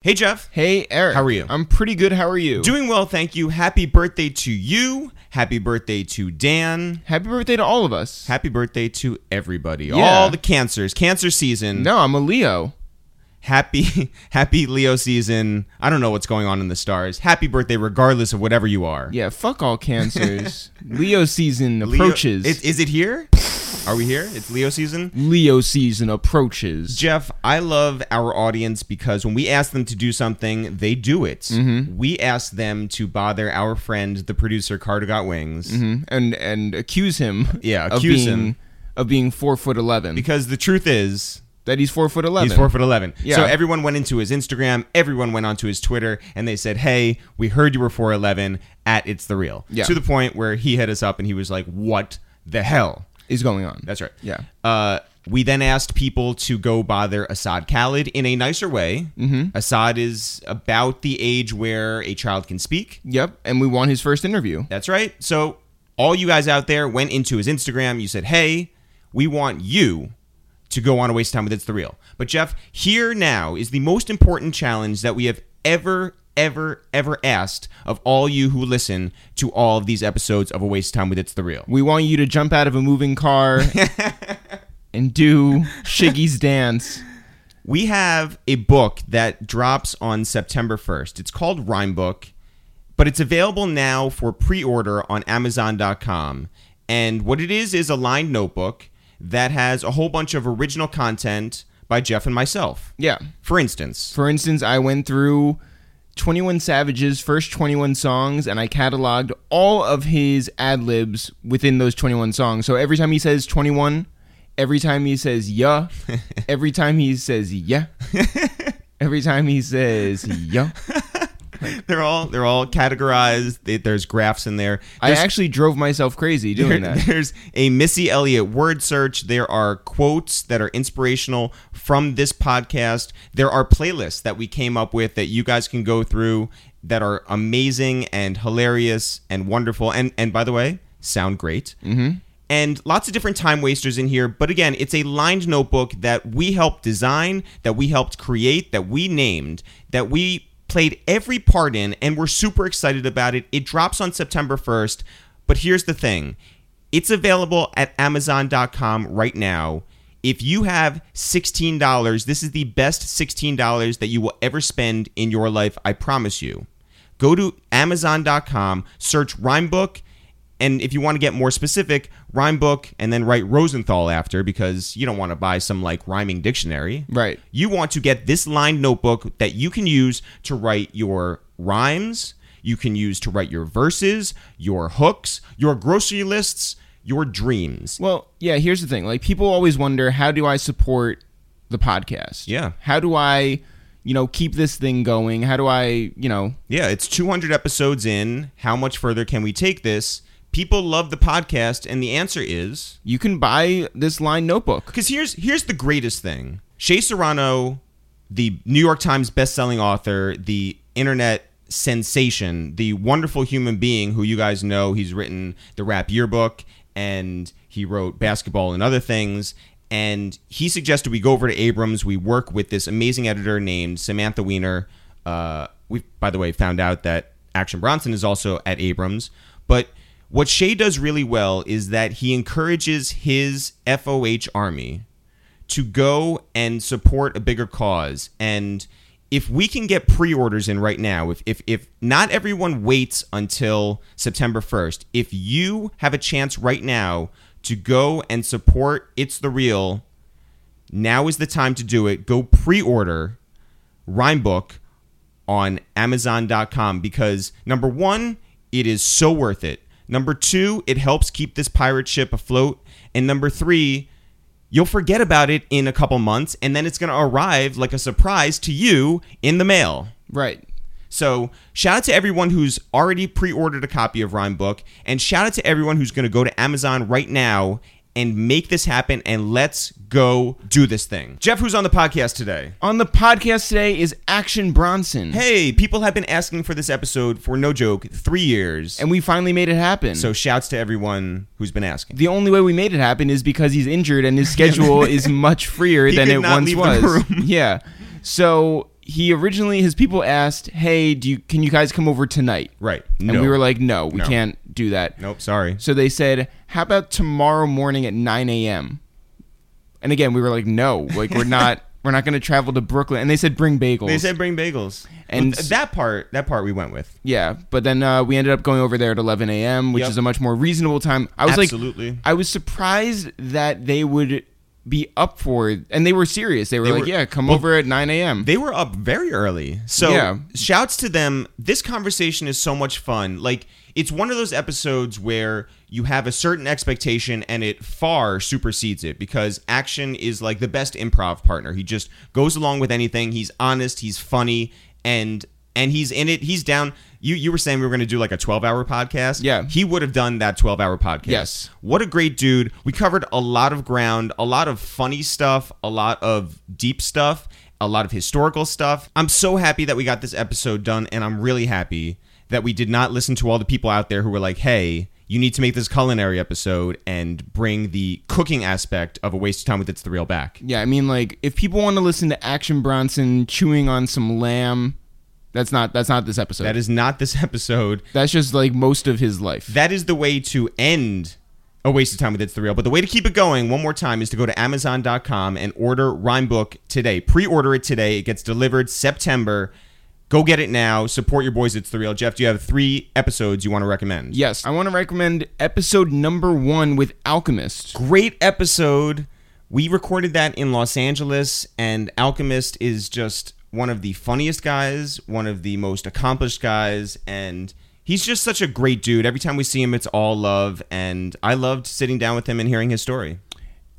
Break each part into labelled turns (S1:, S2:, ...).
S1: Hey, Jeff.
S2: Hey, Eric.
S1: How are you?
S2: I'm pretty good. How are you?
S1: Doing well, thank you. Happy birthday to you. Happy birthday to Dan.
S2: Happy birthday to all of us.
S1: Happy birthday to everybody.
S2: Yeah.
S1: All the cancers. Cancer season.
S2: no, I'm a Leo.
S1: Happy happy Leo season. I don't know what's going on in the stars. Happy birthday regardless of whatever you are.
S2: Yeah, fuck all cancers. Leo season
S1: Leo-
S2: approaches.
S1: Is, is it here? Are we here? It's Leo season?
S2: Leo season approaches.
S1: Jeff, I love our audience because when we ask them to do something, they do it.
S2: Mm-hmm.
S1: We ask them to bother our friend, the producer, Carter Got Wings,
S2: Mhm. and and accuse him.
S1: Yeah,
S2: of
S1: accuse
S2: being,
S1: him.
S2: of being four foot eleven.
S1: because the truth is,
S2: that he's four foot eleven.
S1: he's four foot eleven.
S2: Yeah.
S1: So everyone went into his Instagram, everyone went onto his Twitter, and they said, "Hey, we heard you were four eleven at It's the Real."
S2: Yeah.
S1: To the point where he hit us up and he was like, "What the hell?"
S2: is going on.
S1: That's right.
S2: Yeah.
S1: Uh, we then asked people to go bother Assad Khalid in a nicer way. Mm-hmm. Assad is about the age where a child can speak.
S2: Yep. And we want his first interview.
S1: That's right. So all you guys out there went into his Instagram. You said, "Hey, we want you to go on a waste of time with it's the real." But Jeff, here now is the most important challenge that we have ever, ever, ever asked of all you who listen to all of these episodes of a waste of time with it's the real.
S2: We want you to jump out of a moving car and do Shiggy's dance.
S1: We have a book that drops on September 1st. It's called Rhyme Book, but it's available now for pre order on Amazon.com. And what it is is a lined notebook that has a whole bunch of original content by Jeff and myself.
S2: Yeah.
S1: For instance,
S2: For instance, I went through 21 Savage's first 21 songs and I cataloged all of his ad libs within those 21 songs. So every time he says 21, every time he says yeah, every time he says yeah, every time he says yeah.
S1: they're all they're all categorized. They- There's graphs in there.
S2: I actually drove myself crazy doing
S1: There-
S2: that.
S1: There's a Missy Elliott word search. There are quotes that are inspirational from this podcast. There are playlists that we came up with that you guys can go through that are amazing and hilarious and wonderful. And and by the way, sound great. Mm-hmm. And lots of different time wasters in here. But again, it's a lined notebook that we helped design, that we helped create, that we named, that we played every part in, and we're super excited about it. It drops on September 1st. But here's the thing it's available at Amazon.com right now. If you have $16, this is the best $16 that you will ever spend in your life, I promise you. Go to Amazon.com, search Rhymebook, and if you want to get more specific, Rhymebook, and then write Rosenthal after because you don't want to buy some like rhyming dictionary.
S2: Right.
S1: You want to get this lined notebook that you can use to write your rhymes, you can use to write your verses, your hooks, your grocery lists, your dreams.
S2: Well, yeah, here's the thing. Like people always wonder how do I support the podcast?
S1: Yeah.
S2: How do I, you know, keep this thing going? How do I, you know,
S1: Yeah, it's 200 episodes in. How much further can we take this? People love the podcast, and the answer is
S2: you can buy this line notebook.
S1: Because here's here's the greatest thing. Shea Serrano, the New York Times best-selling author, the internet sensation, the wonderful human being who you guys know, he's written the rap yearbook and he wrote basketball and other things. And he suggested we go over to Abrams. We work with this amazing editor named Samantha Weiner. Uh, we, by the way, found out that Action Bronson is also at Abrams. But what Shea does really well is that he encourages his FOH army to go and support a bigger cause. And if we can get pre-orders in right now, if if if not everyone waits until September 1st, if you have a chance right now to go and support It's the Real, now is the time to do it. Go pre-order Rhymebook on Amazon.com because number one, it is so worth it. Number two, it helps keep this pirate ship afloat. And number three, you'll forget about it in a couple months and then it's going to arrive like a surprise to you in the mail.
S2: Right.
S1: So shout out to everyone who's already pre-ordered a copy of Rhyme Book, and shout out to everyone who's going to go to Amazon right now and make this happen. And let's go do this thing. Jeff, who's on the podcast today?
S2: On the podcast today is Action Bronson.
S1: Hey, people have been asking for this episode for no joke three years,
S2: And we finally made it happen.
S1: so shouts to everyone who's been asking.
S2: the only way we made it happen is because he's injured and his schedule is much freer
S1: He
S2: than
S1: could
S2: it
S1: not
S2: once
S1: leave the
S2: was.
S1: room.
S2: Yeah. So he originally his people asked, "Hey, do you can you guys come over tonight?"
S1: Right.
S2: And
S1: No.
S2: we were like, "No, we
S1: No.
S2: can't do that."
S1: Nope. Sorry.
S2: So they said, "How about tomorrow morning at 9 a.m.?" And again, we were like, "No, like we're not, we're not going to travel to Brooklyn." And they said, "Bring bagels."
S1: They said bring bagels,
S2: And-
S1: and that part that part we went with.
S2: yeah, but then uh, we ended up going over there at 11 a.m., which
S1: Yep.
S2: is a much more reasonable time. I was
S1: Absolutely.
S2: like, I was surprised that they would be up for, it. and they were serious. They were
S1: They
S2: like,
S1: were-
S2: "Yeah, come
S1: well,
S2: over at 9 a.m."
S1: They were up very early. So
S2: Yeah.
S1: shouts to them. This conversation is so much fun. Like it's one of those episodes where you have a certain expectation and it far supersedes it because action is like the best improv partner. He just goes along with anything. He's honest, he's funny, and and he's in it. He's down. You you were saying we were going to do like a 12-hour podcast.
S2: Yeah.
S1: He would have done that 12-hour podcast.
S2: Yes.
S1: What a great dude. We covered a lot of ground, a lot of funny stuff, a lot of deep stuff, a lot of historical stuff. I'm so happy that we got this episode done, and I'm really happy that we did not listen to all the people out there who were like, hey, you need to make this culinary episode and bring the cooking aspect of a waste of time with It's the Real back.
S2: Yeah, I mean, like if people want to listen to Action Bronson chewing on some lamb, that's not that's not this episode.
S1: That is not this episode.
S2: that's just like most of his life.
S1: that is the way to end a waste of time with it's the real but the way to keep it going one more time is to go to amazon.com and order rhyme book today pre-order it today it gets delivered september go get it now support your boys it's the real jeff do you have three episodes you want to recommend
S2: yes, I want to recommend episode number one with Alchemist.
S1: great episode we recorded that in los angeles and alchemist is just one of the funniest guys one of the most accomplished guys and he's just such a great dude every time we see him it's all love and i loved sitting down with him and hearing his story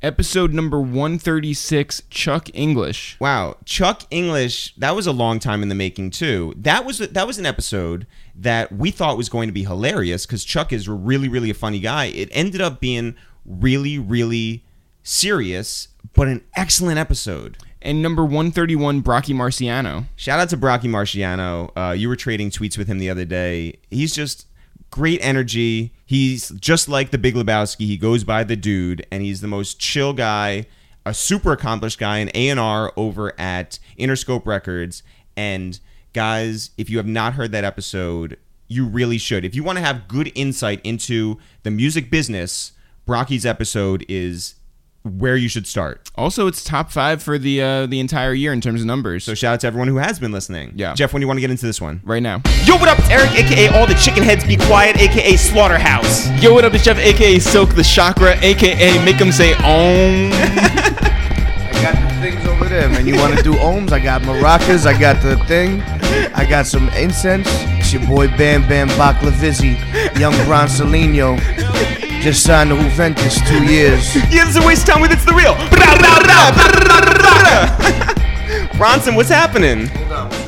S2: Episode number one thirty six, Chuck English.
S1: Wow, Chuck English, that was a long time in the making too. That was that was an episode that we thought was going to be hilarious cuz Chuck is really really a funny guy. It ended up being really really serious, but an excellent episode.
S2: And number one thirty one, Brocky Marciano.
S1: Shout out to Brocky Marciano. Uh, you were trading tweets with him the other day. He's just great energy. He's just like the Big Lebowski. He goes by the dude, and he's the most chill guy, a super accomplished guy, an A and R over at Interscope Records. And guys, if you have not heard that episode, you really should. If you want to have good insight into the music business, Brocky's episode is where you should start.
S2: Also, it's top five for the uh, the entire year in terms of numbers.
S1: So shout out to everyone who has been listening.
S2: Yeah.
S1: Jeff, when do you want to get into this one?
S2: right now.
S1: Yo, what up? It's Eric, aka All the Chicken Heads Be Quiet, aka Slaughterhouse.
S2: Yo, what up? It's Jeff, aka Silk the Chakra, aka Make 'em Say Om.
S3: I got the things over there, man. You want to do ohms? I got maracas. I got the thing. I got some incense. It's your boy Bam Bam Baklavizzi, young Bronsolino. Just signed to Juventus two years.
S1: Yeah, this is a waste of time with It's the Real. Bra, bra, bra, bra, bra, bra, bra. Bronson, what's happening?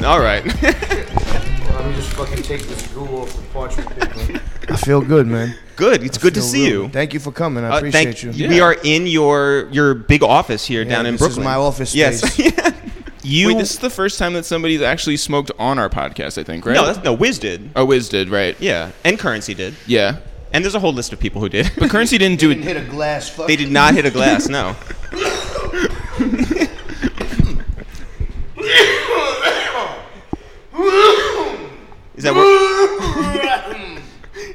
S1: All right.
S4: Let me just fucking take this goo off the parchment paper.
S3: I feel good, man.
S1: good. It's good to
S3: Feel
S1: see
S3: real-
S1: you.
S3: Thank you for coming. I
S1: Uh,
S3: appreciate
S1: thank-
S3: you.
S1: We are in your your big office here down in
S3: this is
S1: Brooklyn.
S3: my office
S1: Yes. you.
S2: Wait, this is the first time that somebody's actually smoked on our podcast, I think, right?
S1: no, that's, no, Wiz did.
S2: Oh, Wiz did, right?
S1: Yeah, and Currency did.
S2: Yeah.
S1: And there's a whole list of people who did.
S2: But Currency didn't do
S3: Didn't
S2: it.
S3: hit a glass. Fuck.
S1: they did not hit a glass, no. Is that what?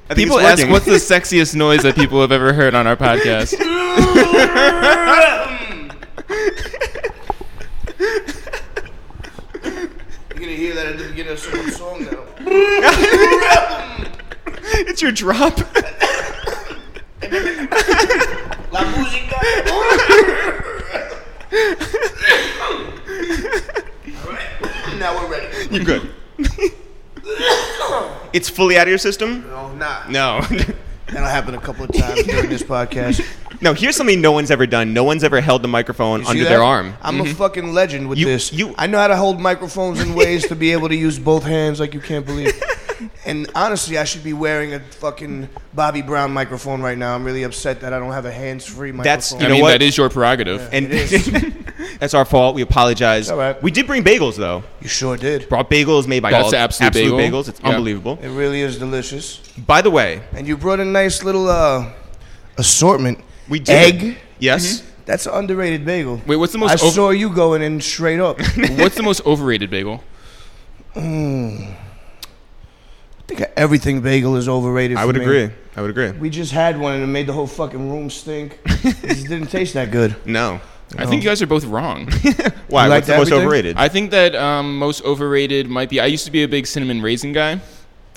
S1: I think
S2: People
S1: it's
S2: ask,
S1: working.
S2: what's the sexiest noise that people have ever heard on our podcast?
S3: You're gonna hear that at the beginning of some song now.
S1: it's your drop.
S3: La música. now we're ready.
S1: You're good. it's fully out of your system.
S3: No, nah.
S1: No.
S3: That'll happen a couple of times during this podcast.
S1: no. Here's something no one's ever done. No one's ever held the microphone
S3: See
S1: under
S3: that?
S1: their arm. Mm-hmm.
S3: I'm a fucking legend with
S1: You-
S3: this.
S1: you-
S3: I know how to hold microphones in ways to be able to use both hands like you can't believe. and honestly, I should be wearing a fucking Bobby Brown microphone right now. I'm really upset that I don't have a hands-free microphone.
S1: That's-
S2: I
S1: You know
S2: mean,
S1: what?
S2: that is your prerogative.
S1: and
S3: It is.
S1: that's our fault. We apologize.
S3: all right.
S1: We did bring bagels though.
S3: you sure did.
S1: Brought bagels made by
S2: That's
S1: Galt-
S2: Absolute Bagel?
S1: bagels. It's
S2: Yeah.
S1: unbelievable.
S3: It really is delicious.
S1: By the way,
S3: And you brought a nice little uh, assortment.
S1: we did
S3: egg, Mm-hmm.
S1: Yes.
S3: That's an underrated bagel.
S2: Wait, what's the most
S3: I
S2: over-
S3: saw you going in straight up. I
S2: What's the most overrated bagel?
S3: think everything bagel is overrated.
S1: I
S3: for
S1: would
S3: me.
S1: agree. I would agree.
S3: We just had one and it made the whole fucking room stink. it just didn't taste that good.
S1: No.
S2: I think you guys are both wrong.
S1: Why?
S3: You
S1: What's
S3: liked
S1: the most
S3: everything?
S1: overrated?
S2: I think that um, most overrated might be. I used to be a big cinnamon raisin guy.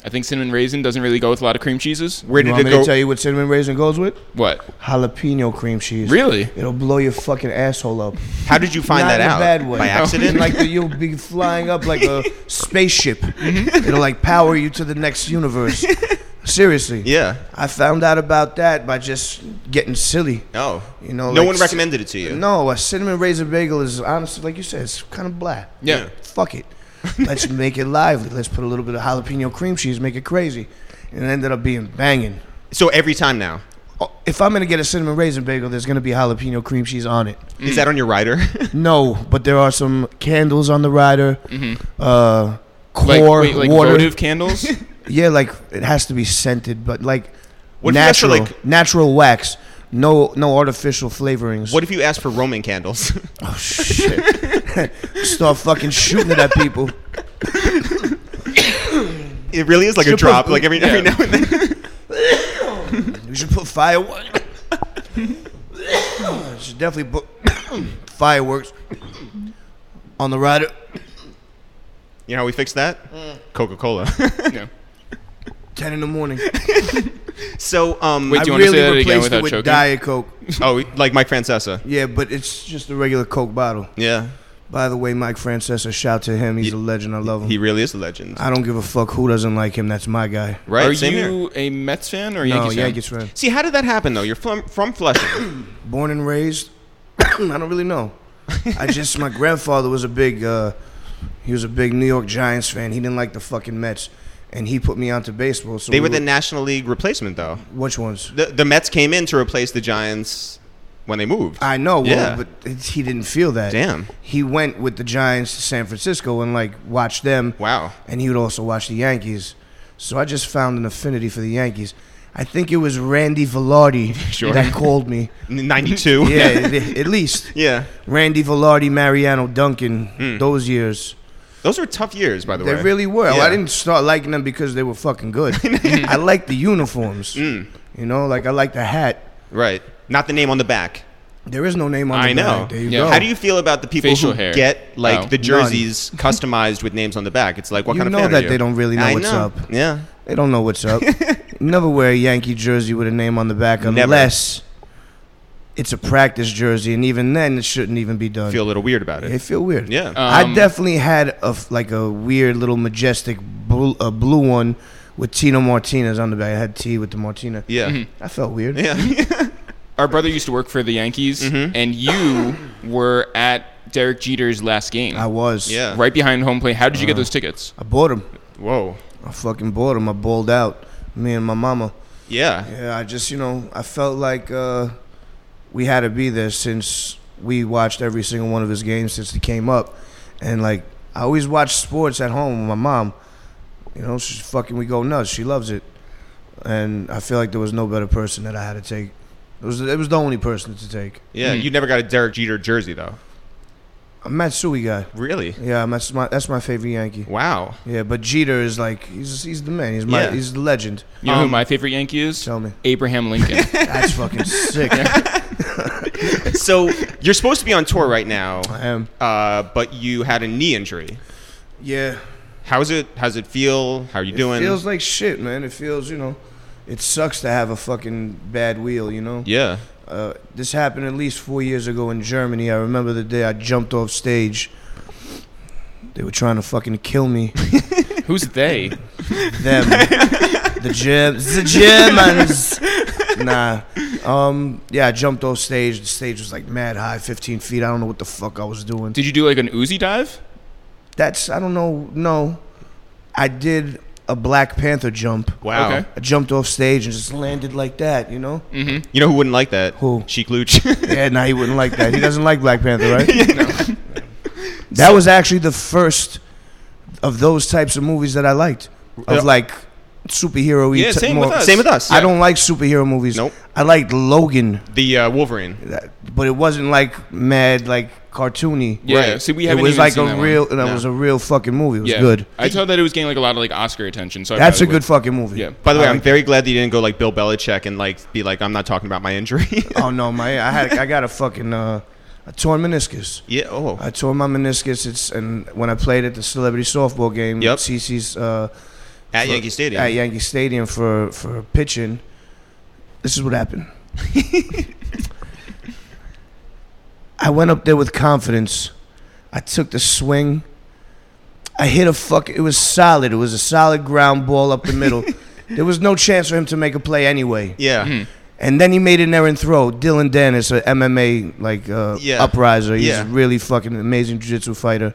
S2: I think cinnamon raisin doesn't really go with a lot of cream cheeses.
S1: Where
S3: You
S1: did
S3: want
S1: it
S3: me to
S1: go?
S3: tell you what cinnamon raisin goes with?
S2: What?
S3: Jalapeno cream cheese.
S2: Really?
S3: It'll blow your fucking asshole up.
S1: How did you find
S3: Not
S1: that
S3: in a
S1: out?
S3: bad way.
S1: By accident?
S3: like the, you'll be flying up like a spaceship.
S1: Mm-hmm.
S3: It'll like power you to the next universe. Seriously.
S1: yeah.
S3: I found out about that by just getting silly.
S1: Oh.
S3: You know,
S1: no
S3: like
S1: one
S3: s-
S1: recommended it to you.
S3: No, a cinnamon raisin bagel is honestly, like you said, it's kind of blah.
S2: Yeah.
S1: Yeah.
S3: Fuck it. Let's make it lively. Let's put a little bit of jalapeno cream cheese, make it crazy. And it ended up being banging.
S1: So every time now.
S3: Oh, If I'm gonna get a cinnamon raisin bagel, there's gonna be jalapeno cream cheese on it.
S1: Is that on your rider?
S3: No, but there are some candles on the rider. Uh,
S2: Like,
S3: core
S2: wait, like
S3: water.
S2: votive candles?
S3: Yeah, like it has to be scented, but like
S1: What if you ask for,
S3: natural,
S1: like-
S3: natural wax. No, no artificial flavorings.
S1: what if you ask for Roman candles?
S3: Oh shit! Start fucking shooting it at people.
S1: it really is like a
S3: Should put-
S1: drop, like every, every
S2: Yeah.
S1: now and then.
S3: We should put fireworks. should definitely put fireworks on the rider.
S1: You know how we fix that?
S3: Mm.
S1: Coca Cola.
S2: yeah.
S3: Ten in the morning.
S1: so, um,
S2: Wait,
S1: I-
S2: do you
S3: I
S2: wanna say
S3: really
S2: that again
S3: replaced
S2: without
S3: it with
S2: choking?
S3: Diet Coke.
S1: oh, like Mike Francesa.
S3: Yeah, but it's just a regular Coke bottle.
S1: Yeah.
S3: By the way, Mike Francesa, shout to him. He's
S1: Ye-
S3: a legend. I love him.
S1: He really is a legend.
S3: I don't give a fuck who doesn't like him. That's my guy.
S1: right?
S2: are
S1: Same here.
S2: you a Mets fan or a
S3: No,
S2: Yankees fan?
S3: Yankees fan.
S1: See, how did that happen though? You're from from Flushing.
S3: Born and raised. I don't really know. I just my grandfather was a big. Uh, he was a big New York Giants fan. He didn't like the fucking Mets, and he put me onto baseball. So
S1: they
S3: we
S1: were the National League replacement though.
S3: which ones?
S1: The the Mets came in to replace the Giants when they moved.
S3: I know. Well,
S1: Yeah.
S3: but it, he didn't feel that.
S1: Damn.
S3: He went with the Giants to San Francisco and like watched them.
S1: Wow.
S3: and he would also watch the Yankees. So I just found an affinity for the Yankees. I think it was Randy Velarde
S2: Sure.
S3: that called me.
S1: Ninety two.
S3: Yeah, at- at least
S1: Yeah.
S3: Randy Velarde, Mariano Duncan,
S1: Hmm.
S3: those years.
S1: Those were tough years, by the
S3: They
S1: way.
S3: really were. Well,
S1: Yeah.
S3: I didn't start liking them because they were fucking good. I liked the uniforms.
S1: Mm.
S3: You know, like I like the hat.
S1: Right. Not the name on the back.
S3: There is no name on the
S1: I know.
S3: back. There you
S2: Yeah.
S3: go.
S1: How do you feel about the people
S2: Facial
S1: who
S2: hair.
S1: get like
S2: Oh.
S1: the jerseys customized with names on the back? It's like what
S3: You
S1: kind of
S3: know
S1: fan are
S3: that
S1: you?
S3: they don't really know
S1: I
S3: what's
S1: know.
S3: up.
S1: Yeah.
S3: They don't know what's up. Never wear a Yankee jersey with a name on the back
S1: Never.
S3: unless it's a practice jersey, and even then, it shouldn't even be done.
S1: Feel a little weird about
S3: They
S1: it.
S3: feel weird.
S1: Yeah.
S2: Um,
S3: I definitely had a f- like a weird little majestic blue, a blue one with Tino Martinez on the back. I had T with the Martina.
S1: yeah.
S2: mm-hmm.
S3: I felt weird.
S1: Yeah.
S2: Our brother used to work for the Yankees,
S1: Mm-hmm.
S2: and you were at Derek Jeter's last game,
S3: I Uh-huh. was.
S1: yeah.
S2: right behind home plate. How did you get those tickets?
S3: I bought him.
S1: Whoa.
S3: I fucking bought him. I balled out. Me and my mama.
S1: Yeah.
S3: Yeah, I just you know I felt like uh, we had to be there since we watched every single one of his games since he came up, and like I always watch sports at home with my mom. You know, she's fucking we go nuts. She loves it, and I feel like there was no better person that I had to take. It was it was the only person to take.
S1: Yeah.
S2: Mhm.
S1: You never got a Derek Jeter jersey though.
S3: A Matsui guy.
S1: Really?
S3: Yeah, that's my that's my favorite Yankee.
S1: Wow.
S3: Yeah, but Jeter is like he's he's the man. He's my
S1: Yeah.
S3: he's the legend.
S2: You know who
S1: Um,
S2: my favorite Yankee is?
S3: Tell me,
S2: Abraham Lincoln.
S3: that's fucking sick.
S1: so you're supposed to be on tour right now,
S3: I am.
S1: uh, but you had a knee injury.
S3: Yeah.
S1: How's it? How's it feel? How are you doing?
S3: It feels like shit, man. It feels, you know, it sucks to have a fucking bad wheel, you know?
S1: yeah.
S3: Uh, this happened at least four years ago in Germany. I remember the day I jumped off stage. They were trying to fucking kill me.
S2: Who's they?
S3: Them. the Gem- the Germans. Nah. Um, yeah, I jumped off stage. The stage was like mad high, 15 feet. I don't know what the fuck I was doing.
S2: Did you do like an Uzi dive?
S3: That's, I don't know. No. I did a Black Panther jump.
S1: Wow.
S2: Okay.
S3: I jumped off stage and just landed like that, you know?
S2: Mm.
S1: You know who wouldn't like that?
S3: Who?
S1: Sheik Luch.
S3: Yeah, no, he wouldn't like that. He doesn't like Black Panther, right? That was actually the first of those types of movies that I liked. Of
S1: Yeah.
S3: like superhero.
S1: Yeah, same with us. Same with us,
S3: I
S1: yeah.
S3: don't like superhero movies.
S1: Nope.
S3: I liked Logan,
S1: The uh, Wolverine.
S3: that- but it wasn't like mad, like cartoony.
S2: Yeah,
S1: Right.
S2: see, we
S3: It
S2: haven't
S3: was
S2: even
S3: like
S2: seen
S3: a
S2: that one.
S3: real. That
S1: No.
S3: was a real fucking movie. It was
S2: Yeah.
S3: good.
S2: I thought that it was getting like a lot of like Oscar attention. So I
S3: That's a
S2: probably
S3: good
S2: would.
S3: fucking movie.
S2: Yeah.
S1: By the way,
S3: I
S1: I'm
S3: like-
S1: very glad that you didn't go like Bill Belichick and like be like, I'm not talking about my injury.
S3: Oh no, my I had I got a fucking uh, a torn meniscus.
S1: yeah. Oh.
S3: I tore my meniscus. It's and when I played at the celebrity softball game,
S1: Yep.
S3: CC's uh,
S1: At
S3: for-
S1: Yankee Stadium.
S3: at Yankee Stadium for for pitching. This is what happened. I went up there with confidence. I took the swing. I hit a fuck. It was solid. It was a solid ground ball up the middle. there was no chance for him to make a play anyway.
S1: yeah.
S2: Mm-hmm.
S3: And then he made an errant throw. Dylan Dennis, a MMA like uh,
S1: Yeah.
S3: upriser, he's
S1: Yeah.
S3: really fucking amazing jiu-jitsu fighter.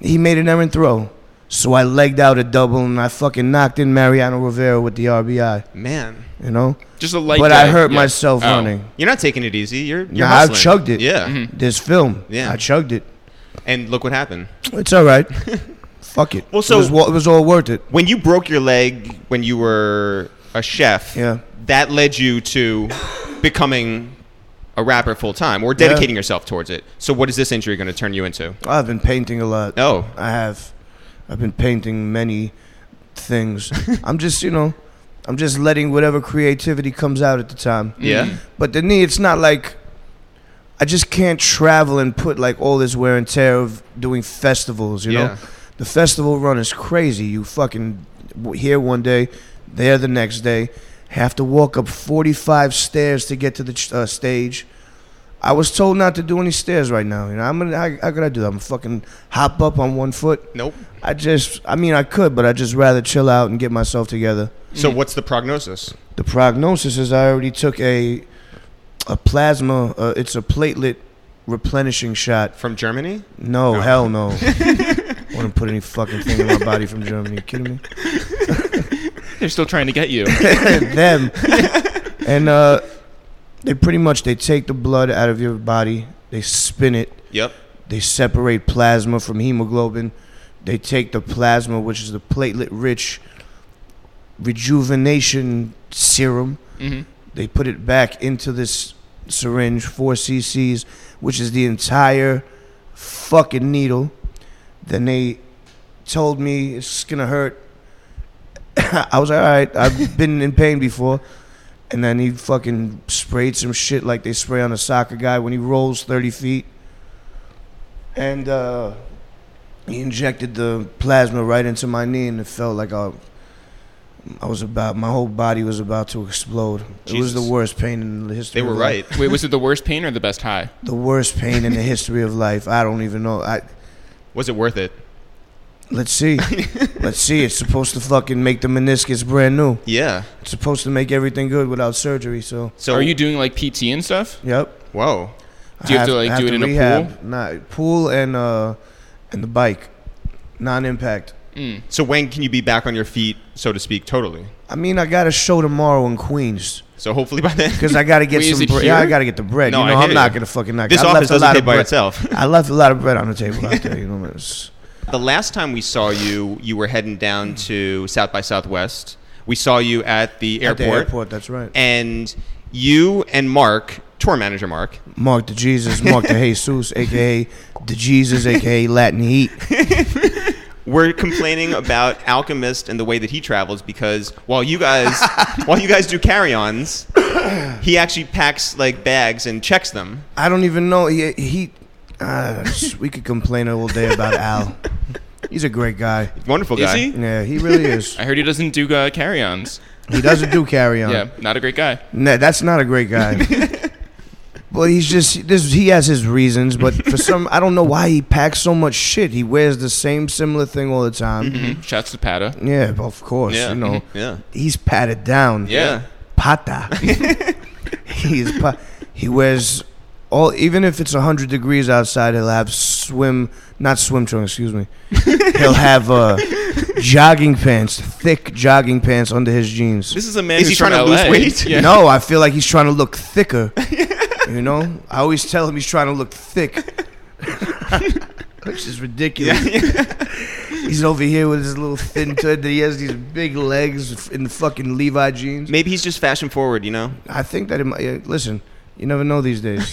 S3: He made an errant throw, so I legged out a double and I fucking knocked in Mariano Rivera with the RBI.
S1: Man,
S3: You know,
S2: Just a light.
S3: but I
S2: gag,
S3: hurt
S2: yeah.
S3: myself
S2: Oh.
S3: running.
S1: you're not taking it easy. You're. you're
S3: Nah, I
S1: hustling.
S3: chugged it. Mm-hmm.
S1: Yeah.
S3: This film,
S1: Yeah.
S3: I chugged it.
S1: And look what happened.
S3: It's all right. Fuck it.
S1: Well,
S3: it
S1: so-
S3: was, wa- it was all worth it.
S1: When you broke your leg when you were a chef,
S3: Yeah.
S1: that led you to becoming a rapper full time or dedicating yourself towards it. So what is this injury going to turn you into?
S3: I've been painting a lot.
S1: Oh,
S3: I have. I've been painting many things. I'm just, you know, I'm just letting whatever creativity comes out at the time.
S1: yeah.
S3: But the knee, it's not like I just can't travel and put like all this wear and tear of doing festivals, you
S1: Yeah.
S3: know? The festival run is crazy. You fucking w- here one day, there the next day, have to walk up 45 stairs to get to the ch- uh, stage. I was told not to do any stairs right now. You know, I'm gonna. How, how could I do that? I'm fucking hop up on one foot.
S1: Nope.
S3: I just. I mean, I could, but I just rather chill out and get myself together.
S1: So what's the prognosis?
S3: The prognosis is I already took a a plasma. Uh, it's a platelet replenishing shot.
S1: From Germany?
S3: No,
S1: No.
S3: hell no. I wouldn't put any fucking thing in my body from Germany. You kidding me?
S2: They're still trying to get you.
S3: Them. And uh, they pretty much they take the blood out of your body. They spin it.
S1: Yep.
S3: They separate plasma from hemoglobin. They take the plasma, which is the platelet-rich rejuvenation serum.
S2: hmm
S3: They put it back into this syringe, four cc's, which is the entire fucking needle. Then they told me it's gonna hurt. I was like, all right, I've been in pain before. And then he fucking sprayed some shit like they spray on a soccer guy when he rolls 30 feet. And uh, he injected the plasma right into my knee, and it felt like I, I was about, my whole body was about to explode. It was
S1: Jesus.
S3: the worst pain in the history
S1: They were
S3: of life
S1: right.
S2: Wait, was it the worst pain or the best high?
S3: the worst pain in the history of life. I don't even know. I
S1: Was it worth it?
S3: let's see, let's see. It's supposed to fucking make the meniscus brand new.
S1: Yeah.
S3: It's supposed to make everything good without surgery. So,
S1: So
S2: Are you doing like PT and stuff?
S3: yep.
S1: Whoa.
S3: I
S2: Do you have to, like,
S3: I
S2: do it in a
S3: pool? Not pool and uh and the bike, non-impact.
S2: Mm.
S1: So when can you be back on your feet, so to speak, totally?
S3: I mean, I got a show tomorrow in Queens
S1: So hopefully by then.
S3: because I got to get
S2: Wait, is
S3: some
S2: it
S3: bread. Yeah, I
S2: here?
S3: got to get the bread.
S1: No,
S3: you
S1: I
S3: know,
S1: hear
S3: I'm
S1: you.
S3: not gonna fucking knock.
S1: This
S3: I
S1: office
S3: left a
S1: doesn't
S3: lot
S1: pay
S3: of
S1: by
S3: bread.
S1: itself.
S3: I left a lot of bread on the table out there. You know, it's,
S1: The last time we saw you, you were heading down to South by Southwest. We saw you at the
S3: at
S1: airport.
S3: the airport. That's right.
S1: And you and Mark, tour manager Mark,
S3: Mark the Jesus, Mark the Jesus, aka the Jesus, aka Latin Heat.
S1: were complaining about Alchemist and the way that he travels because while you guys while you guys do carry-ons, he actually packs like bags and checks them.
S3: I don't even know. He, he uh, we could complain all day about Al. He's a great guy.
S1: Wonderful
S2: Is
S1: guy.
S2: he?
S3: Yeah, he really is.
S2: I heard he doesn't do uh, carry-ons.
S3: He doesn't do carry on.
S2: Yeah, not a great guy.
S3: Nah, that's not a great guy. but he's just this. He has his reasons, but for some, I don't know why he packs so much shit. He wears the same similar thing all the time.
S2: Mm, Shouts to Pata.
S3: Yeah, of course.
S1: Mm-hmm. Yeah.
S3: You know,
S1: Yeah.
S3: he's patted down.
S1: Yeah.
S3: pata. He's pa- he wears all even if it's 100 degrees outside he'll have swim not swim trunks excuse me he'll have uh, jogging pants thick jogging pants under his jeans
S2: This is a man
S1: Is
S2: who's
S1: he
S2: from
S1: trying to lose
S2: LA.
S1: weight?
S2: Yeah.
S3: no i feel like he's trying to look thicker you know i always tell him he's trying to look thick which is ridiculous He's over here with his little thin tud that he has these big legs in the fucking Levi jeans.
S1: Maybe he's just fashion forward, you know?
S3: I think that it might. yeah, Listen, you never know these days.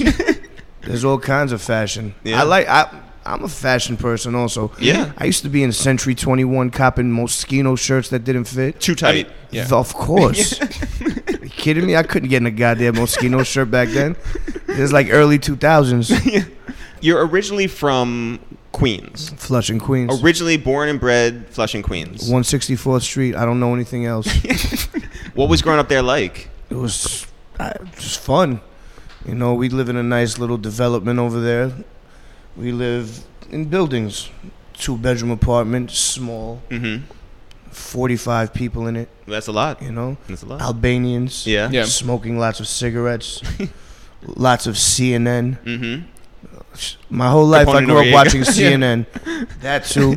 S3: There's all kinds of fashion.
S1: Yeah.
S3: I like. I, I'm a fashion person also.
S1: Yeah.
S3: I used to be in Century 21 copping Moschino shirts that didn't fit.
S1: Too tight.
S2: Yeah.
S3: Of course. you kidding me? I couldn't get in a goddamn Moschino shirt back then. It was like early 2000s.
S1: You're originally from Queens.
S3: Flushing, Queens.
S1: Originally born and bred Flushing, Queens.
S3: 164th Street. I don't know anything else.
S1: What was growing up there like?
S3: it was uh, just fun. You know, we live in a nice little development over there. We live in buildings, two bedroom apartment, small,
S1: Mm-hmm.
S3: 45 people in it,
S1: That's a lot.
S3: you know,
S1: That's a lot.
S3: Albanians,
S1: yeah.
S2: Yeah.
S3: smoking lots of cigarettes, lots of CNN.
S1: Mm-hmm.
S3: My whole life I
S1: Capone
S3: grew
S1: Noriega.
S3: up watching CNN. That too.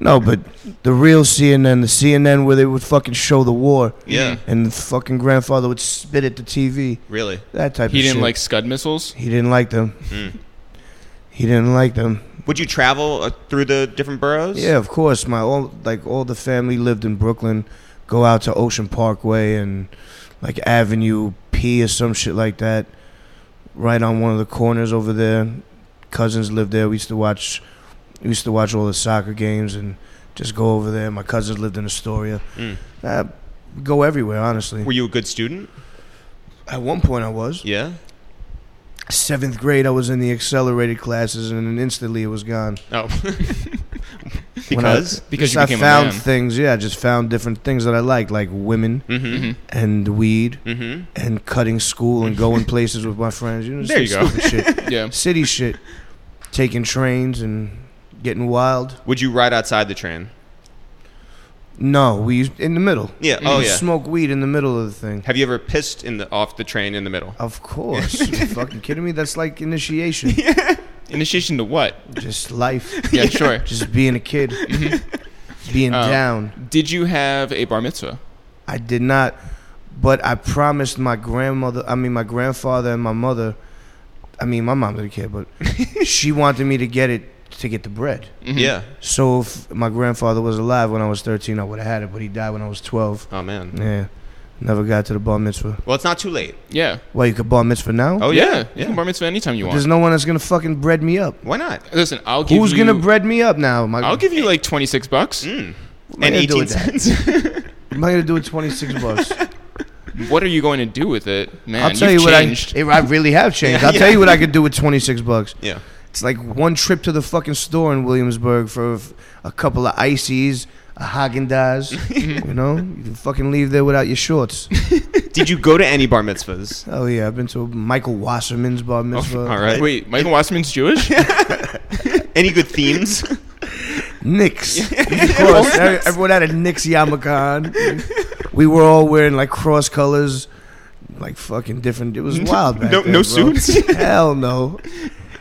S3: No, but the real CNN, the CNN where they would fucking show the war
S1: Yeah.
S3: and the fucking grandfather would spit at the TV.
S1: Really.
S3: That type
S2: He
S3: of shit.
S2: didn't like Scud missiles.
S3: He didn't like them.
S1: Mm.
S3: He didn't like them.
S1: Would you travel uh, through the different boroughs?
S3: Yeah, of course. My all like all the family lived in Brooklyn. Go out to Ocean Parkway and like Avenue P or some shit like that. Right on one of the corners over there. Cousins lived there. We used to watch. We used to watch all the soccer games and just go over there. My cousins lived in Astoria.
S1: Mm.
S3: Uh, go everywhere, honestly.
S1: Were you a good student?
S3: At one point, I was
S1: Yeah.
S3: seventh grade. I was in the accelerated classes, and then instantly it was gone.
S1: Oh.
S3: When I-
S1: because.
S2: Because
S3: Just
S2: you became
S3: I found
S2: a man.
S3: things. Yeah, I just found different things that I liked, like women
S1: Mm-hmm.
S3: and weed
S1: Mm-hmm.
S3: and cutting school and going places with my friends. You know, just
S2: There you go.
S3: stupid shit.
S2: yeah.
S3: City shit, taking trains and getting wild.
S1: Would you ride outside the train?
S3: No, we used- in the middle.
S1: Yeah.
S2: Mhm.
S1: Oh
S3: We
S1: yeah.
S3: Smoke weed in the middle of the thing.
S1: Have you ever pissed in the off the train in the middle?
S3: Of course. you fucking kidding me? That's like initiation.
S2: Initiation to what?
S3: Just life.
S2: Yeah, sure.
S3: Just being a kid. being
S2: Um,
S3: down.
S2: Did you have a bar mitzvah?
S3: I did not, but I promised my grandmother, I mean, my grandfather and my mother, I mean, my mom didn't care, but she wanted me to get it to get the bread.
S2: Mhm.
S1: Yeah.
S3: So if my grandfather was alive when I was 13, I would have had it, but he died when I was 12.
S1: Oh man.
S3: Yeah. Never got to the bar mitzvah.
S1: Well, it's not too late.
S2: Yeah.
S3: Well, you could bar mitzvah now?
S1: Oh
S2: yeah.
S1: yeah.
S2: You can bar mitzvah anytime you want.
S3: There's no one that's going to fucking bread me up.
S1: Why not?
S2: Listen, I'll give
S3: Who's
S2: you.
S3: going to bread me up now? Am I,
S2: I'll give you like 26 bucks.
S1: Mm.
S3: am I
S1: And
S3: gonna do
S1: eighteen
S3: with that?
S1: cents.
S3: Am I going to do it 26 bucks?
S2: What are you going to do with it, man?
S3: I'll tell you
S2: you've
S3: what
S2: changed.
S3: I, I really have changed. I'll tell you what I could do with 26 bucks.
S1: yeah.
S3: It's like one trip to the fucking store in Williamsburg for f- a couple of ices, a Haagen Dazs. you know, you can fucking leave there without your shorts.
S1: Did you go to any bar mitzvahs?
S3: Oh yeah, I've been to Michael Wasserman's bar mitzvah.
S1: Oh, All right.
S2: Wait, Michael Wasserman's Jewish?
S1: Any good themes?
S3: Knicks. of course, every- everyone had a Knicks yarmulke on. We were all wearing like cross colors. Like fucking different. It was wild. Back
S1: No-
S3: then,
S1: no
S3: bro.
S1: suits?
S3: Hell no.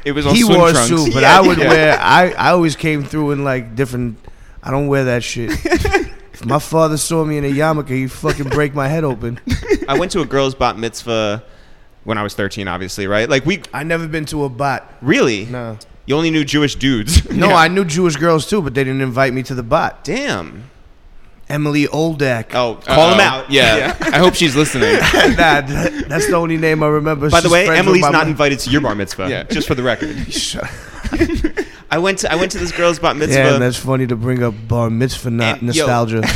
S2: It was on
S3: he
S2: swim
S3: wore
S2: trunks.
S3: a suit, but
S1: Yeah,
S3: I would
S1: yeah.
S3: wear. I I always came through in like different. I don't wear that shit. if my father saw me in a yarmulke, he'd fucking break my head open.
S1: I went to a girls' bat mitzvah when I was thirteen. Obviously, right? Like we
S3: I never been to a bot.
S1: really.
S3: No,
S1: You only knew Jewish dudes.
S3: no, I knew Jewish girls too, but they didn't invite me to the bot.
S1: Damn.
S3: Emily Oldak.
S1: Oh, call them
S2: Uh-oh.
S1: out.
S2: Yeah. I hope she's listening.
S3: nah, that- that's the only name I remember.
S1: By the
S3: She's
S1: way,
S3: friends with
S1: Emily's
S3: my
S1: not
S3: mom.
S1: invited to your bar mitzvah.
S2: Yeah.
S1: Just for the record. I went to I went to this girl's bat mitzvah.
S3: Yeah, and that's funny to bring up bar mitzvah not
S1: And- yo.
S3: nostalgia.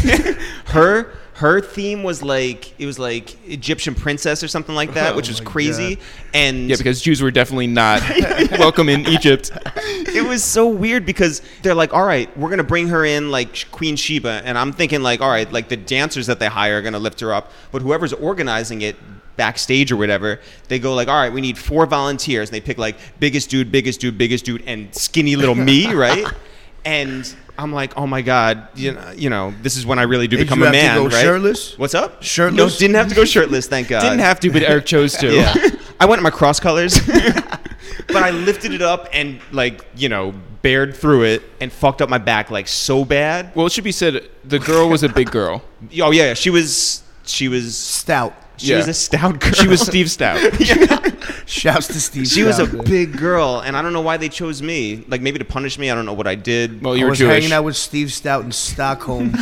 S1: her her theme was like it was like Egyptian princess or something like that,
S3: Oh
S1: which was
S3: my
S1: crazy. And
S2: Yeah, because Jews were definitely not welcome in Egypt.
S1: it was so weird because they're like, all right, we're gonna bring her in like Queen Sheba, and I'm thinking like, all right, like the dancers that they hire are gonna lift her up, but whoever's organizing it backstage or whatever, they go like, all right, we need four volunteers, and they pick like biggest dude, biggest dude, biggest dude, and skinny little me, right? And I'm like, oh my god, you know, you know this is when I really do
S3: Did
S1: become
S3: you
S1: a
S3: have to
S1: man,
S3: go
S1: right?
S3: shirtless?
S1: What's up?
S3: Shirtless?
S1: No, didn't have to go shirtless. Thank God.
S2: Didn't have to, but Eric chose to.
S1: Yeah. I went in my cross colors. but I lifted it up and like, you know, bared through it and fucked up my back like so bad.
S2: Well, it should be said the girl was a big girl.
S1: Oh yeah, she was she was
S3: Stout.
S1: She was
S2: Yeah.
S1: a stout girl.
S2: She was Steve Stout.
S3: Shouts to Steve.
S1: She was a
S3: Stout.
S1: big girl, and I don't know why they chose me. Like maybe to punish me. I don't know what I did.
S2: Well,
S3: I
S2: you were
S3: was
S2: Jewish.
S3: hanging out with Steve Stout in Stockholm.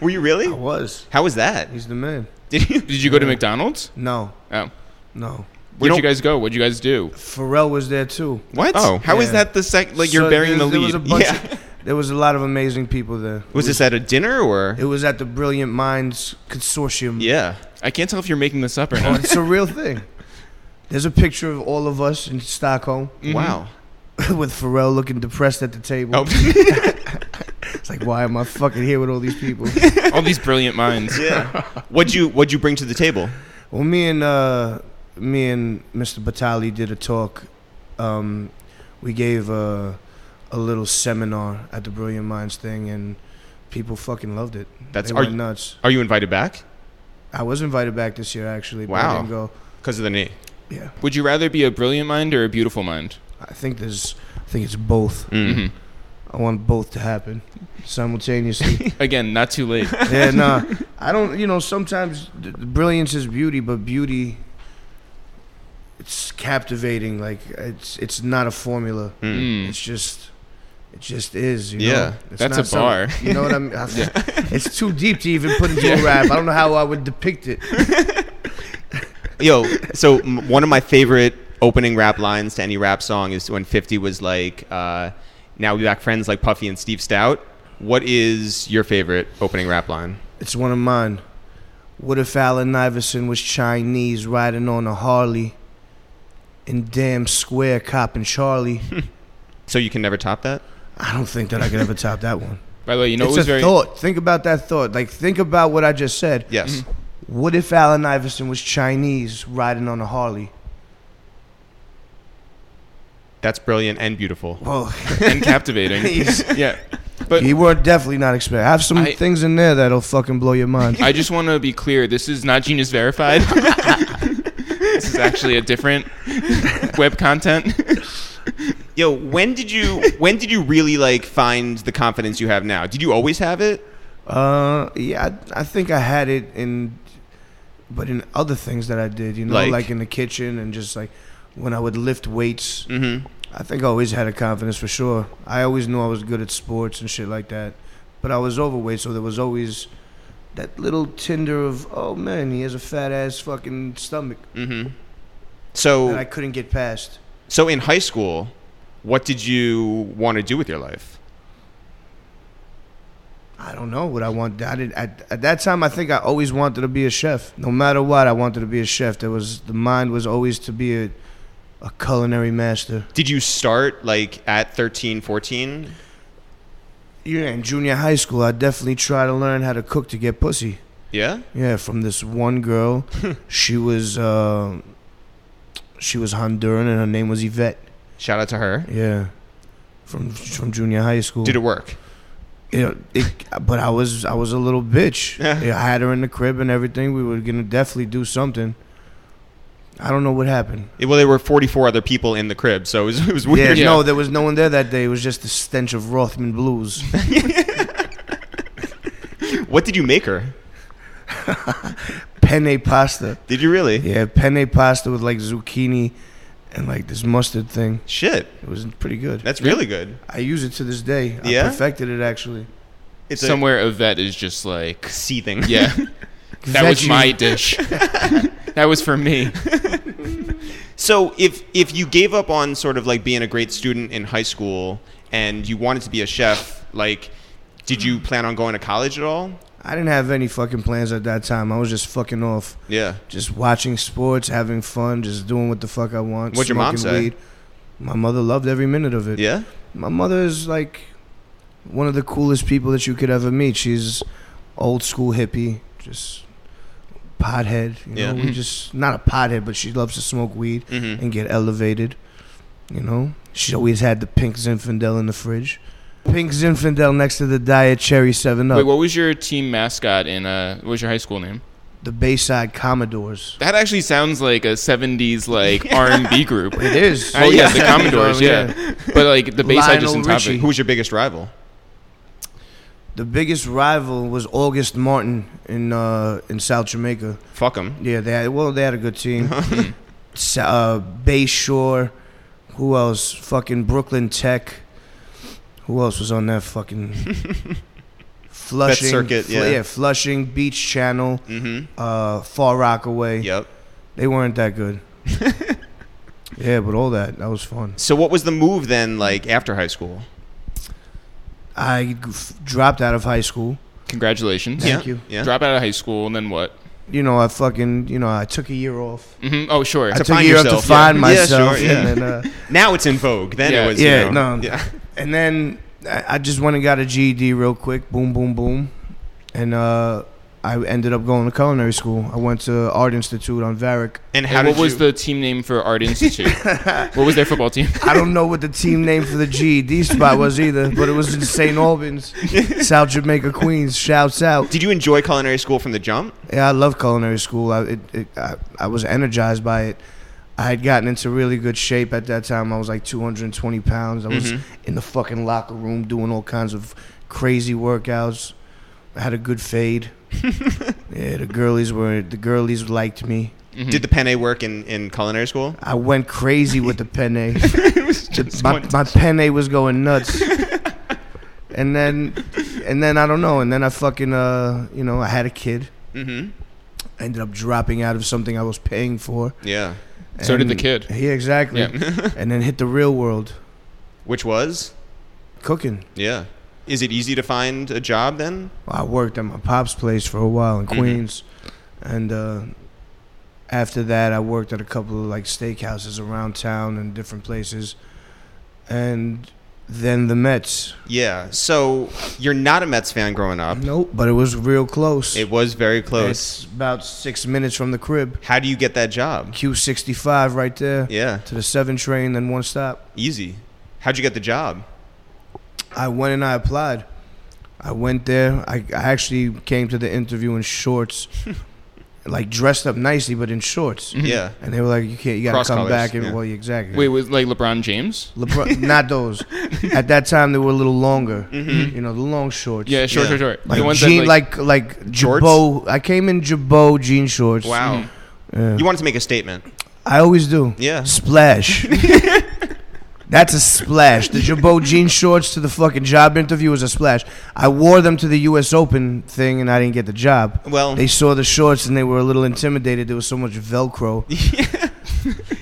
S1: were you really?
S3: I was.
S1: oh. How was that?
S3: He's the man.
S1: Did you?
S2: Did you go to McDonald's?
S3: No,
S2: Oh.
S3: no.
S2: Where'd
S1: don't-
S2: you, guys go? What'd you guys do?
S3: Pharrell was there too.
S2: What?
S1: Oh,
S2: how is
S3: Yeah.
S2: that the sec? Like you're
S3: So
S2: burying the
S3: there- there
S2: lead.
S3: was a bunch
S1: Yeah.
S3: of- there was a lot of amazing people there.
S1: was this at a dinner or?
S3: It was at the Brilliant Minds Consortium.
S1: yeah.
S2: I can't tell if you're making this up or
S3: Oh,
S2: not.
S3: it's a real thing. There's a picture of all of us in Stockholm
S1: Wow.
S3: with Pharrell looking depressed at the table.
S1: Oh.
S3: It's like, why am I fucking here with all these people?
S2: All these brilliant minds.
S1: Yeah. what'd you What'd you bring to the table?
S3: well, me and uh, me and Mr. Batali did a talk. Um, we gave a, a little seminar at the Brilliant Minds thing, and people fucking loved it.
S1: That's
S3: they
S1: are,
S3: went nuts.
S1: are you invited back
S3: I was invited back this year actually. But
S1: Wow.
S3: I didn't go.
S1: because of the knee?
S3: Yeah,
S2: Would you rather be a brilliant mind or a beautiful mind?
S3: I think there's. I think it's both.
S1: Mm.
S2: Mm-hmm.
S3: I want both to happen simultaneously.
S2: Again, not too late.
S3: yeah, nah. I don't. You know, sometimes th- brilliance is beauty, but beauty, it's captivating. Like it's it's not a formula.
S1: Hmm.
S2: Mm.
S3: It's just, it just is. You
S1: Mm-hmm. Yeah,
S3: know? It's
S2: that's
S3: not
S2: a bar.
S3: some- you know what I mean? It's too deep to even put into a rap. I don't know how I would depict it.
S1: Yo, so m- one of my favorite opening rap lines to any rap song is when 50 was like, uh, now we back friends like Puffy and Steve Stout. What is your favorite opening rap line?
S3: It's one of mine. What if Allen Iverson was Chinese riding on a Harley, in damn square copping Charlie?
S1: So you can never top that?
S3: I don't think that I could ever top that one.
S2: By the way, you know
S3: it's
S2: what was
S3: a
S2: very
S3: thought. Think about that thought. Like think about what I just said.
S1: Yes.
S3: What if Allen Iverson was Chinese riding on a Harley?
S1: That's brilliant and beautiful.
S3: Well,
S2: and captivating.
S3: he's-
S2: yeah. But
S3: you were definitely not expecting. I have some
S2: I-
S3: things in there that'll fucking blow your mind.
S2: I just want to be clear. This is not Genius Verified. this is actually a different web content.
S1: Yo, when did you when did you really like find the confidence you have now? Did you always have it?
S3: Uh, yeah, I, I think I had it in, but in other things that I did, you know,
S1: Like?
S3: like, in the kitchen and just like when I would lift weights.
S1: Mm-hmm.
S3: I think I always had a confidence for sure. I always knew I was good at sports and shit like that, but I was overweight, so there was always that little tinder of oh man, he has a fat ass fucking stomach
S1: Mm-hmm.
S3: that I
S1: So
S3: couldn't get past.
S1: so in high school, what did you want to do with your life?
S3: I don't know what I want. I did at, at that time. I think I always wanted to be a chef. No matter what, I wanted to be a chef. There was the mind was always to be a, a culinary master.
S1: Did you start like at 13, 14?
S3: Yeah, in junior high school, I definitely tried to learn how to cook to get pussy.
S1: Yeah?
S3: Yeah, from this one girl. she was uh, she was Honduran and her name was Yvette.
S1: Shout out to her.
S3: Yeah. From from junior high school.
S1: Did it work?
S3: Yeah, it, but I was I was a little bitch.
S1: Yeah.
S3: Yeah, I had her in the crib and everything. We were gonna definitely do something. I don't know what happened.
S1: It- well, there were 44 other people in the crib, so it was, it was
S3: Yeah,
S1: weird.
S2: Yeah.
S3: no, there was no one there that day. It was just the stench of Rothman blues.
S1: What did you make her?
S3: penne pasta.
S1: Did you really?
S3: Yeah, penne pasta with like zucchini and like this mustard thing.
S1: Shit,
S3: It was pretty good.
S1: that's really good.
S3: I use it to this day. I
S1: Yeah?
S3: perfected it actually.
S1: It's somewhere
S2: Somewhere a vet is just like,
S1: sea thing.
S2: yeah, that was
S3: Veggie.
S2: my dish. that was for me.
S1: So if if you gave up on sort of like being a great student in high school and you wanted to be a chef, like, did you plan on going to college at all?
S3: I didn't have any fucking plans at that time. I was just fucking off.
S1: Yeah.
S3: just watching sports, having fun, just doing what the fuck I want.
S1: What'd your mom
S3: smoking
S1: say?
S3: My mother loved every minute of it.
S1: Yeah.
S3: My mother is like one of the coolest people that you could ever meet. She's old school hippie, just pothead. You
S1: Yeah. Mm.
S3: know, we just not a pothead, but she loves to smoke weed
S1: Mm-hmm.
S3: and get elevated. You know, she always had the pink Zinfandel in the fridge. Pink Zinfandel next to the Diet Cherry Seven Up.
S2: Wait, what was your team mascot in? Uh, what was your high school name?
S3: the Bayside Commodores.
S2: That actually sounds like a '70s like R&B group.
S3: It is.
S2: Oh yeah, the Commodores. Yeah, but like the Bayside just
S3: Lionel
S2: in topic.
S3: Richie.
S1: Who was your biggest rival?
S3: The biggest rival was August Martin in uh, in South Jamaica.
S1: Fuck them.
S3: Yeah, they had, well they had a good team.
S1: Hmm.
S3: S- uh, Bayshore, who else? Fucking Brooklyn Tech. Who else was on that fucking Flushing
S1: circuit,
S3: Fl-
S1: yeah.
S3: Flushing Beach Channel,
S1: Mm-hmm.
S3: uh, Far Rockaway.
S1: Yep.
S3: They weren't that good. yeah, but all that that was fun.
S1: So what was the move then? Like after high school?
S3: I g- f- dropped out of high school.
S2: Congratulations.
S3: Thank
S1: yeah.
S3: you.
S1: Yeah.
S2: Drop out of high school and then what?
S3: You know, I fucking you know I took a year off.
S2: hmm Oh, sure.
S3: I took
S1: find
S3: a year off
S1: yourself,
S3: to
S1: yeah.
S3: find
S1: Yeah,
S3: myself,
S1: sure, yeah.
S3: and then. Uh,
S1: Now it's in vogue. Then
S2: Yeah.
S1: it was.
S3: Yeah,
S1: you know,
S3: no.
S1: Yeah.
S3: And then I I just went and got a GED real quick. Boom, boom, boom. And uh, I ended up going to culinary school. I went to Art Institute on Varick.
S1: And how
S2: And what
S1: did
S2: was
S1: you?
S2: the team name for Art Institute? what was their football team?
S3: I don't know what the team name for the GED spot was either, but it was in St. Albans, South Jamaica, Queens. Shouts out.
S1: did you enjoy culinary school from the jump?
S3: Yeah, I love culinary school. I, it, it, I, I was energized by it. I had gotten into really good shape at that time. I was like 220 pounds. I was
S1: Mhm.
S2: Mm-hmm.
S3: in the fucking locker room doing all kinds of crazy workouts. I had a good fade. yeah, the girlies were the girlies liked me.
S2: Mhm.
S1: Did the penne work in, in culinary school?
S3: I went crazy with the penne.
S2: It was just
S3: my,
S2: one-
S3: my penne was going nuts. and then and then I don't know, and then I fucking uh, you know, I had a kid.
S1: Mm-hmm.
S3: I ended up dropping out of something I was paying for.
S1: Yeah.
S2: So did the
S3: And-
S2: kid.
S3: Yeah, exactly. and then hit the real world
S1: Which was?
S3: cooking.
S1: Yeah. Is it easy to find a job then?
S3: I worked at my pop's place for a while in
S1: Mhm.
S3: Queens, and uh, after that, I worked at a couple of like steakhouses around town and different places, and then the Mets.
S1: Yeah. So you're not a Mets fan growing up.
S3: Nope, but it was real close.
S1: It was very close.
S3: It's about six minutes from the crib.
S1: How do you get that job?
S3: Q sixty five right there
S1: Yeah.
S3: to the seven train, then one stop.
S1: Easy. How'd you get the job?
S3: I went and I applied. I went there. I, I actually came to the interview in shorts, like dressed up nicely, but in shorts.
S1: Yeah.
S3: And they were like, "You can't. You gotta
S1: Cross
S3: come
S1: colours,
S3: back." And
S1: yeah.
S3: well, yeah, exactly.
S2: Wait, was like LeBron James?
S3: LeBron, not those. At that time, they were a little longer. You know, the long shorts.
S2: Mm-hmm. Yeah, short,
S1: Yeah.
S2: short, short.
S3: Like
S2: the ones
S3: jean,
S2: that like,
S3: like like,
S1: Shorts?
S3: Jabot. I came in Jabot jean shorts.
S1: Wow.
S3: Yeah.
S1: You wanted to make a statement.
S3: I always do.
S1: Yeah.
S3: Splash. That's a splash. The Jabot jean shorts to the fucking job interview was a splash. I wore them to the U.S. Open thing, and I didn't get the job.
S1: Well,
S3: They saw the shorts and they were a little intimidated. There was so much Velcro.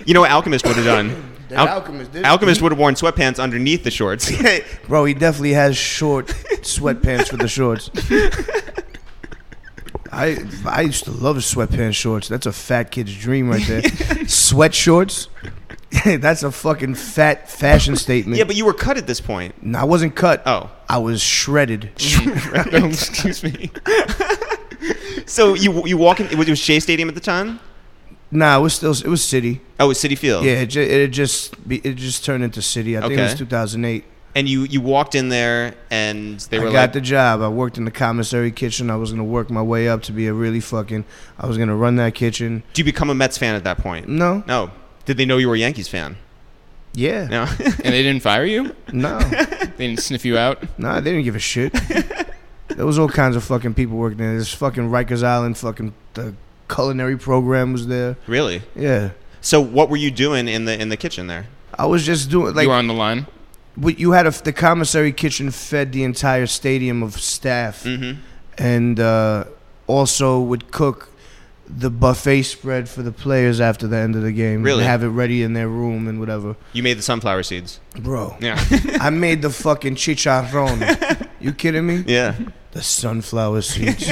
S1: you know what Alchemist would have done? Al- Alchemist would have worn sweatpants underneath the shorts.
S3: Bro, he definitely has short sweatpants with the shorts. I I used to love sweatpants shorts. That's a fat kid's dream right there. Sweat shorts? That's a fucking fat fashion statement.
S1: yeah, but you were cut at this point.
S3: No, I wasn't cut.
S1: Oh.
S3: I was shredded.
S2: oh, excuse me.
S1: So you you walk in it was, it was Shea Stadium at the time?
S3: Nah, it was still it was city.
S1: Oh, it was City Field.
S3: Yeah, it, ju- it just be, it just turned into city. I think it was
S1: Okay.
S3: 2008.
S1: And you you walked in there and they
S3: I
S1: were
S3: got
S1: like
S3: the job. I worked in the commissary kitchen. I was gonna work my way up to be a really fucking. I was gonna run that kitchen.
S1: Do you become a Mets fan at that point?
S3: No.
S1: No. Did they know you were a Yankees fan?
S3: Yeah.
S1: No.
S2: And they didn't fire you?
S3: No.
S2: They didn't sniff you out?
S3: Nah, they didn't give a shit. there was all kinds of fucking people working there. There's fucking Rikers Island, fucking the culinary program was there.
S1: really?
S3: Yeah.
S1: So what were you doing in the in the kitchen there?
S3: I was just doing like
S2: you were on the line.
S3: what you had a, the commissary kitchen fed the entire stadium of staff
S1: Mm-hmm.
S3: and uh, also would cook the buffet spread for the players after the end of the game. and
S1: Really?
S3: have it ready in their room and whatever.
S1: You made the sunflower seeds.
S3: Bro,
S1: Yeah.
S3: I made the fucking chicharron. you kidding me?
S1: yeah.
S3: The sunflower seeds.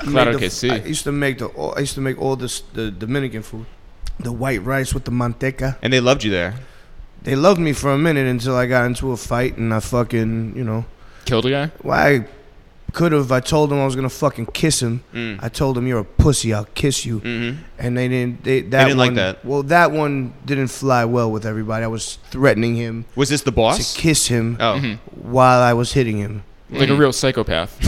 S2: Claro
S3: Made the-
S2: que sí.
S3: I used to make the I used to make all this the Dominican food, the white rice with the manteca.
S1: And they loved you there.
S3: They loved me for a minute until I got into a fight and I fucking you know
S2: Killed a guy?
S3: well I could have I told them I was gonna fucking kiss him.
S1: Mm.
S3: I told them you're a pussy. I'll kiss you.
S1: Mm-hmm.
S3: And they didn't. They that
S1: didn't like
S3: one-
S1: that.
S3: Well, that one didn't fly well with everybody. I was threatening him
S1: Was this the boss?
S3: to kiss him
S1: oh. Mm-hmm.
S2: Mhm.
S3: while I was hitting him.
S2: Like a real psychopath.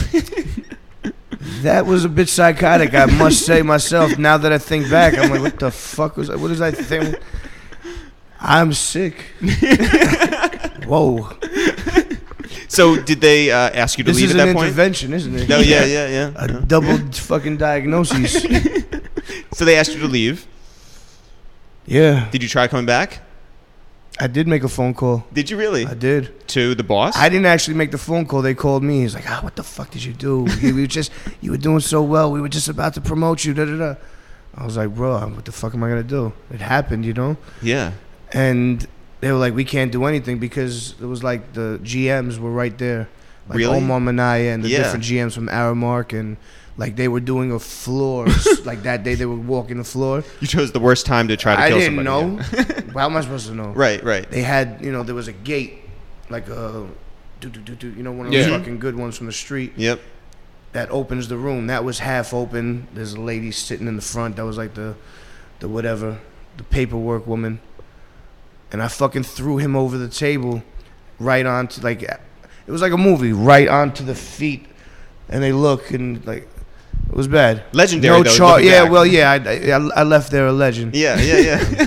S3: That was a bit psychotic, I must say myself. Now that I think back, I'm like, what the fuck was? I, what is I think? I'm sick. Whoa!
S1: So did they uh, ask you to
S3: This
S1: leave
S3: is
S1: at
S3: an
S1: that point?
S3: intervention, isn't it?
S1: No, yeah, yeah, yeah.
S3: A double fucking diagnosis.
S1: So they asked you to leave.
S3: yeah,
S1: Did you try coming back?
S3: I did make a phone call.
S1: Did you really?
S3: I did.
S1: to the boss?
S3: I didn't actually make the phone call. They called me. He's like, "Ah, what the fuck did you do? You were just, you were doing so well. We were just about to promote you." Da da da. I was like, "Bro, what the fuck am I gonna do? It happened, you know."
S1: yeah.
S3: And they were like, "We can't do anything because it was like the GMs were right there, like
S1: Really?
S3: Omar Minaya and the
S1: Yeah.
S3: different GMs from Aramark, and like they were doing a floor. s- like that day, they were walking the floor.
S1: You chose the worst time to try to
S3: I
S1: kill
S3: didn't
S1: somebody.
S3: know.
S1: Yeah.
S3: How am I supposed to know?
S1: Right, right.
S3: they had you know there was a gate like a do do do do you know one of
S2: Yeah.
S3: those fucking good ones from the street
S1: Yep.
S3: that opens the room that was half open there's a lady sitting in the front that was like the the whatever the paperwork woman and I fucking threw him over the table right onto like it was like a movie right onto the feet and they look and like it was bad
S1: Legendary,
S3: no
S1: though,
S3: char-
S1: looking
S3: yeah
S1: back.
S3: well yeah I, I, I left there a legend
S1: Yeah, yeah, yeah.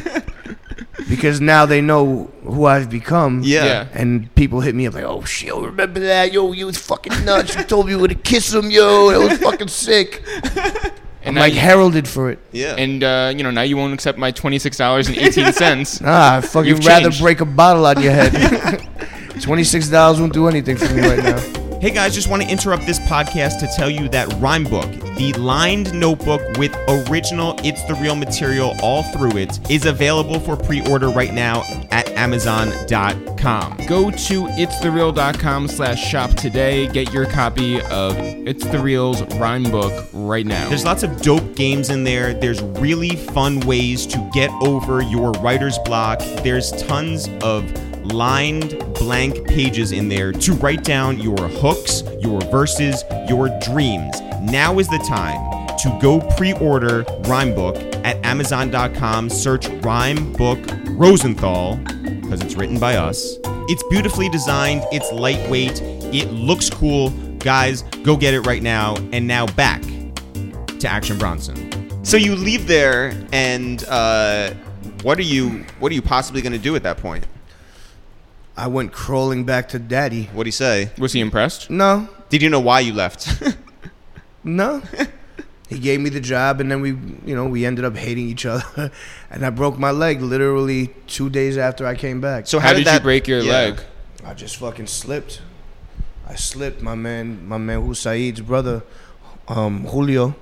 S3: because now they know who I've become
S1: yeah.
S2: Yeah.
S3: and people hit me up like, "Oh shit, yo, remember that? Yo, you was fucking nuts. You told me you would have kissed him, yo. That was fucking sick." I'm
S2: now
S3: like
S2: you-
S3: heralded for it.
S1: Yeah.
S2: and uh, you know now you won't accept my twenty six dollars and eighteen cents.
S3: Nah, Ah, I fucking
S2: You've
S3: rather
S2: changed.
S3: break a bottle on your head. Twenty six dollars won't do anything for me right now.
S1: Hey guys, just want to interrupt this podcast to tell you that Rhyme Book, the lined notebook with original It's the Real material all through it, is available for pre order right now at Amazon.com.
S5: Go to itsthereal.com slash shop today. Get your copy of It's the Real's rhyme book right now.
S1: There's lots of dope games in there. There's really fun ways to get over your writer's block. There's tons of lined blank pages in there to write down your hooks, your verses, your dreams. Now is the time to go pre-order Rhyme Book at amazon.com, search Rhyme Book Rosenthal because it's written by us. It's beautifully designed, it's lightweight, it looks cool. Guys, go get it right now. And now back to Action Bronson. So you leave there, and uh, what are you what are you possibly going to do at that point?
S3: I went crawling back to Daddy.
S1: What do you say?
S2: Was he impressed?
S3: No,
S1: Did you know why you left?
S3: no. He gave me the job, and then we, you know, we ended up hating each other, and I broke my leg literally two days after I came back.
S1: so
S2: How, did,
S1: that,
S2: you break your
S1: yeah.
S2: leg?
S3: I just fucking slipped. I slipped. My man, my man, who's Saeed's brother, um, Julio,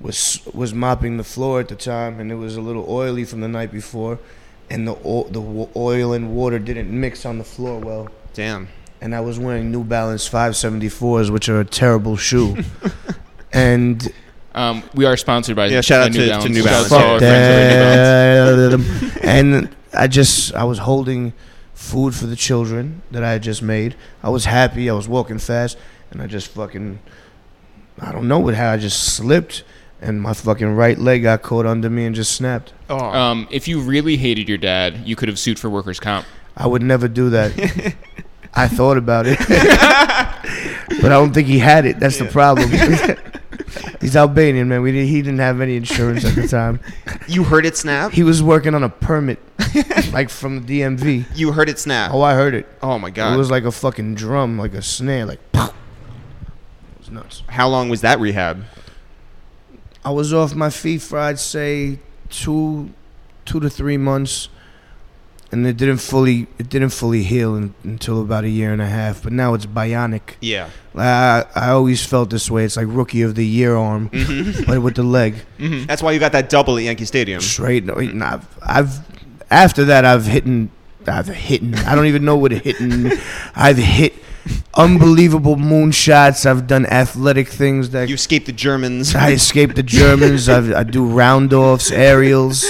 S3: was was mopping the floor at the time, and it was a little oily from the night before, and the o- the wa- oil and water didn't mix on the floor well,
S1: Damn.
S3: and I was wearing New Balance 574s, which are a terrible shoe, and
S2: Um, we are sponsored by
S1: Yeah, shout out
S2: New
S1: to- to
S2: Balance.
S1: New
S2: Shout out
S1: Balance,
S2: to all
S1: yeah.
S2: our
S3: fuck
S2: friends over at New Balance.
S3: that. and I just I was holding food for the children that I had just made. I was happy. I was walking fast, and I just fucking I don't know what how I just slipped, and my fucking right leg got caught under me and just snapped.
S1: Uh,
S2: Um, if you really hated your dad, you could have sued for workers' comp.
S3: I would never do that. I thought about it, but I don't think he had it. That's the problem. He's Albanian, man. We did, he didn't have any insurance at the time.
S1: You heard it snap.
S3: He was working on a permit, like from the DMV.
S1: You heard it snap.
S3: Oh, I heard it.
S1: Oh my god.
S3: It was like a fucking drum, like a snare, like. Pow. It was nuts.
S1: How long was that rehab?
S3: I was off my feet for I'd say two, two to three months, and it didn't fully it didn't fully heal un until about a year and a half. But now it's bionic.
S1: Yeah.
S3: Like, I I always felt this way. It's like rookie of the year arm, but with the leg
S1: Mm-hmm. That's why you got that double at Yankee Stadium.
S3: straight. No, no, I've, I've after that I've hit I've hit I don't even know what hitting. I've hit unbelievable moonshots. I've done athletic things that
S1: You escaped the Germans.
S3: I escape the Germans. I've, I do roundoffs, aerials.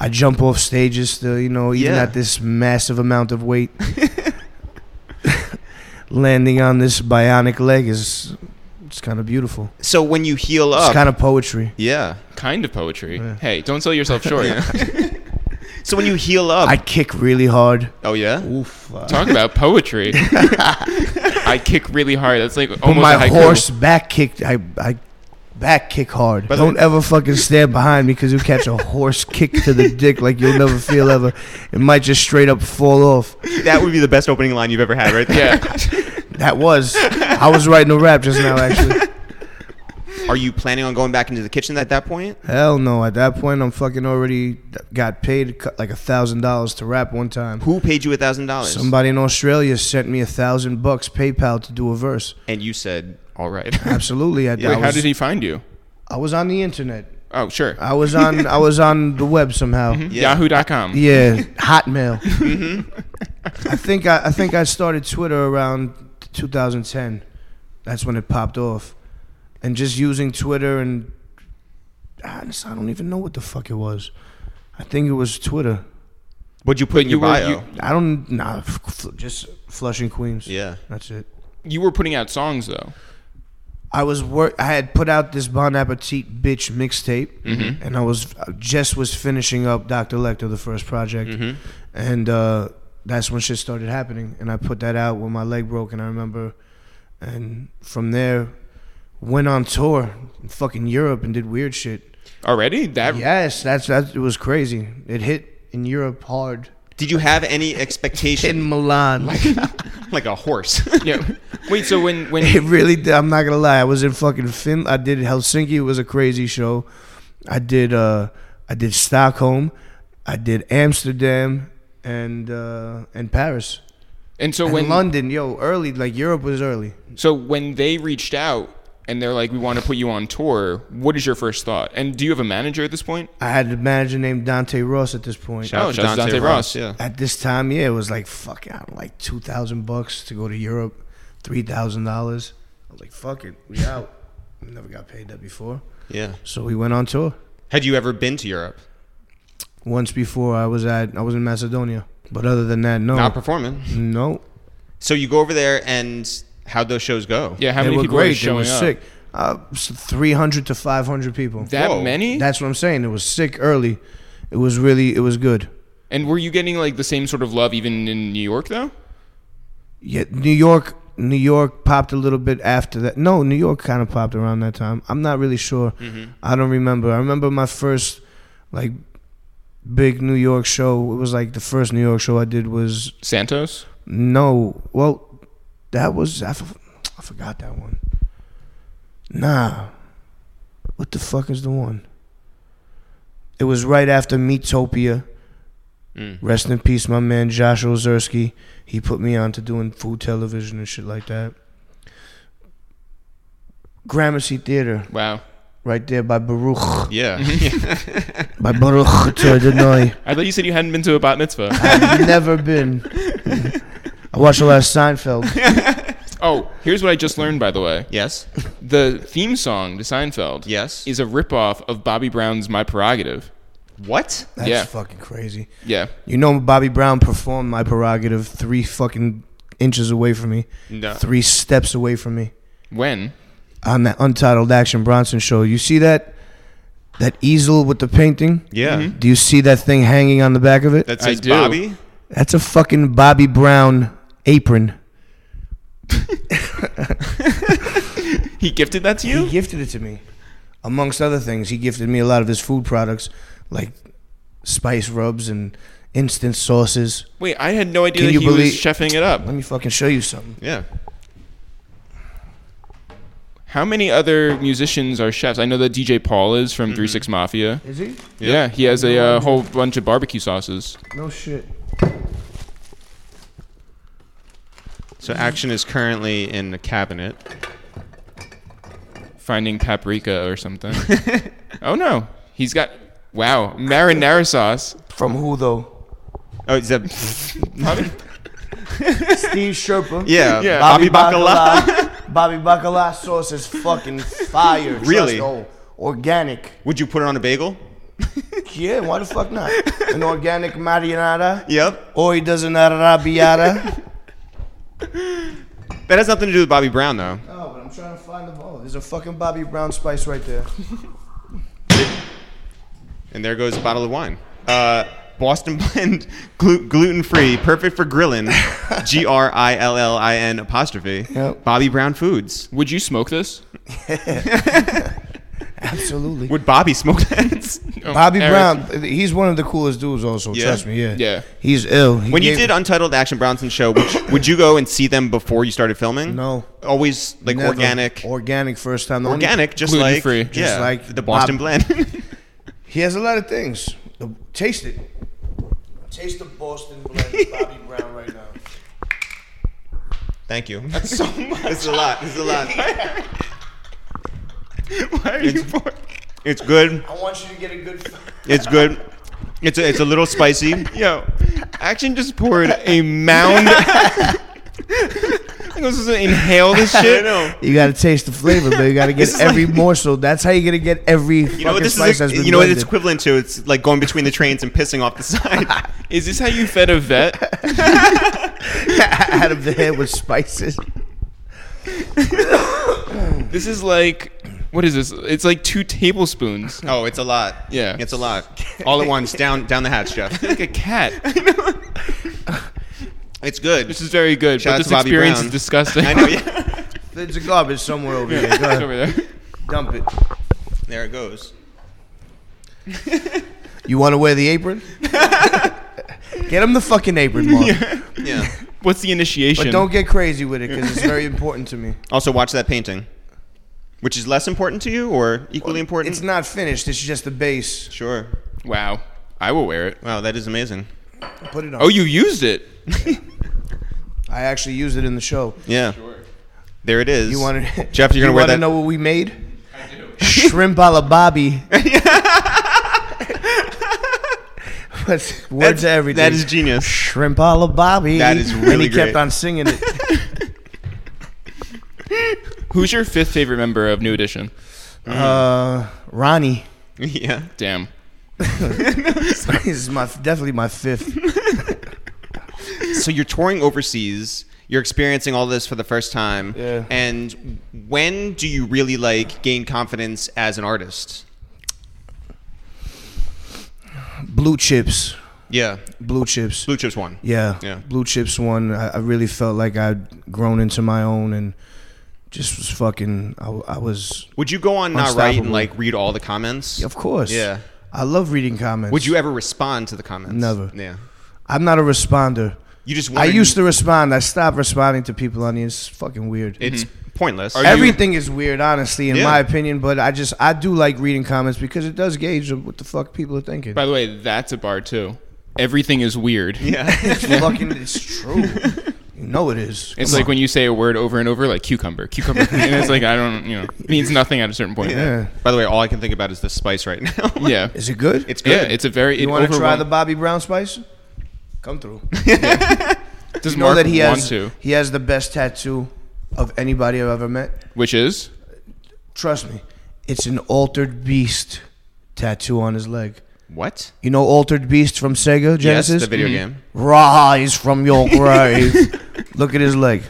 S3: I jump off stages still, you know, even
S1: Yeah.
S3: at this massive amount of weight. Landing on this bionic leg is it's kind of beautiful.
S1: So when you heal up,
S3: It's kind of poetry.
S1: yeah.
S2: Kind of poetry.
S3: Yeah.
S2: Hey, don't sell yourself short.
S1: So when you heal up,
S3: I kick really hard.
S1: oh yeah.
S3: Oof. uh,
S2: Talk about poetry. I kick really hard. That's like
S3: But
S2: almost a
S3: my
S2: haiku.
S3: horse back kicked. I I Back kick hard.
S1: By the
S3: Don't
S1: way-
S3: ever fucking stand behind me because you'll catch a horse kick to the dick like you'll never feel ever. It might just straight up fall off.
S1: That would be the best opening line you've ever had, right there.
S2: Yeah.
S3: That was. I was writing a rap just now, actually.
S1: Are you planning on going back into the kitchen at that point?
S3: Hell no. At that point, I'm fucking already got paid cu- like a thousand dollars to rap one time.
S1: Who paid you a thousand dollars?
S3: Somebody in Australia sent me a thousand bucks PayPal to do a verse.
S1: And you said, "All right."
S3: Absolutely, I, I
S2: Wait,
S3: was, Uh,
S2: how did he find you?
S3: I was on the internet.
S2: Oh, sure.
S3: I was on. I was on the web somehow.
S2: Mm-hmm. Yahoo.com.
S3: Yeah, Hotmail. I think I, I think I started Twitter around 2010. That's when it popped off, and just using Twitter and I just- I don't even know what the fuck it was. I think it was Twitter.
S1: What'd you put
S2: But
S1: in your
S2: you were-
S1: bio?
S2: you-
S3: I don't nah, f- f- just Flushing Queens.
S1: yeah.
S3: that's it.
S2: You were putting out songs though.
S3: I was work. I had put out this Bon Appetit bitch mixtape, and I was I just was finishing up Doctor Lecter, the first project,
S1: Mm-hmm.
S3: and uh, that's when shit started happening. And I put that out when my leg broke, and I remember, and from there, went on tour, in fucking Europe, and did weird shit.
S2: Already? That
S3: Yes, that's that. It was crazy. It hit in Europe hard.
S1: Did you have any
S3: In
S1: expectation?
S3: Milan,
S1: like a horse.
S2: yeah. Wait, so when when
S3: It really did. I'm not gonna lie. I was in fucking Fin. I did Helsinki. It was a crazy show. I did. uh I did Stockholm. I did Amsterdam and uh and Paris.
S2: and so
S3: and
S2: when
S3: London, yo, early. Like Europe was early.
S2: so when they reached out and they're like we want to put you on tour, what is your first thought? And do you have a manager at this point?
S3: I had a manager named Dante Ross at this point. Oh.
S2: out to Dante Ross.
S1: Yeah.
S3: At this time, yeah, it was like fuck. I don't like two thousand bucks to go to Europe, three thousand dollars. I was like, fuck it, we out. Never got paid that before.
S1: Yeah.
S3: So we went on tour.
S1: Had you ever been to Europe?
S3: Once before, I was at I was in Macedonia, but other than that, no,
S1: Not performing.
S3: no.
S1: So you go over there, and how'd those shows go?
S2: Yeah, how
S3: they
S2: many
S3: were
S2: people were
S3: great. They
S2: showing
S3: were
S2: up?
S3: sick. Uh, three hundred to five hundred people.
S2: That
S1: Whoa.
S2: many?
S3: That's what I'm saying. It was sick early. It was really it was good.
S2: and were you getting like the same sort of love even in New York though?
S3: Yeah, New York, New York popped a little bit after that. No, New York kind of popped around that time. I'm not really sure. I don't remember. I remember my first like big New York show. It was like the first New York show I did was
S2: Santos?
S3: No. Well, that was I, f- I forgot that one. Nah. What the fuck is the one? It was right after Meatopia.
S1: Mm.
S3: Rest in peace, my man Josh Ozersky. He put me on to doing food television and shit like that. Gramercy Theater,
S2: Wow.
S3: right there by Baruch.
S1: Yeah.
S2: Mm-hmm.
S3: By Baruch to Adonai.
S2: I thought you said you hadn't been to a bat mitzvah.
S3: I've never been. I watched a lot of Seinfeld.
S2: oh, here's what I just learned by the way.
S1: yes.
S2: The theme song to Seinfeld
S1: Yes.
S2: is a ripoff of Bobby Brown's My Prerogative.
S1: What?
S3: That's
S2: Yeah.
S3: fucking crazy.
S2: Yeah.
S3: You know, Bobby Brown performed my prerogative three fucking inches away from me,
S1: No.
S3: three steps away from me
S2: When?
S3: on that Untitled Action Bronson show. You see that that easel with the painting?
S1: Yeah.
S3: Do you see that thing hanging on the back of it?
S1: Mm-hmm. That
S2: I
S1: says
S2: do.
S1: Bobby.
S3: That's a fucking Bobby Brown apron.
S2: He gifted that to
S3: He
S2: you?
S3: gifted it to me, amongst other things. He gifted me a lot of his food products, like spice rubs and instant sauces.
S2: Wait, I had no idea
S3: Can
S2: that
S3: you
S2: he
S3: believe-
S2: was chefing it up.
S3: Let me fucking show you something.
S1: Yeah.
S2: How many other musicians are chefs? I know that DJ Paul is from Three Six Mafia.
S3: Is he?
S2: Mm-hmm. Yeah, he has a uh, whole bunch of barbecue sauces.
S3: No shit.
S1: So action is currently in the cabinet.
S2: Finding paprika or something. oh no, he's got wow marinara sauce.
S3: From who though?
S1: Oh, is that?
S3: Steve Sherpa.
S1: Yeah.
S2: Yeah.
S1: Bobby, Bacala.
S3: Bobby Bacala sauce is fucking fire. Trust
S1: Really?
S3: no. Organic.
S1: Would you put it on a bagel?
S3: Yeah, why the fuck not? An organic marinara.
S1: Yep.
S3: Or he does an arrabbiata.
S1: That has nothing to do with Bobby Brown, though.
S3: oh, but I'm trying to find the ball. There's a fucking Bobby Brown spice right there.
S1: And there goes a bottle of wine. Uh, Boston Blend, glu- gluten free, perfect for grilling. G R I L L I N apostrophe.
S3: Yep.
S1: Bobby Brown Foods.
S2: Would you smoke this?
S3: Absolutely.
S1: Would Bobby smoke that?
S2: Oh,
S3: Bobby
S2: Eric.
S3: Brown, he's one of the coolest dudes. Also,
S2: Yeah?
S3: trust me. Yeah.
S2: Yeah.
S3: He's ill. He
S1: when you
S3: gave-
S1: did uh, Untitled Action Bronson show, which, would you go and see them before you started filming?
S3: No.
S1: Always like
S3: Never.
S1: organic.
S3: organic first time. The only-
S1: organic, just like
S2: Gluten-free.
S1: yeah,
S3: Just like
S1: the Boston blend.
S3: He has a lot of things. The- Taste it.
S6: Taste the Boston blend, Bobby Brown, right now.
S1: Thank you. That's so much. It's a lot. It's a lot.
S2: Why are you pouring?
S1: It's good.
S6: I want you to get a good.
S1: It's good. It's a, it's a little spicy.
S2: Yo, Action just poured a mound. I think I'm supposed to inhale this shit.
S3: You gotta taste the flavor, but you gotta get
S1: This is
S3: every
S1: like-
S3: morsel. That's how you're gonna get every
S1: You know what
S3: fucking
S1: this
S3: slice
S1: is?
S3: that's been
S1: you know what it's
S3: blended.
S1: equivalent to? It's like going between the trains and pissing off the side.
S2: Is this how you fed a vet?
S3: out of the head with spices.
S2: This is like, what is this? It's like two tablespoons.
S1: Oh, it's a lot.
S2: Yeah.
S1: it's a lot. All at once, down down the hatch, Jeff.
S2: Like a cat.
S1: It's good.
S2: This is very good,
S1: Shout out
S2: but this
S1: to Bobby
S2: experience
S1: Brown.
S2: is disgusting.
S1: I know. Yeah.
S3: There's a garbage somewhere over here. Go
S2: It's
S3: ahead,
S2: over there.
S3: dump it.
S1: There it goes.
S3: You want to wear the apron? get him the fucking apron, Mark.
S1: Yeah.
S2: What's the initiation?
S3: But don't get crazy with it because it's very important to me.
S1: Also, watch that painting, which is less important to you or equally important.
S3: It's not finished. It's just the base.
S1: Sure.
S2: wow. I will wear it.
S1: Wow, that is amazing.
S3: Put it on.
S2: Oh, you used it.
S3: I actually used it in the show.
S1: Yeah. There it is.
S3: You want to?
S1: Jeff, you're gonna wear
S3: wanna
S1: that-
S3: know what we made? Shrimp ala Bobby. What's- Words to everything.
S1: That is genius.
S3: shrimp ala Bobby.
S1: That is
S3: And
S1: really
S3: he
S1: great.
S3: kept on singing it.
S2: Who's your fifth favorite member of New Edition?
S1: Mm-hmm.
S3: uh, Ronnie.
S1: yeah.
S2: Damn.
S3: this is my definitely my fifth.
S1: So you're touring overseas. You're experiencing all this for the first time.
S3: Yeah.
S1: And when do you really like gain confidence as an artist?
S3: Blue chips.
S1: Yeah.
S3: Blue chips.
S1: Blue Chips one.
S3: Yeah.
S1: Yeah.
S3: Blue Chips one. I, I really felt like I'd grown into my own and just was fucking. I, w- I was.
S1: Would you go on not right and
S3: Unstoppable.
S1: like read all the comments?
S3: Of course.
S1: Yeah.
S3: I love reading comments.
S1: Would you ever respond to the comments?
S3: Never.
S1: Yeah.
S3: I'm not a responder.
S1: You just.
S3: I
S1: wanted-
S3: used to respond. I stopped responding to people on the. It's fucking weird.
S1: It's
S3: Mm-hmm.
S1: pointless.
S2: Are you-
S3: Everything is weird, honestly, in
S1: Yeah.
S3: my opinion. But I just I do like reading comments because it does gauge what the fuck people are thinking.
S2: By the way, that's a bar too. Everything is weird.
S1: yeah.
S3: It's fucking. It's true. You know it is.
S2: It's
S3: Come
S2: like
S3: on.
S2: when you say a word over and over, like cucumber, cucumber, and it's like I don't, you know, it means nothing at a certain point.
S3: Yeah.
S1: By the way, all I can think about is the spice right now.
S2: Yeah.
S3: Is it good?
S1: It's
S2: Yeah,
S1: good.
S2: it's a very.
S3: you
S2: it
S3: want to try the
S2: overwhelm-
S3: Bobby Brown spice? Come through.
S2: Does
S3: You know
S2: Mark
S3: that he
S2: want
S3: has
S2: to?
S3: he has the best tattoo of anybody I've ever met.
S2: Which is
S3: Trust me, it's an altered beast tattoo on his leg.
S1: what?
S3: You know altered beast from Sega Genesis. Mm-hmm.
S1: Yes, the video
S2: Mm.
S1: game.
S3: Rise from your grave. Look at his leg.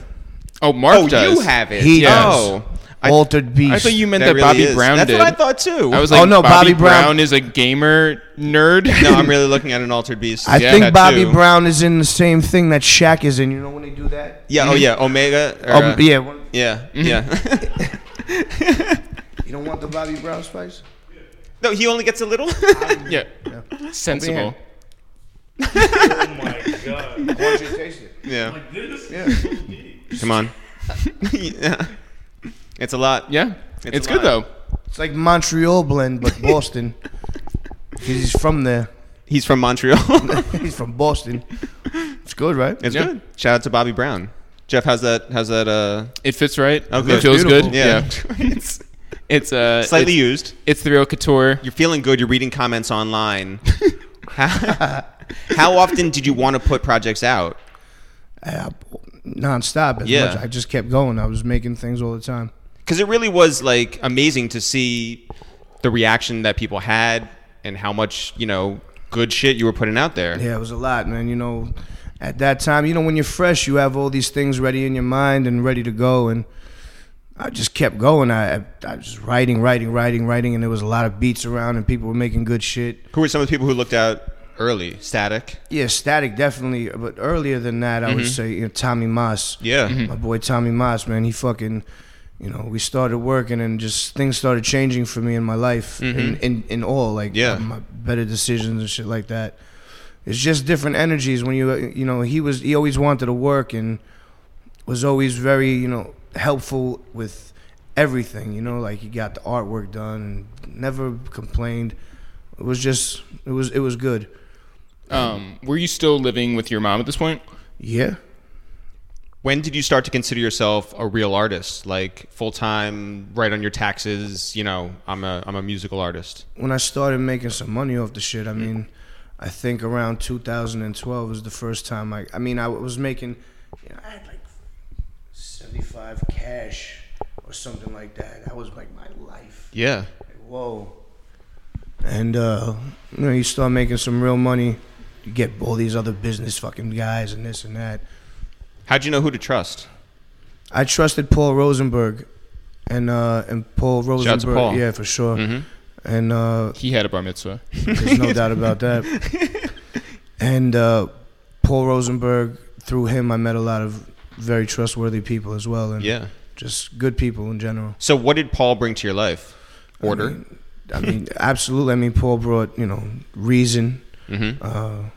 S2: oh Mark
S1: oh,
S2: does.
S1: you have it.
S3: He
S2: Yeah.
S3: does.
S1: Oh, I-
S3: altered beast.
S2: I thought you meant
S1: That
S2: that,
S1: really
S2: Bobby
S1: is.
S2: Brown
S1: That's
S2: did.
S1: what I thought too.
S2: I was
S3: Oh,
S2: like,
S3: no,
S2: Bobby,
S3: Bobby Brown-
S2: Brown is a gamer nerd.
S1: no, I'm really looking at an altered beast.
S3: I
S2: Yeah,
S3: think
S2: that
S3: Bobby
S2: too.
S3: Brown is in the same thing that Shaq is in. You know when they do that?
S1: yeah. Oh yeah. Omega. or,
S3: Um,
S1: uh,
S3: Mm-hmm. yeah. one-
S1: Yeah.
S2: Mm-hmm.
S1: Yeah.
S3: You don't want the Bobby Brown spice?
S1: no, he only gets a little.
S2: yeah.
S7: Oh
S2: Sensible.
S7: my god.
S3: I want you to taste it.
S1: yeah.
S7: Like this?
S3: Yeah.
S1: Come on. yeah. It's a lot.
S2: Yeah.
S1: It's
S2: It's,
S1: a
S2: good
S1: lot.
S2: though.
S3: It's like Montreal blend, but Boston. Because he's from there.
S1: He's from Montreal.
S3: He's from Boston. It's good, right?
S1: it's
S2: Yeah.
S1: good. Shout out to Bobby Brown. Jeff, how's that? How's that? Uh,
S2: It fits right.
S1: Okay.
S2: It feels
S3: Oh, Beautiful.
S2: good.
S1: yeah.
S2: Yeah. it's it's uh
S1: Slightly
S2: It's,
S1: used.
S2: it's the real couture.
S1: You're feeling good. You're reading comments online. how, how often did you want to put projects out?
S3: Uh, nonstop. As
S1: Yeah.
S3: much. I just kept going. I was making things all the time.
S1: because it really was like amazing to see the reaction that people had and how much you know good shit you were putting out there.
S3: Yeah, it was a lot, man. You know, at that time, you know, when you're fresh, you have all these things ready in your mind and ready to go. And I just kept going. I, I, I was writing, writing, writing, writing. And there was a lot of beats around and people were making good shit.
S1: Who were some of the people who looked out early? Static.
S3: Yeah, Static definitely. But earlier than that, I would say, you know, Tommy Moss.
S1: Yeah.
S3: My boy Tommy Moss, man, he fucking you know, we started working and just things started changing for me in my life in, in, in all like
S1: Yeah.
S3: my better decisions and shit like that. It's just different energies when you you know he was he always wanted to work and was always very you know helpful with everything you know like he got the artwork done and never complained. It was just it was it was good.
S2: Um, were you still living with your mom at this point?
S3: Yeah.
S1: When did you start to consider yourself a real artist, like full time, right on your taxes? You know, I'm a I'm a musical artist.
S3: when I started making some money off the shit, I mean, I think around 2012 was the first time I. I mean, I was making, you know, I had like 75 cash or something like that. That was like my life.
S1: Yeah,
S3: Like, whoa. And uh, you know, you start making some real money. You get all these other business fucking guys and this and that.
S1: how'd you know who to trust?
S3: I trusted Paul Rosenberg, and uh, and Paul Rosenberg,
S1: Shout out to Paul. Mm-hmm.
S3: yeah, for sure. And uh,
S2: He had a bar mitzvah.
S3: There's no doubt about that. And uh, Paul Rosenberg, through him, I met a lot of very trustworthy people as well, and
S1: Yeah.
S3: just good people in general.
S1: So what did Paul bring to your life? Order.
S3: I mean, absolutely. I mean, Paul brought you know reason,
S1: Mm-hmm.
S3: uh,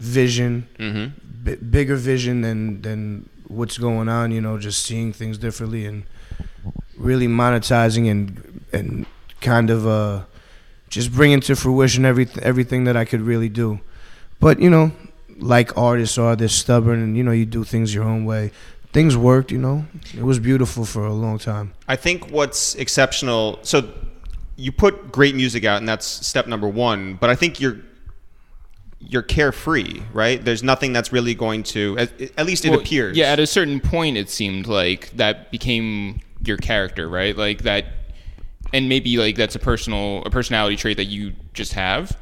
S3: vision,
S1: Mm-hmm.
S3: b- bigger vision than than what's going on. You know, just seeing things differently and really monetizing and and kind of uh, just bringing to fruition every everything that I could really do. But you know, like artists are, they're stubborn, and you know, you do things your own way. Things worked, you know. It was beautiful for a long time.
S1: I think what's exceptional. So you put great music out, and that's step number one. But I think you're you're carefree, right? There's nothing that's really going to, at, at least it
S2: Well,
S1: appears.
S2: Yeah, at a certain point, it seemed like that became your character, right? Like that, and maybe like that's a personal, a personality trait that you just have.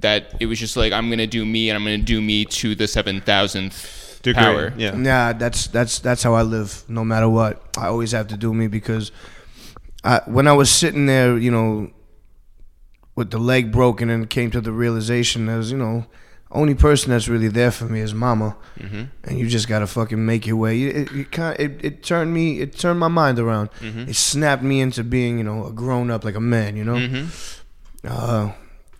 S2: That it was just like I'm gonna do me, and I'm gonna do me to the seven thousandth
S1: Degree,
S2: power.
S1: Yeah.
S3: Nah, that's that's that's how I live. No matter what, I always have to do me because I when I was sitting there, you know, with the leg broken and came to the realization that was, you know, only person that's really there for me is mama, and you just gotta fucking make your way. It, it, kind it, it turned me, it turned my mind around. It snapped me into being, you know, a grown up like a man, you know. Uh,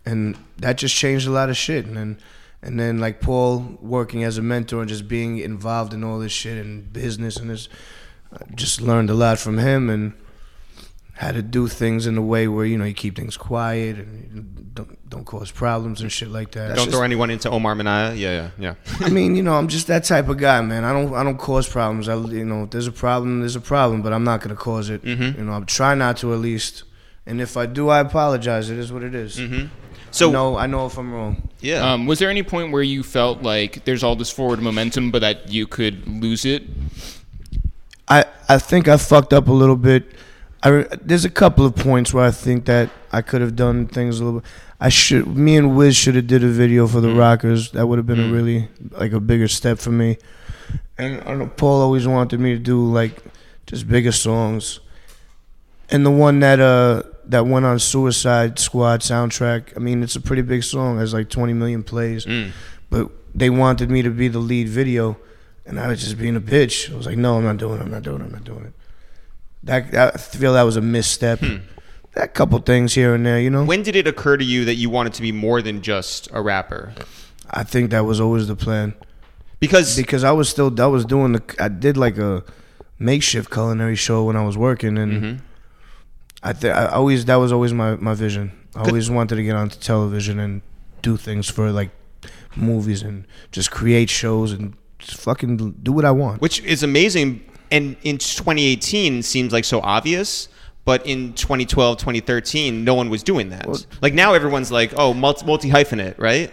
S3: and that just changed a lot of shit. And then, and then like Paul working as a mentor and just being involved in all this shit and business and this, I just learned a lot from him and how to do things in a way where you know you keep things quiet and you don't don't cause problems and shit like that.
S1: Don't
S3: It's
S1: throw anyone into Omar Minaya. Yeah, yeah, yeah.
S3: I mean, you know, I'm just that type of guy, man. I don't, I don't cause problems. I, you know, if there's a problem, there's a problem, but I'm not gonna cause it. You know, I'm trying not to at least. And if I do, I apologize. It is what it is.
S1: So
S3: no, I know if I'm wrong.
S1: yeah.
S2: Um, was there any point where you felt like there's all this forward momentum, but that you could lose it?
S3: I, I think I fucked up a little bit. I, re- there's a couple of points where I think that I could have done things a little bit. I should, me and Wiz should have did a video for the Rockers. That would have been a really like a bigger step for me. And I know Paul always wanted me to do like just bigger songs. And the one that uh that went on Suicide Squad soundtrack. I mean, it's a pretty big song. It has like 20 million plays. But they wanted me to be the lead video, and I was just being a bitch. I was like, no, I'm not doing it. I'm not doing it. I'm not doing it. That I feel that was a misstep. That couple things here and there, you know.
S1: when did it occur to you that you wanted to be more than just a rapper?
S3: I think that was always the plan
S1: Because
S3: because I was still I was doing the I did like a makeshift culinary show when I was working, and I th- I always that was always my my vision. I always wanted to get onto television and do things for like movies and just create shows and just fucking do what I want.
S1: which is amazing and in 2018 seems like so obvious but in 2012 2013 no one was doing that like now everyone's like oh multi hyphenate right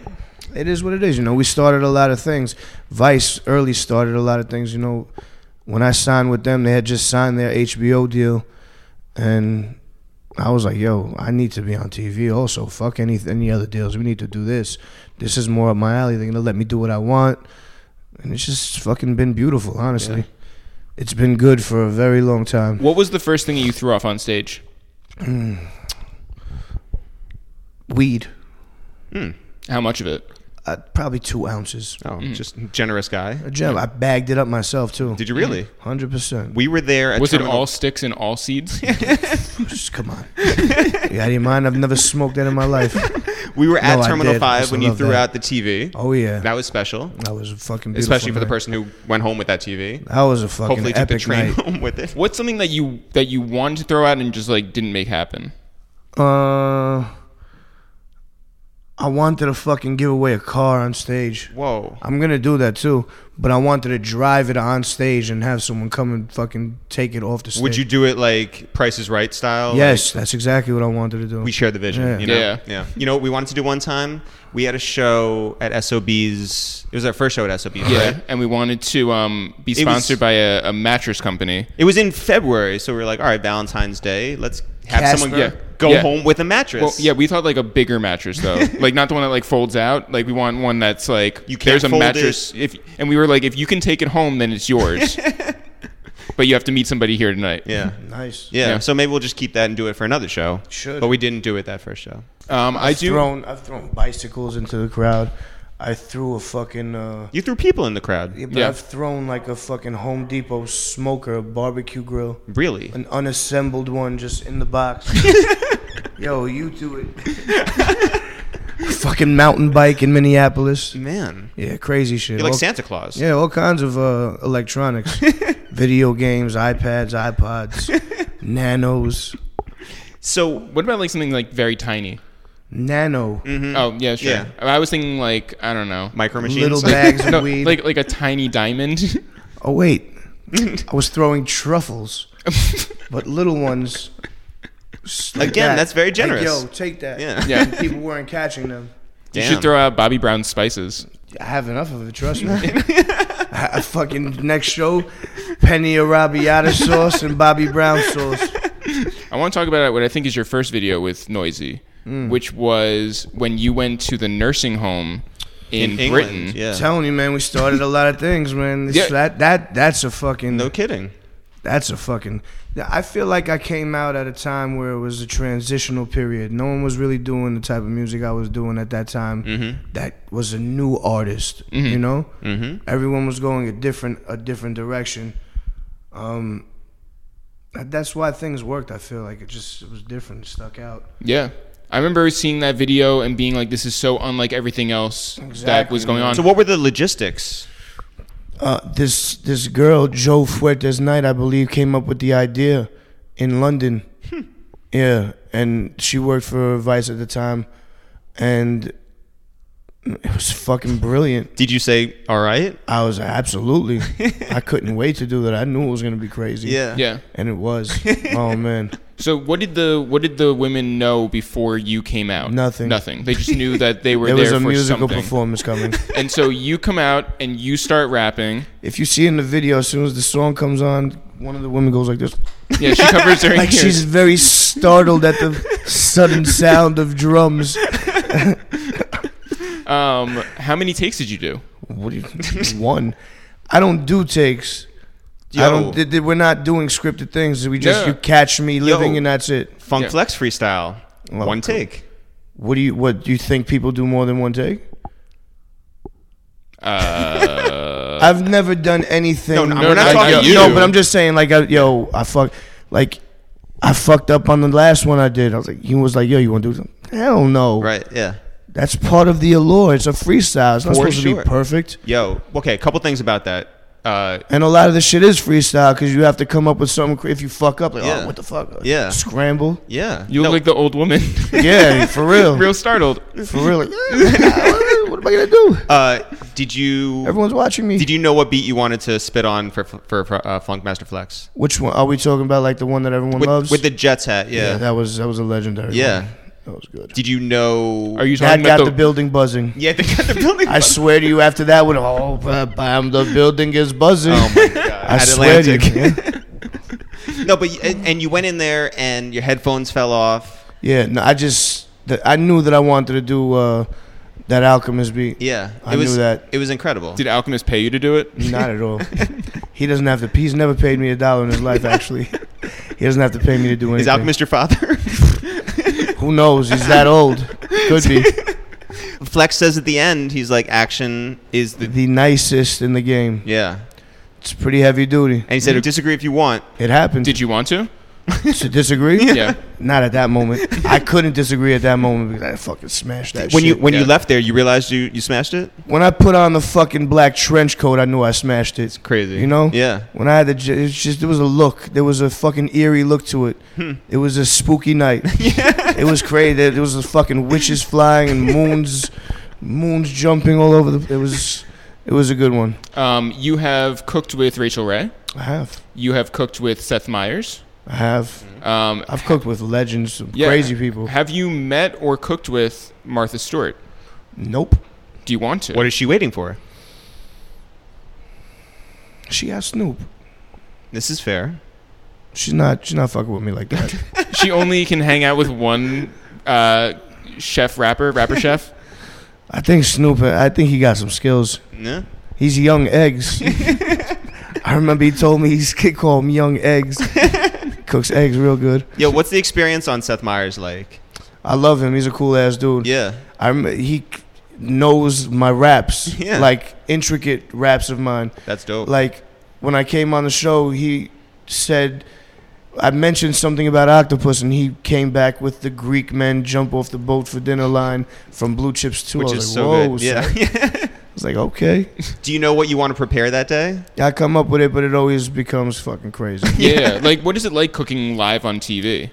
S3: it is what it is. You know, we started a lot of things. Vice early started a lot of things. You know, when I signed with them, they had just signed their HBO deal, and I was like, "Yo, I need to be on TV. Also, fuck any any other deals. We need to do this. This is more up my alley. They're gonna let me do what I want, and it's just fucking been beautiful. Honestly, it's been good for a very long time.
S2: What was the first thing that you threw off on stage?
S3: Weed.
S2: How much of it?
S3: Uh, probably two ounces.
S1: Oh,
S2: Hmm.
S1: just generous guy.
S3: A gem. I bagged it up myself too.
S1: Did you really?
S3: Hundred percent.
S1: We were there. At
S2: Was it
S1: Terminal-
S2: all sticks and all seeds?
S3: Just come on. you out of your mind? I've never smoked that in my life.
S1: We were at
S3: No, I
S1: Terminal
S3: did. I
S1: Five
S3: still
S1: when you
S3: love
S1: threw
S3: that.
S1: out the TV.
S3: Oh yeah,
S1: That was special,
S3: that was a fucking beautiful.
S1: especially for the
S3: night.
S1: person who went home with that TV.
S3: That was a fucking
S1: Hopefully, took
S3: epic
S1: the train
S3: night.
S1: home with it.
S2: What's something that you that you wanted to throw out and just like didn't make happen?
S3: Uh, I wanted to fucking give away a car on stage.
S1: Whoa.
S3: I'm gonna do that too, but I wanted to drive it on stage and have someone come and fucking take it off the stage.
S1: Would you do it like Price is Right style?
S3: Yes, that's exactly what I wanted to do.
S1: we share the vision.
S3: Yeah.
S1: You know?
S2: Yeah.
S1: You know what we wanted to do one time? We had a show at SOB's. It was our first show at SOB's.
S2: Yeah,
S1: Right?
S2: and we wanted to um, be
S1: It was-
S2: sponsored by a, a mattress company.
S1: It was in February, so we were like, all right, Valentine's Day. Let's have
S3: Casper.
S1: someone
S2: Yeah.
S1: go
S2: Yeah.
S1: home with a mattress.
S2: Well, yeah, we thought like a bigger mattress though, like not the one that like folds out. Like we want one that's like
S1: You can't
S2: there's a
S1: fold
S2: mattress. If and we were like, if you can take it home, then it's yours. but you have to meet somebody here tonight.
S1: Yeah.
S3: Nice.
S1: Yeah.
S2: Yeah.
S1: So maybe we'll just keep that and do it for another show.
S3: Should.
S1: But we didn't do it that first show.
S2: Um, I do.
S3: Thrown. I've thrown bicycles into the crowd. I threw a fucking. Uh,
S1: You threw people in the crowd.
S3: yeah, but
S2: Yeah.
S3: I've thrown like a fucking Home Depot smoker, a barbecue grill.
S1: Really?
S3: an unassembled one just in the box. Yo, you do it. Fucking mountain bike in Minneapolis.
S1: Man.
S3: Yeah, crazy shit.
S1: You're like
S3: All-
S1: Santa Claus.
S3: yeah, all kinds of uh, electronics, video games, iPads, iPods, nanos,
S1: So
S2: What about like something like very tiny?
S3: nano,
S2: Oh yeah, sure.
S1: Mm. Yeah.
S2: I was thinking like I don't know,
S1: mm-hmm. micro machines.
S3: little bags of
S2: no,
S3: weed.
S2: like like a tiny diamond.
S3: oh wait, I was throwing truffles, but little ones. s- like
S1: Again,
S3: that.
S1: that's very generous.
S3: Like, yo, take that.
S1: Yeah.
S2: Yeah.
S3: And people weren't catching them.
S2: you
S1: Damn.
S2: should throw out Bobby Brown spices.
S3: I have enough of it, trust me. I, I fucking next show, penny arrabbiata sauce and Bobby Brown sauce.
S2: I want to talk about what I think is your first video with Noisy,
S3: Hmm.
S2: which was when you went to the nursing home in, Britain.
S1: Yeah.
S3: Telling you, man, we started a lot of things, man. This,
S2: Yeah.
S3: That that that's a fucking
S1: no kidding.
S3: that's a fucking. I feel like I came out at a time where it was a transitional period. No one was really doing the type of music I was doing at that time. That was a new artist, you know. Mm-hmm. Everyone was going a different a different direction. Um, that- that's why things worked. I feel like it just it was different, it stuck out.
S2: Yeah. I remember seeing that video and being like, this is so unlike everything else that
S3: Exactly.
S2: was going on.
S1: So what were the logistics?
S3: uh, this this girl Joe Fuertes Knight, I believe, came up with the idea in London.
S2: Hmm.
S3: Yeah, and she worked for Vice at the time, and it was fucking brilliant.
S1: Did you say all right?
S3: I was like, absolutely, I couldn't wait to do that. I knew it was gonna be crazy.
S2: yeah.
S3: and it was. Oh man,
S2: So what did the what did the women know before you came out?
S3: Nothing.
S2: Nothing. They just knew that they were
S3: there
S2: there
S3: was a
S2: for
S3: musical
S2: something.
S3: performance coming.
S2: And so you come out and you start rapping.
S3: If you see in the video, as soon as the song comes on, one of the women goes like this.
S2: Yeah, she covers her
S3: like
S2: ears.
S3: she's very startled at the sudden sound of drums.
S2: Um, how many takes did you do?
S3: What do you one? I don't do takes. I
S1: Yo.
S3: don't. Th- th- we're not doing scripted things. We just
S2: Yeah.
S3: you catch me living
S1: Yo.
S3: and that's it.
S1: Funk
S2: Yeah.
S1: Flex freestyle.
S3: Well,
S1: One
S3: cool.
S1: take.
S3: What do you? What do you think people do more than one take?
S2: Uh,
S3: I've never done anything.
S1: No, no, we're not
S2: no,
S1: talking
S2: no,
S1: about
S2: you.
S1: you.
S3: No, but I'm just saying. Like, I, yo, I fuck. Like, I fucked up on the last one I did. I was like, he was like, yo, you want to do something? Hell no.
S1: Right. Yeah.
S3: That's part of the allure. It's a freestyle. It's not
S1: For
S3: supposed
S1: sure.
S3: to be perfect.
S1: Yo. Okay. A couple things about that. Uh,
S3: And a lot of the shit is freestyle because you have to come up with something. cra- If you fuck up, like,
S1: Yeah.
S3: oh, what the fuck?
S1: Yeah.
S3: Scramble.
S1: yeah.
S2: you look
S1: No,
S2: like the old woman.
S3: Yeah, for real.
S2: Real startled.
S3: For real. Like, "Ah, what am I gonna do?
S1: Uh, did you?
S3: Everyone's watching me.
S1: Did you know what beat you wanted to spit on for for, for uh, Funk Master Flex?
S3: Which one are we talking about? Like the one that everyone
S1: With,
S3: loves?
S1: with the Jets hat. Yeah.
S3: that was that was a legendary.
S1: Yeah.
S3: one. that was good.
S1: Did you know?
S2: Are you
S3: That
S2: talking
S3: got
S2: about
S3: the,
S2: the,
S3: building buzzing.
S1: Yeah. They got the building.
S3: I swear to you, after that one, oh, bam, bam, the building is buzzing.
S1: oh my god.
S3: I
S1: At
S3: swear to you.
S1: Atlantic.
S3: Yeah,
S1: no, but you- and, and you went in there and your headphones fell off.
S3: Yeah, no, I just the, I knew that I wanted to do uh, that Alchemist beat.
S1: Yeah.
S3: I
S1: it was,
S3: knew that.
S1: It was incredible.
S2: Did Alchemist pay you to do it?
S3: Not at all. he doesn't have to. He's never paid me a dollar in his life. Actually, he doesn't have to pay me to do anything.
S1: Is Alchemist your father?
S3: Who knows? He's that old. Could be.
S1: Flex says at the end, he's like, "Action is the
S3: The nicest in the game.
S1: yeah."
S3: It's pretty heavy duty.
S1: And he said, "Disagree if you want."
S3: It happened.
S2: Did you want to?
S3: to disagree?
S2: Yeah.
S3: Not at that moment. I couldn't disagree at that moment because I fucking smashed that
S1: When
S3: shit.
S1: you when you
S2: yeah.
S1: left there, you realized you you smashed it.
S3: when I put on the fucking black trench coat, I knew I smashed it.
S1: Crazy.
S3: You know?
S1: Yeah.
S3: When I had the, j- it's just there was a look. There was a fucking eerie look to it.
S1: Hmm.
S3: It was a spooky night. It was crazy. There, there was a fucking witches flying and moons, moons jumping all over the. It was, it was a good one.
S2: Um, you have cooked with Rachel Ray.
S3: I have,
S2: You have cooked with Seth Meyers.
S3: I have.
S2: Um,
S3: I've cooked with legends, some
S2: Yeah.
S3: crazy people.
S2: have you met or cooked with Martha Stewart?
S3: Nope.
S2: Do you want to?
S8: What is she waiting for?
S3: She got Snoop.
S1: This is fair.
S3: She's not. She's not fucking with me like that.
S2: she only can hang out with one uh, chef rapper, rapper chef.
S3: I think Snoop. I think he got some skills.
S1: Yeah.
S3: He's young eggs. I remember he told me he's he called him young eggs. Cooks eggs real good.
S1: Yo, what's the experience on Seth Meyers like?
S3: I love him. He's a cool ass dude.
S1: Yeah.
S3: I remember he knows my raps,
S1: Yeah.
S3: like intricate raps of mine.
S1: That's dope.
S3: Like when I came on the show, he said I mentioned something about octopus, and he came back with the Greek men jump off the boat for dinner line from Blue Chips Two.
S1: which
S3: I
S1: is
S3: was like,
S1: so
S3: Whoa,
S1: good. Yeah.
S3: son." I was like, okay,
S1: Do you know what you want to prepare that day?
S3: I come up with it, but it always becomes fucking crazy.
S2: Yeah. Like, what is it like cooking live on TV?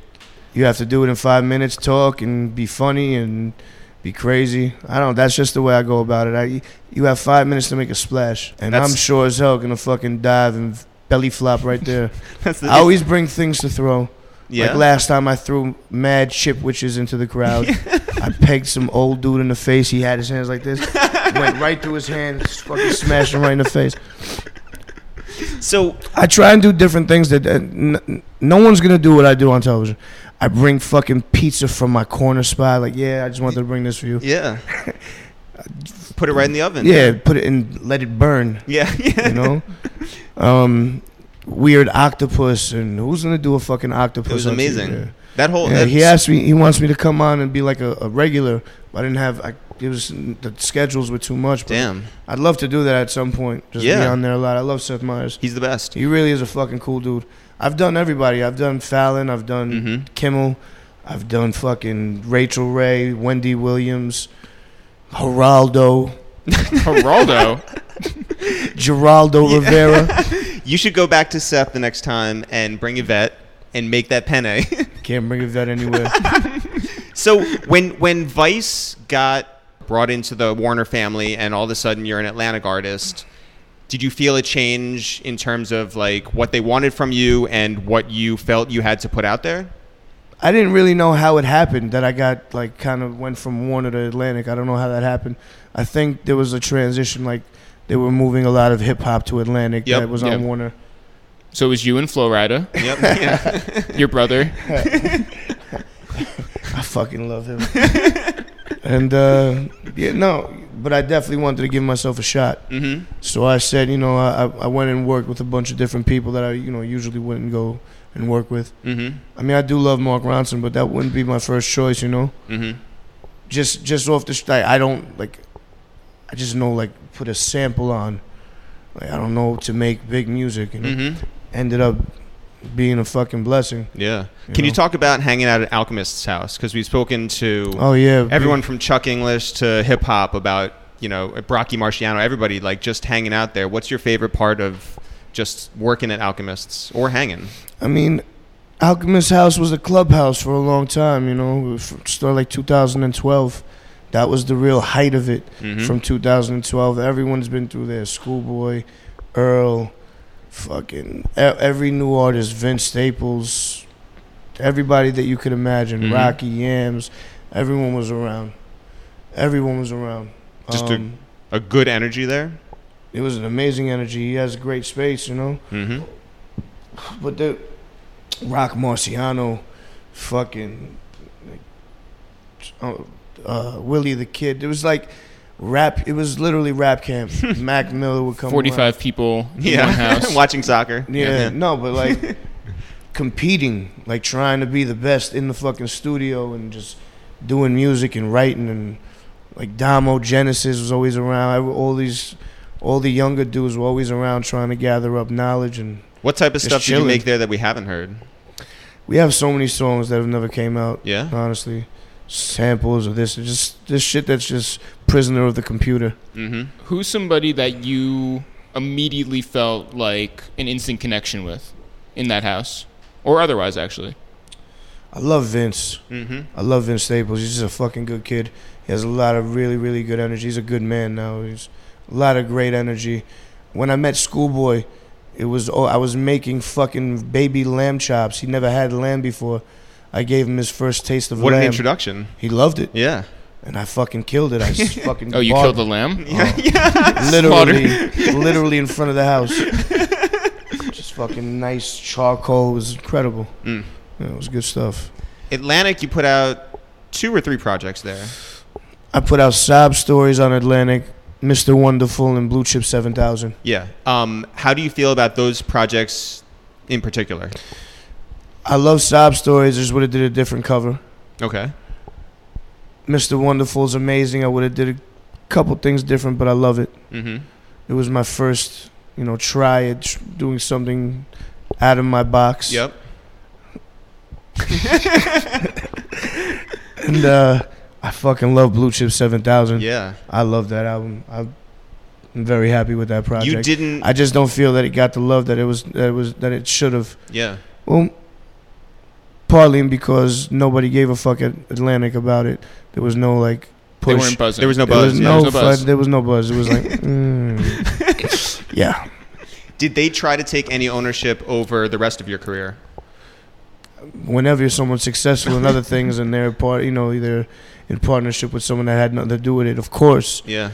S3: you have to do it in five minutes talk and be funny and be crazy i don't that's just the way i go about it I, you have five minutes to make a splash and
S1: That's-
S3: i'm sure as hell gonna fucking dive and belly flop right there
S1: That's the
S3: i always bring things to throw
S1: yeah.
S3: like last time i threw mad chip witches into the crowd i pegged some old dude in the face he had his hands like this went right through his hand fucking smashed him right in the face
S1: so
S3: I try and do different things that uh, n- no one's gonna do what I do on television. I bring fucking pizza from my corner spot. Like, yeah, I just wanted to bring this for you.
S1: yeah. Put it right in the oven.
S3: Yeah, put it in, let it burn.
S1: Yeah. Yeah.
S3: You know, um, weird octopus, and who's gonna do a fucking octopus?
S1: It was
S3: on TV?
S1: amazing.
S3: Yeah.
S1: That whole
S3: Yeah, he
S1: that's-
S3: asked me. He wants me to come on and be like a, a regular. But I didn't have. I, it was the schedules were too much. But
S1: Damn.
S3: I'd love to do that at some point. Just be
S1: Yeah.
S3: on there a lot. I love Seth Meyers.
S1: He's the best.
S3: He really is a fucking cool dude. I've done everybody. I've done Fallon. I've done
S1: Mhm.
S3: Kimmel. I've done fucking Rachel Ray, Wendy Williams, Geraldo,
S2: Geraldo.
S3: Geraldo Rivera.
S1: You should go back to Seth the next time and bring Yvette and make that penne.
S3: Can't bring a vet anywhere.
S1: so when when Vice got brought into the Warner family and all of a sudden you're an Atlantic artist, did you feel a change in terms of like what they wanted from you and what you felt you had to put out there?
S3: I didn't really know how it happened that I got like kind of went from Warner to Atlantic. I don't know how that happened. I think there was a transition like they were moving a lot of hip hop to Atlantic
S1: Yep,
S3: that was
S2: yep.
S3: on Warner.
S2: So it was you and Florida,
S1: Yep. Yeah.
S2: your brother.
S3: I fucking love him. and uh, yeah, no, but I definitely wanted to give myself a shot.
S1: hmm
S3: So I said, you know, I, I went and worked with a bunch of different people that I, you know, usually wouldn't go and work with.
S1: hmm
S3: I mean, I do love Mark Ronson, but that wouldn't be my first choice, you know.
S1: hmm
S3: Just just off the sh- I I don't like. I just know like put a sample on. Like I don't know to make big music, you know.
S1: hmm
S3: Ended up being a fucking blessing.
S1: Yeah.
S3: You
S1: Can you
S3: know?
S1: talk about hanging out at Alchemist's house? Because we've spoken to
S3: Oh yeah,
S1: everyone from Chuck English to hip hop about you know Brocky Marciano, everybody like just hanging out there. What's your favorite part of just working at Alchemists or hanging?
S3: I mean, Alchemist House was a clubhouse for a long time, you know, f- started like 2012. That was the real height of it
S9: Mm-hmm.
S1: Mhm.
S3: from 2012. Everyone's been through there. Schoolboy, Earl, fucking e- every new artist, Vince Staples, everybody that you could imagine,
S1: Mhm.
S3: Rocky Yams, everyone was around. Everyone was around.
S1: Just a-
S3: Um,
S1: a good energy there.
S3: it was an amazing energy. He has a great space, you know.
S1: Mm-hmm.
S3: But the Rock Marciano, fucking uh, uh, Willie the Kid. It was like rap. It was literally rap camp. Mac Miller would come. around.
S2: Forty-five people in one house.
S1: watching soccer.
S3: Yeah,
S1: yeah.
S3: no, but like competing, like trying to be the best in the fucking studio and just doing music and writing and like Damo Genesis was always around. I, all these, all the younger dudes were always around trying to gather up knowledge, and
S9: What type of
S3: It's
S9: stuff did you
S3: chilling.
S9: make there that we haven't heard?
S3: we have so many songs that have never came out.
S9: Yeah?
S3: honestly, samples of this, just this shit that's just prisoner of the computer.
S9: Mm-hmm.
S2: Who's somebody that you immediately felt like an instant connection with in that house or otherwise, actually?
S3: I love Vince.
S9: Mm-hmm.
S3: I love Vince Staples. He's just a fucking good kid. He has a lot of really, really good energy. He's a good man now. He's a lot of great energy. When I met Schoolboy, it was oh, I was making fucking baby lamb chops. He never had lamb before. I gave him his first taste of
S9: What an
S3: lamb.
S9: introduction.
S3: he loved it,
S9: Yeah.
S3: and I fucking killed it. I s- fucking
S2: Oh, you
S3: bought-
S2: killed the lamb?
S3: literally, literally in front of the house. just fucking nice charcoal. It was incredible.
S9: Mm.
S3: Yeah, it was good stuff.
S9: Atlantic, you put out two or three projects there.
S3: I put out sob stories on Atlantic, Mr. Wonderful, and Blue Chip 7000.
S9: Yeah. Um, how do you feel about those projects in particular?
S3: I love sob stories. I just would have did a different cover.
S9: Okay.
S3: Mr. Wonderful's amazing. I would have did a couple things different, but I love it.
S9: Mm-hmm.
S3: It was my first, you know, try at tr- doing something out of my box.
S9: Yep.
S3: And uh, I fucking love Blue Chip 7000.
S9: Yeah.
S3: I love that album. I'm I'm very happy with that project.
S9: You didn't.
S3: I just don't feel that it got the love that it was that it was that it should have.
S9: yeah.
S3: Well, partly because nobody gave a fuck at Atlantic about it. There was no like
S2: Oh. They
S3: push.
S2: weren't buzzing.
S9: There was no
S3: There
S9: buzz.
S3: was
S9: yeah.
S3: no,
S2: There was no
S3: buzz.
S2: buzz.
S3: There was no buzz. It was like, mm. yeah,
S9: Did they try to take any ownership over the rest of your career?
S3: whenever you're someone successful in other things and they're part, you know, they're in partnership with someone that had nothing to do with it. Of course,
S9: Yeah.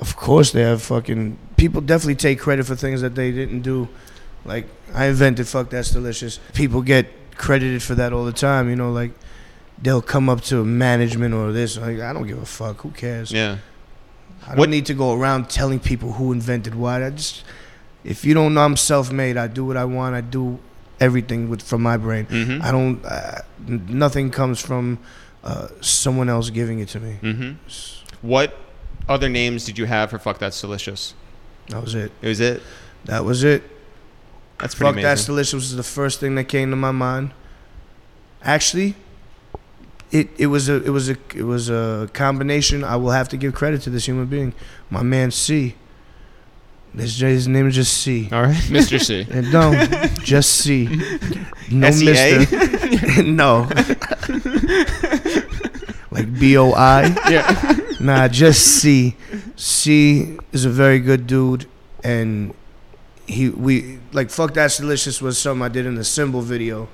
S3: of course, they have fucking people. Definitely take credit for things that they didn't do. Like I invented fuck that's delicious. People get credited for that all the time. You know, like they'll come up to management or this. Like I don't give a fuck. Who cares?
S9: Yeah.
S3: I don't
S9: What-
S3: need to go around telling people who invented what. I just, if you don't know, I'm self-made. I do what I want. I do everything with from my brain.
S9: Mm-hmm.
S3: I don't. Uh, n- nothing comes from uh, someone else giving it to me.
S9: Mm-hmm. What other names did you have for "Fuck That's Delicious"?
S3: That was it.
S9: It was it.
S3: That was it.
S9: That's pretty
S3: Fuck
S9: amazing.
S3: that's delicious was the first thing that came to my mind. Actually, it it was a it was a it was a combination. I will have to give credit to this human being, my man C. His, his name is just C.
S9: All right.
S2: Mr. C.
S3: And no, just C. No
S9: SEA?
S3: Mister. no. like B O I.
S2: Yeah.
S3: Nah, just C. C is a very good dude, and he we like fuck that's delicious was something I did in the symbol video.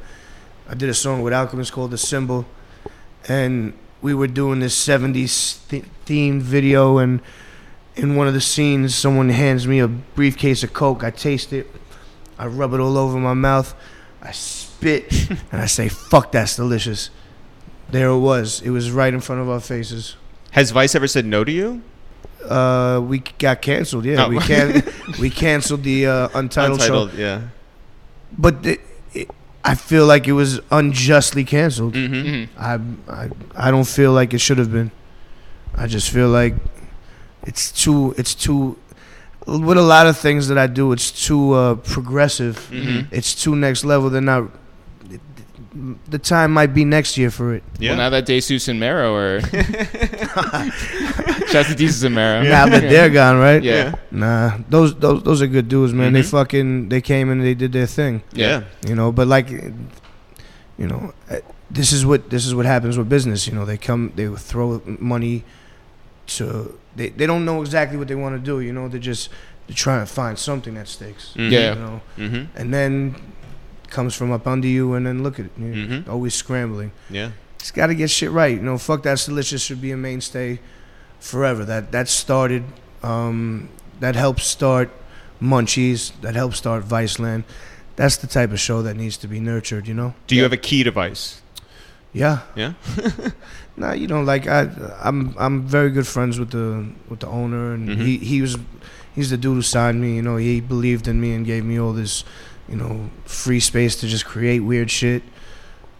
S3: I did a song with Alchemist called the symbol, and we were doing this '70s th- themed video, and in one of the scenes, someone hands me a briefcase of coke. I taste it, I rub it all over my mouth, I spit, and I say fuck that's delicious. There it was. It was right in front of our faces.
S9: Has Vice ever said no to you?
S3: Uh, we got canceled. Yeah,
S9: Oh.
S3: we can we canceled the uh, Untitled, show.
S9: Yeah.
S3: But the, it, I feel like it was unjustly canceled.
S9: Mm-hmm.
S2: Mhm.
S3: I, I I don't feel like it should have been. I just feel like it's too it's too with a lot of things that I do. It's too uh,
S2: Mm-hmm.
S3: progressive.
S9: Mhm.
S3: It's too next level. They're not. The time might be next year for it.
S9: Yeah.
S2: Well, now that Jesus and Mero are. Shout out to Jesus and Mero.
S3: Now that they're gone, right?
S2: Yeah.
S9: Yeah.
S3: Nah, those those those are good dudes, man. They
S9: Mhm.
S3: fucking they came and they did their thing.
S9: yeah.
S3: you know but like you know eh, this is what this is what happens with business you know they come they throw money to they, they don't know exactly what they want to do you know they're just they're trying to find something that sticks
S9: Mhm.
S2: Yeah.
S3: you know
S9: Mm-hmm.
S3: and then comes from up under you and then look at it you
S1: Mm-hmm.
S3: know,
S9: Mhm.
S3: always scrambling
S9: Yeah.
S3: just gotta get shit right you know fuck that's delicious should be a mainstay forever that that started um that helped start munchies that helped start viceland that's the type of show that needs to be nurtured you know
S9: Do you have a key to Vice?
S3: yeah.
S9: Yeah?
S3: nah, you know, like I, I'm, I'm very good friends with the with the owner, and
S9: Mhm.
S3: he, he was, he's the dude who signed me. You know, he believed in me and gave me all this, you know, free space to just create weird shit.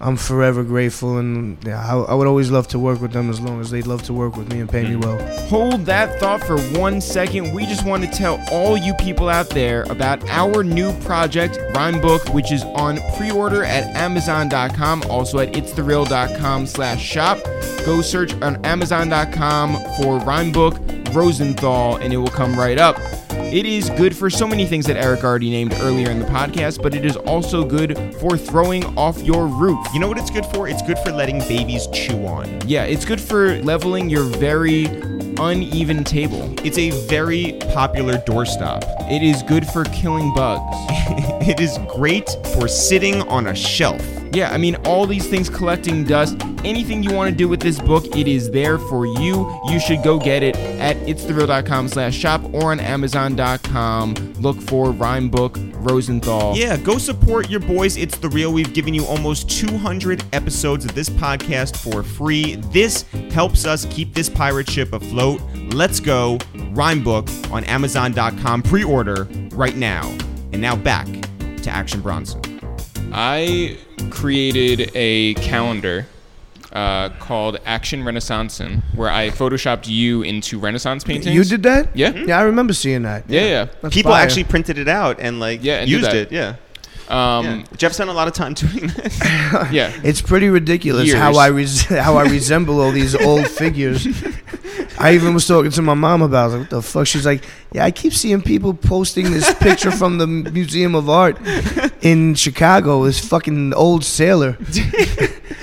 S3: I'm forever grateful, and yeah, I, I would always love to work with them as long as they'd love to work with me and pay me
S9: Mm-hmm.
S3: well.
S5: Hold that thought for one second. We just want to tell all you people out there about our new project, Rhyme Book, which is on pre-order at Amazon.com, also at itsthereal.com slash shop. Go search on Amazon.com for Rhyme Book Rosenthal, and it will come right up. It is good for so many things that Eric already named earlier in the podcast, but it is also good for throwing off your roof.
S1: You know what it's good for? It's good for letting babies chew on.
S5: Yeah, it's good for leveling your very uneven table.
S1: It's a very popular doorstop.
S5: It is good for killing bugs.
S1: it is great for sitting on a shelf.
S5: Yeah, I mean, all these things collecting dust, anything you want to do with this book, it is there for you. You should go get it at itsthereal.com slash shop or on amazon.com. Look for Rhyme Book Rosenthal.
S1: Yeah, go support your boys. It's the real. We've given you almost 200 episodes of this podcast for free. This helps us keep this pirate ship afloat. Let's go. Rhyme book on Amazon.com. Pre order right now. And now back to Action Bronson.
S2: I created a calendar uh, called Action Renaissance, where I photoshopped you into Renaissance paintings.
S3: You did that?
S2: Yeah.
S3: Yeah, I remember seeing that.
S2: Yeah, yeah.
S3: That's
S9: People
S3: fire.
S9: actually printed it out and like
S2: Yeah, and did
S9: used
S2: that.
S9: it. Yeah.
S2: Um,
S9: Jeff spent a lot of time doing this.
S2: yeah.
S3: It's pretty ridiculous how
S2: Years.
S3: I res- how I resemble all these old figures. I even was talking to my mom about it. I was like, what the fuck. She's like, yeah, I keep seeing people posting this picture from the Museum of Art in Chicago. This fucking old sailor.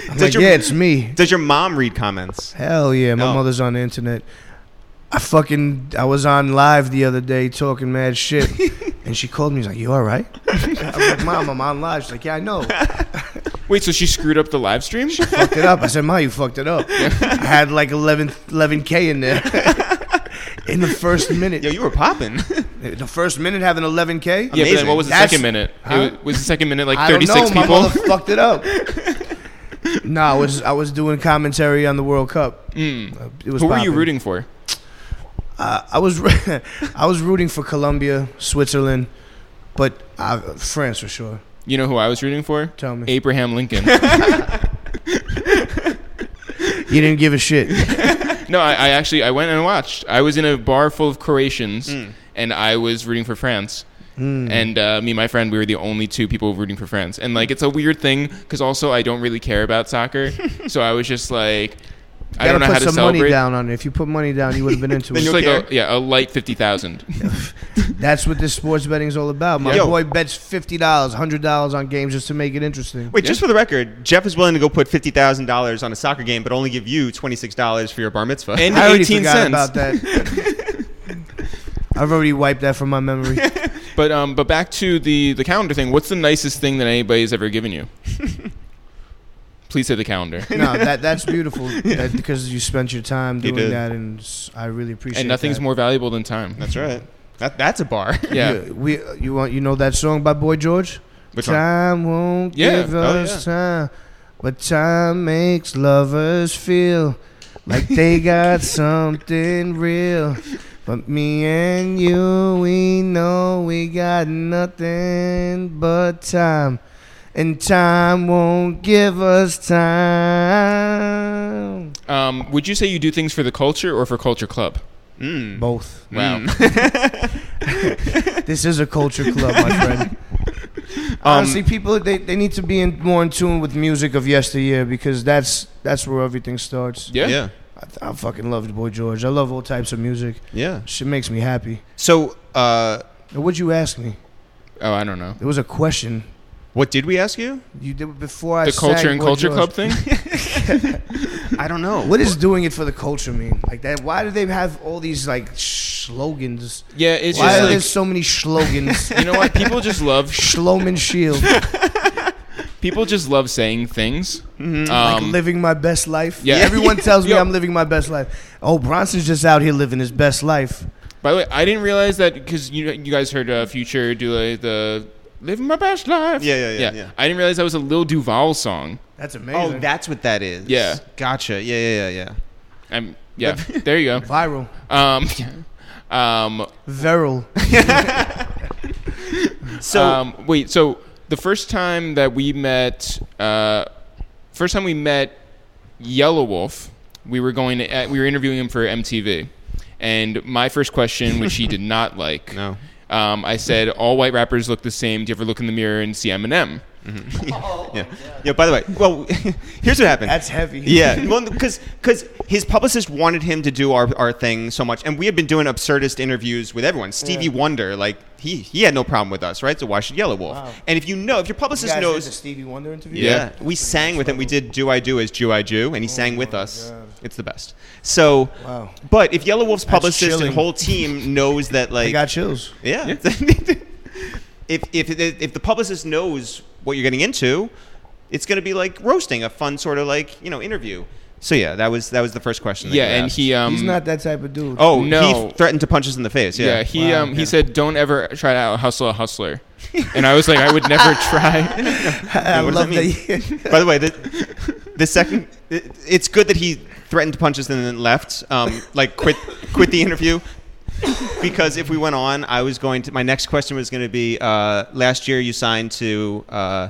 S3: I'm like,
S9: your-
S3: yeah, it's me.
S9: Does your mom read comments?
S3: Hell yeah, my
S9: No.
S3: mother's on the internet. I fucking I was on live the other day talking mad shit, and she called me. She's like, "You all right?" I'm like, "Mom, I'm on live." She's like, "Yeah, I know."
S2: Wait, so she screwed up the live stream?
S3: fucked it up. I said, Ma, you fucked it up. I had like 11, 11K in there. in the first minute.
S9: Yo, you were popping.
S3: the first minute having 11K?
S2: Yeah, but
S9: Amazing.
S2: then what was the
S3: That's-
S2: second minute?
S3: Huh?
S2: It was, was the second minute like
S3: I don't
S2: 36
S3: know. My
S2: people?
S3: mother fucked it up. no, I was I was doing commentary on the World Cup.
S2: Mm.
S3: Uh, It was
S2: Who were you
S3: popping.
S2: rooting for?
S3: Uh, I was I was rooting for Colombia, Switzerland, but uh, France for sure.
S2: You know who I was rooting for?
S3: Tell me.
S2: Abraham Lincoln.
S3: You didn't give a shit.
S2: no, I, I actually I went and watched. I was in a bar full of Croatians,
S3: Hmm.
S2: and I was rooting for France. And uh, me and my friend, we were the only two people rooting for France. And like, it's a weird thing because also I don't really care about soccer, so I was just like, I
S3: gotta
S2: don't know
S3: put
S2: how to
S3: some
S2: celebrate.
S3: money down on it. If you put money down, you would have been into
S2: Just
S3: it.
S2: like a, yeah, a light fifty thousand.
S3: That's what this sports betting is all about. My
S9: Yo.
S3: boy bets fifty dollars, hundred dollars on games just to make it interesting.
S9: Wait, just for the record, Jeff is willing to go put fifty thousand dollars on a soccer game, but only give you twenty six dollars for your bar mitzvah.
S2: And
S3: I already
S2: eighteen
S3: forgot
S2: cents.
S3: about that. I've already wiped that from my memory.
S2: But um, but back to the the calendar thing. What's the nicest thing that anybody's ever given you? Please say the calendar.
S3: No, that that's beautiful that- because you spent your time
S9: You
S3: doing
S9: did.
S3: that, and s- I really appreciate.
S2: and nothing's
S3: that.
S2: more valuable than time.
S9: that's right. That, that's a bar.
S2: yeah.
S3: You- we you want you know that song by Boy George?
S9: Which one?
S3: time won't
S2: Yeah.
S3: give
S2: Oh,
S3: us time, but time makes lovers feel like they got something real. But me and you, we know we got nothing but time, and time won't give us time.
S2: Um, would you say you do things for the culture or for Culture Club?
S9: Mm.
S3: Both.
S2: Wow.
S3: This is a culture club, my friend.
S2: Um,
S3: Honestly, people they, they need to be in, more in tune with music of yesteryear because that's that's where everything starts.
S2: Yeah.
S9: Yeah.
S3: I, I fucking love Boy George. I love all types of music.
S9: Yeah.
S3: Shit makes me happy.
S9: So, uh,
S3: And what'd you ask me?
S2: Oh, I don't know.
S3: There was a question
S9: what did we ask you?
S3: you did before I
S2: The culture
S3: sang
S2: and
S3: Boy
S2: culture club
S3: George.
S2: thing.
S9: I don't know.
S3: What does doing it for the culture mean? Like that? Why do they have all these like slogans?
S2: yeah, it's
S3: Why are there
S2: just
S3: so many slogans?
S2: like you know what people just love.
S3: Schloman Shield,
S2: People just love saying things.
S3: like
S2: Um,
S3: living my best life.
S2: yeah.
S3: everyone tells me
S2: Yo.
S3: I'm living my best life. Oh, Bronson's just out here living his best life.
S2: by the way, I didn't realize that because you you guys heard uh, Future do like, the living my best life.
S9: Yeah, yeah, yeah, yeah.
S2: I didn't realize that was a Lil Duval song.
S3: That's
S9: Oh,
S3: amazing.
S9: that's what that is.
S2: Yeah.
S9: Gotcha. Yeah, yeah, yeah, yeah.
S2: I'm, yeah, there you go.
S3: viral,
S2: Um, um,
S3: viral.
S2: So um, wait, so the first time that we met, uh, first time we met Yellow Wolf, we were going to, uh, we were interviewing him for MTV, and my first question, which he did not like,
S10: No.
S2: um, I said all white rappers look the same. Do you ever look in the mirror and see Eminem?
S1: Yeah. Yeah. By the way, well, here's what happened.
S3: That's heavy.
S1: Yeah. Well, because because his publicist wanted him to do our, our thing so much, and we had been doing absurdist interviews with everyone. Stevie Wonder, like he he had no problem with us, right? So why should Yellow Wolf?
S3: Wow.
S1: And if you know, if your
S3: You
S1: publicist
S3: guys did the
S1: knows,
S3: Stevie Wonder interview.
S1: yeah, we sang with him. We did "Do I Do" as "Jew I Jew," and he sang with us. It's the best. So,
S3: Wow.
S1: but if Yellow Wolf's publicist
S3: chilling.
S1: and whole team knows that,
S3: I
S1: like,
S3: got chills.
S1: yeah. if, if if the publicist knows what you're getting into, it's going to be like roasting a fun sort of like you know interview. So yeah, that was that was the first question. That
S2: yeah,
S1: you
S2: and
S1: asked.
S2: he um,
S3: He's not that type of dude.
S1: Oh
S2: No.
S1: he threatened to punch us in the face.
S2: Yeah,
S1: Yeah.
S2: he
S3: Wow.
S2: um he said, "Don't ever try to out hustle a hustler," and I was like, "I would never try."
S3: I
S1: what does that
S3: love
S1: mean?
S3: that.
S1: By the way, the, the second, it, it's good that he threatened to punch us and then left. Um, like quit quit the interview. Because if we went on, I was going to. My next question was going to be: uh, Last year, you signed to uh,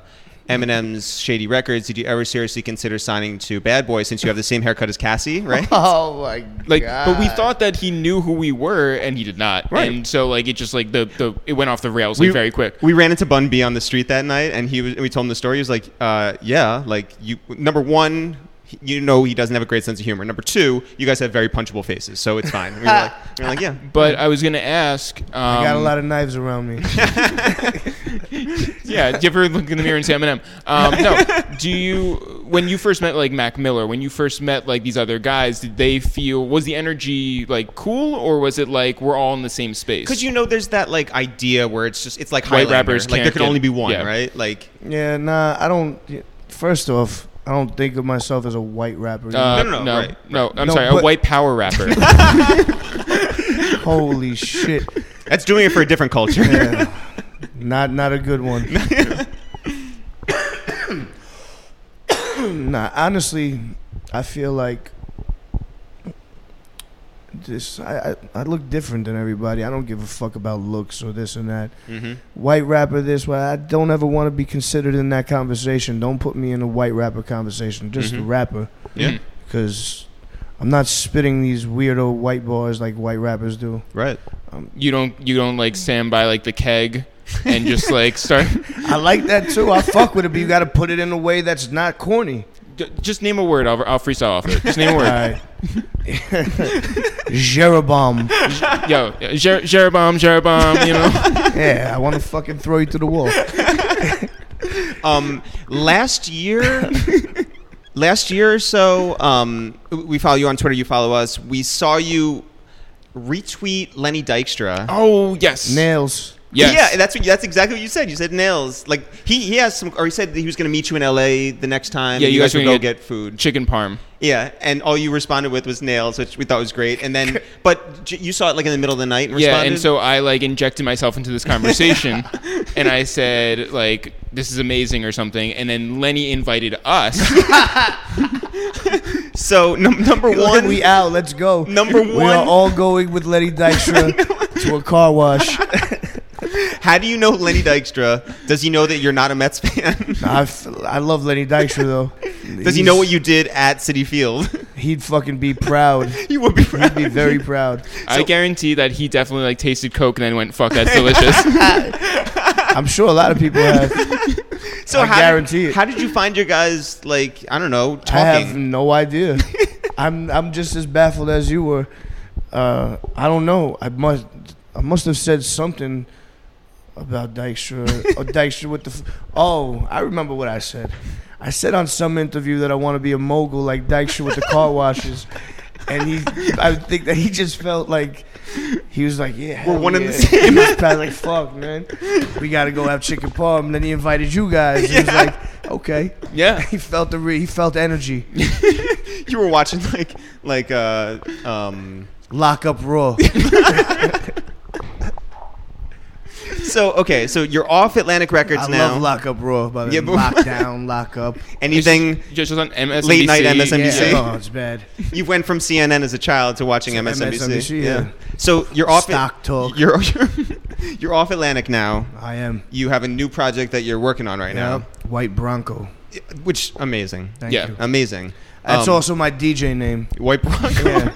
S1: Eminem's Shady Records. Did you ever seriously consider signing to Bad Boy since you have the same haircut as Cassie? Right?
S3: oh my god.
S2: Like, but we thought that he knew who we were, and he did not.
S1: Right.
S2: And so, like, it just like the the it went off the rails like very quick.
S1: We ran into Bun B on the street that night, and he was. We told him the story. He was like, uh, "Yeah, like you. Number one, he- you know he doesn't have a great sense of humor. Number two, you guys have very punchable faces, so it's fine." And we were like, we were like, "Yeah."
S2: But I was gonna ask. Um,
S3: I got a lot of knives around me.
S2: yeah, do you ever look in the mirror and say Eminem? Um, no. Do you when you first met like Mac Miller, when you first met like these other guys, did they feel was the energy like cool, or was it like we're all in the same space?
S1: Because you know, there's that like idea where it's just it's like
S2: White
S1: Highlander.
S2: rappers
S1: like there
S2: can't
S1: can
S2: get-
S1: only be one,
S2: yeah.
S1: right? Like
S3: yeah, nah. I don't. First off, I don't think of myself as a white rapper.
S1: No,
S2: Uh,
S1: no, no,
S2: no,
S1: right,
S2: no, I'm
S3: No,
S2: sorry, a
S3: but-
S2: white power rapper.
S3: Holy shit.
S1: that's doing it for a different culture.
S3: Yeah. Not not a good one. nah, honestly, I feel like this. I, I I look different than everybody. I don't give a fuck about looks or this and that.
S1: hmm
S2: Mm-hmm.
S3: White rapper, this. Well, I don't ever want to be considered in that conversation. Don't put me in a white rapper conversation. Just a
S1: Mhm.
S3: rapper,
S1: Yeah.
S3: because I'm not spitting these weirdo white bars like white rappers do.
S1: Right.
S2: you don't you don't like stand by like the keg and just like start
S3: I like that too. I fuck with it, but you got to put it in a way that's not corny.
S2: d- just name a word I'll, I'll freestyle off it just name a
S3: All
S2: word
S3: right. Jeroboam.
S2: yo Jer- Jeroboam Jeroboam you know
S3: Yeah, I want to fucking throw you to the wall.
S1: Um, last year, last year or so, um, we follow you on Twitter. You follow us. We saw you retweet Lenny Dykstra.
S2: oh yes
S3: Nails.
S2: yes
S1: Yeah, that's what that's exactly what you said. You said nails. Like he, he has some, or he said that he was going to meet you in L.A. the next time.
S2: Yeah, you guys
S1: would
S2: were
S1: go
S2: gonna
S1: get,
S2: get-
S1: food.
S2: chicken parm
S1: Yeah, and all you responded with was nails, which we thought was great. And then, but j- you saw it like in the middle of the night. And
S2: yeah
S1: responded?
S2: and so I like injected myself into this conversation and I said like this is amazing or something and then Lenny invited us
S1: so num- number one,
S3: we out. Let's go.
S1: Number
S3: We are
S1: one.
S3: all going with Lenny Dykstra to a car wash.
S1: how do you know Lenny Dykstra? Does he know that you're not a Mets fan?
S3: I, f- I love Lenny Dykstra though.
S1: Does he know what you did at City Field?
S3: He'd fucking be proud.
S1: you would be.
S3: He'd be very proud.
S2: I guarantee that he definitely like tasted coke and then went fuck that's delicious
S3: I'm sure a lot of people have.
S1: So
S3: I
S1: how
S3: guarantee
S1: did,
S3: it.
S1: How did you find your guys? Like I don't know, talking.
S3: I have no idea. I'm I'm just as baffled as you were. Uh, I don't know. I must I must have said something about Dykstra. or Dykstra with the f- oh, I remember what I said. I said on some interview that I want to be a mogul like Dykstra with the car washes, and he I think that he just felt like. He was like, "Yeah,
S1: We're one
S3: hell
S1: and the
S3: yeah. He was probably like, "Fuck, man, we gotta go have chicken parm." Then he invited you guys. He was like, "Okay."
S2: yeah
S3: He felt the re- he felt the energy.
S1: you were watching like like uh um
S3: Lock up Raw.
S1: so okay so you're off atlantic records
S3: I
S1: now
S3: love Lock Up Raw, by the
S1: Yeah,
S3: way.
S1: but-
S3: Lockdown, Lock Up.
S1: anything
S2: just was on MSNBC
S1: Late night MSNBC.
S2: yeah.
S3: Oh, it's bad.
S1: you went from cnn as a child to watching msnbc,
S3: MSNBC, yeah.
S1: so you're off
S3: Stock talk.
S1: you're, you're you're off atlantic now
S3: I am.
S1: you have a new project that you're working on right
S3: White Bronco.
S1: now
S9: which amazing,
S3: Thank
S2: Yeah.
S3: you.
S9: amazing.
S3: That's
S9: Um,
S3: also my DJ name.
S9: White Bronco.
S3: Yeah.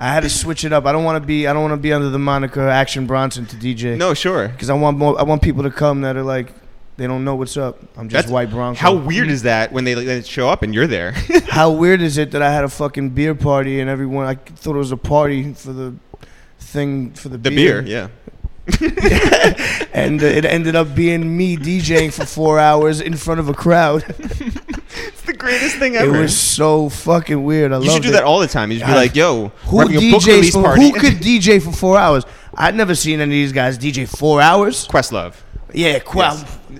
S3: I had to switch it up. I don't want to be. I don't want to be under the moniker Action Bronson to DJ.
S9: no, sure.
S3: because I want more. I want people to come that are like, they don't know what's up. I'm just
S9: That's-
S3: White Bronco.
S9: How weird is that when they, they show up and you're there?
S3: How weird is it that I had a fucking beer party and everyone? I thought it was a party for the thing for the,
S9: the beer, yeah.
S3: and uh, it ended up being me DJing for four hours in front of a crowd.
S9: It's the greatest thing
S3: It
S9: ever.
S3: was so fucking weird. I
S9: you
S3: loved
S9: should do
S3: it.
S9: that all the time. You should be
S3: Yeah.
S9: like, "Yo,
S3: Who
S9: we're having a book
S3: DJs
S9: release
S3: for,
S9: party."
S3: Who could DJ for four hours? I'd never seen any of these guys DJ four hours.
S9: Questlove.
S3: Yeah, qu-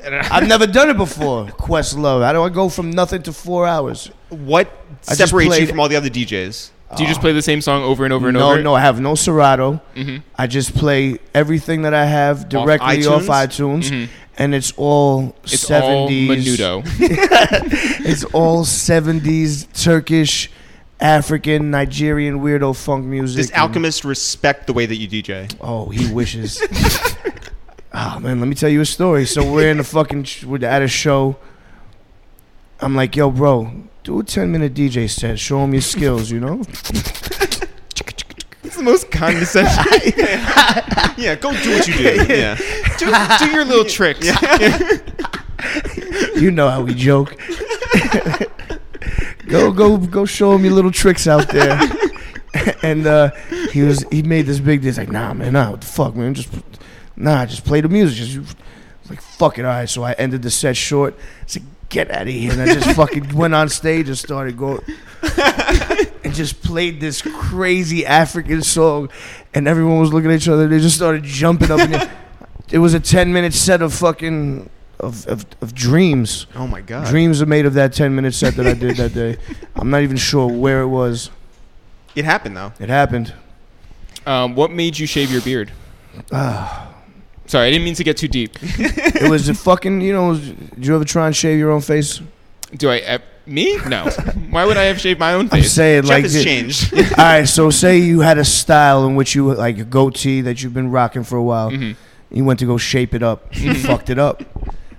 S3: I've never done it before. Quest Love. How do I go from nothing to four hours?
S9: What
S3: I just
S9: separates you
S3: played-
S9: from all the other DJs?
S2: Do you just play the same song over and over and
S3: no,
S2: over?
S3: no, I have no Serato.
S9: Mm-hmm.
S2: Mhm.
S3: I just play everything that I have directly
S9: iTunes?
S3: off
S9: Mm-hmm.
S3: iTunes,
S2: Mhm.
S3: and it's all
S2: It's all
S3: seventies.
S2: Menudo.
S3: It's all seventies Turkish, African, Nigerian weirdo funk music.
S9: Does
S3: and-
S9: Alchemist respect the way that you DJ?
S3: Oh, he wishes. oh man, let me tell you a story. So we're in the fucking sh- we're at a show. I'm like, yo, bro, do a ten minute DJ set. Show him your skills, you know.
S9: It's the most condescending. yeah, go do what you do. Yeah,
S2: do, do your little tricks.
S3: You know how we joke. go, go, go! Show him your little tricks out there. and uh, he was he made this big. He's like, nah, man, nah, what the fuck, man, just nah, just play the music. Just I was like, fuck it, all right. So I ended the set short. I said, get out of here, and I just fucking went on stage and started going. And just played this crazy African song, and everyone was looking at each other. They just started jumping up. And down. it was a ten-minute set of fucking of, of, of dreams.
S9: Oh my god.
S3: Dreams are made of that 10 minute set that I did that day. I'm not even sure where it was.
S9: It happened though.
S3: It happened.
S2: Um, what made you shave your beard? Sorry, I didn't mean to get too deep.
S3: Ah, It was a fucking, you know, did you ever try and shave your own face?
S2: Do I? Uh, me? No. Why would I have shaved my own
S3: I'm
S2: face?
S3: saying,
S9: Jeff
S3: like,
S9: has
S3: the-
S9: changed.
S3: all right, so say you had a style in which you, like, a goatee that you've been rocking for a while.
S2: Mhm.
S9: Mm-hmm.
S3: You went to go shape it up. You fucked it up.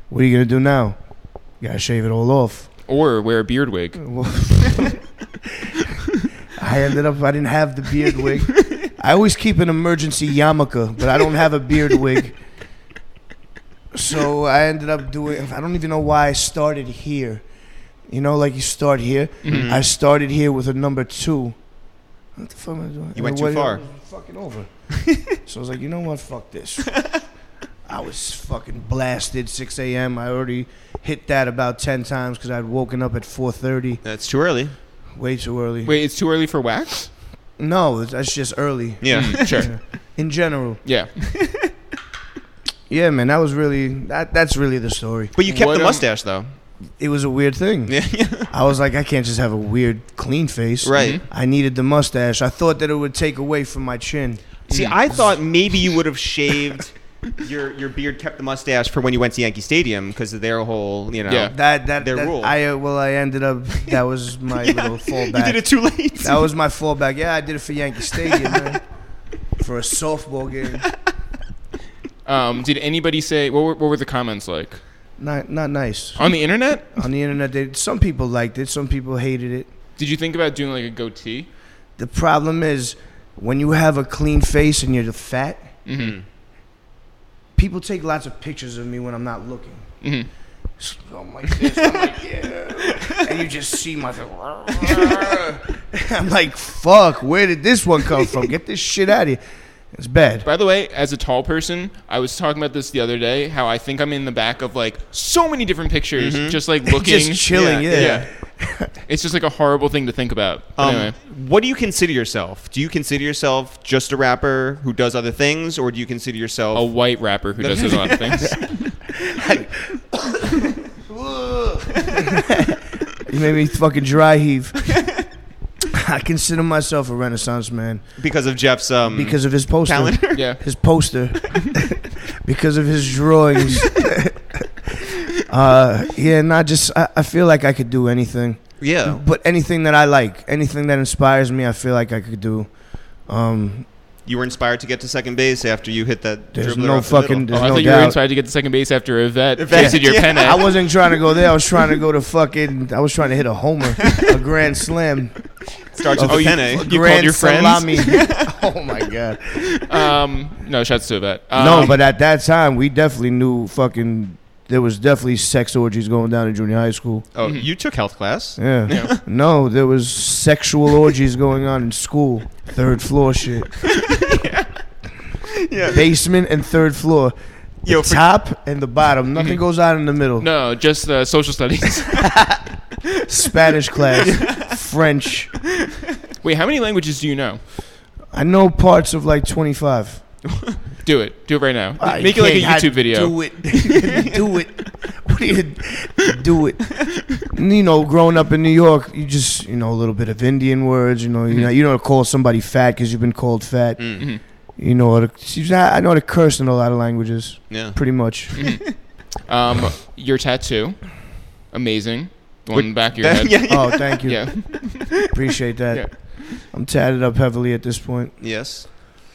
S3: What are you going to do now? You got to shave it all off.
S2: Or wear a beard wig.
S3: Well, I ended up. I didn't have the beard wig. I always keep an emergency yarmulke, but I don't have a beard wig. So I ended up doing. I don't even know why I started here. You know, like you start here.
S9: Mm-hmm.
S3: I started here with a number two. What the fuck am I doing?
S9: You went too
S3: What-
S9: far.
S3: Fucking over. so I was like, you know what? Fuck this. I was fucking blasted. 6 a.m. I already hit that about 10 times because I'd woken up at 4:30,
S9: That's too early.
S3: way too early.
S2: Wait, it's too early for wax?
S3: No, that's just early
S9: Yeah, sure.
S3: in general.
S2: Yeah.
S3: Yeah, man, that was really that. That's really the story.
S9: But you kept
S2: What,
S9: the
S2: um,
S9: mustache though.
S3: It was a weird thing.
S9: Yeah, yeah.
S3: I was like, I can't just have a weird clean face.
S9: Right.
S3: I needed the mustache. I thought that it would take away from my chin.
S9: See, I thought maybe you would have shaved your your beard, kept the mustache for when you went to Yankee Stadium because of their whole, you know.
S2: Yeah.
S3: That that,
S9: Their
S3: that
S9: rule.
S3: I uh, well, I ended up. That was my little
S9: You
S3: fallback.
S9: did it too late.
S3: That was my fallback. Yeah, I did it for Yankee Stadium, man. For a softball game.
S2: Um, did anybody say what were, what were the comments like
S3: Not not nice.
S2: on the internet?
S3: On the internet, they, some people liked it, some people hated it.
S2: Did you think about doing like a goatee?
S3: The problem is when you have a clean face and you're fat,
S2: Mhm.
S3: people take lots of pictures of me when I'm not looking.
S2: Mhm.
S3: So I'm like this, I'm like, yeah. And you just see my. I'm like, fuck, where did this one come from? Get this shit out of here. It's bad.
S2: By the way, as a tall person, I was talking about this the other day. How I think I'm in the back of like so many different pictures, just like looking.
S3: Mm-hmm. Just chilling,
S9: Yeah,
S3: yeah.
S2: yeah. it's just like a horrible thing to think about. But
S9: Um,
S2: anyway,
S9: What do you consider yourself? Do you consider yourself just a rapper who does other things, or do you consider yourself?
S2: a white rapper who does a lot of things.
S3: You made me fucking dry heave. I consider myself a renaissance man
S9: because of Jeff's um,
S2: Mm-hmm.
S3: because of his poster.
S9: calendar.
S2: Yeah.
S3: his poster because of his drawings. uh, yeah, not just. I, I feel like I could do anything,
S9: yeah,
S2: Oh.
S3: but anything that I like, anything that inspires me, I feel like I could do. Um,
S9: You were inspired to get to second base after you hit that.
S3: There's
S9: dribbler
S3: no
S9: up the middle.
S3: fucking-
S2: Oh,
S3: There's
S2: I
S3: no
S2: thought you were
S3: doubt.
S2: inspired to get to second base after Yvette
S9: Yvette,
S2: tasted your
S9: yeah.
S2: pen
S3: I
S2: at.
S3: wasn't trying to go there. I was trying to go to fucking. I was trying to hit a homer, a grand slam,
S9: starts with
S2: Oh,
S9: a
S2: you-
S9: penne.
S2: you
S3: grand
S2: called your friends?
S3: salami. oh my god!
S2: Um, no, shouts to Yvette. Um,
S3: no, but at that time, we definitely knew fucking. There was definitely sex orgies going down in junior high school.
S9: Oh, you took health class.
S3: Yeah. No, there was sexual orgies going on in school. Third floor shit.
S9: Yeah.
S3: Basement and third floor. The
S9: Yo, for-
S3: top and the bottom. Nothing goes on in the middle.
S2: Mm-hmm. no, just uh, social studies.
S3: Spanish class, French.
S2: Wait, how many languages do you know?
S3: I know parts of like 25.
S2: Do it. Do it right now.
S3: I
S2: Make it like a
S3: can't-
S2: YouTube
S3: I-
S2: video.
S3: Do it. do it. What do you do it? And, You know, growing up in New York, you just you know a little bit of Indian words. You know,
S2: Mm-hmm.
S3: you know, you don't call somebody fat because you've been called fat.
S9: Mm-hmm.
S3: You know, how to- she's not- I know how to curse in a lot of languages,
S9: Yeah.
S3: pretty much.
S2: Um, your tattoo, amazing. The one in the back of your
S9: yeah,
S2: head.
S9: yeah.
S3: Oh, thank you.
S2: Yeah.
S3: Appreciate that.
S2: Yeah.
S3: I'm tatted up heavily at this point.
S9: Yes.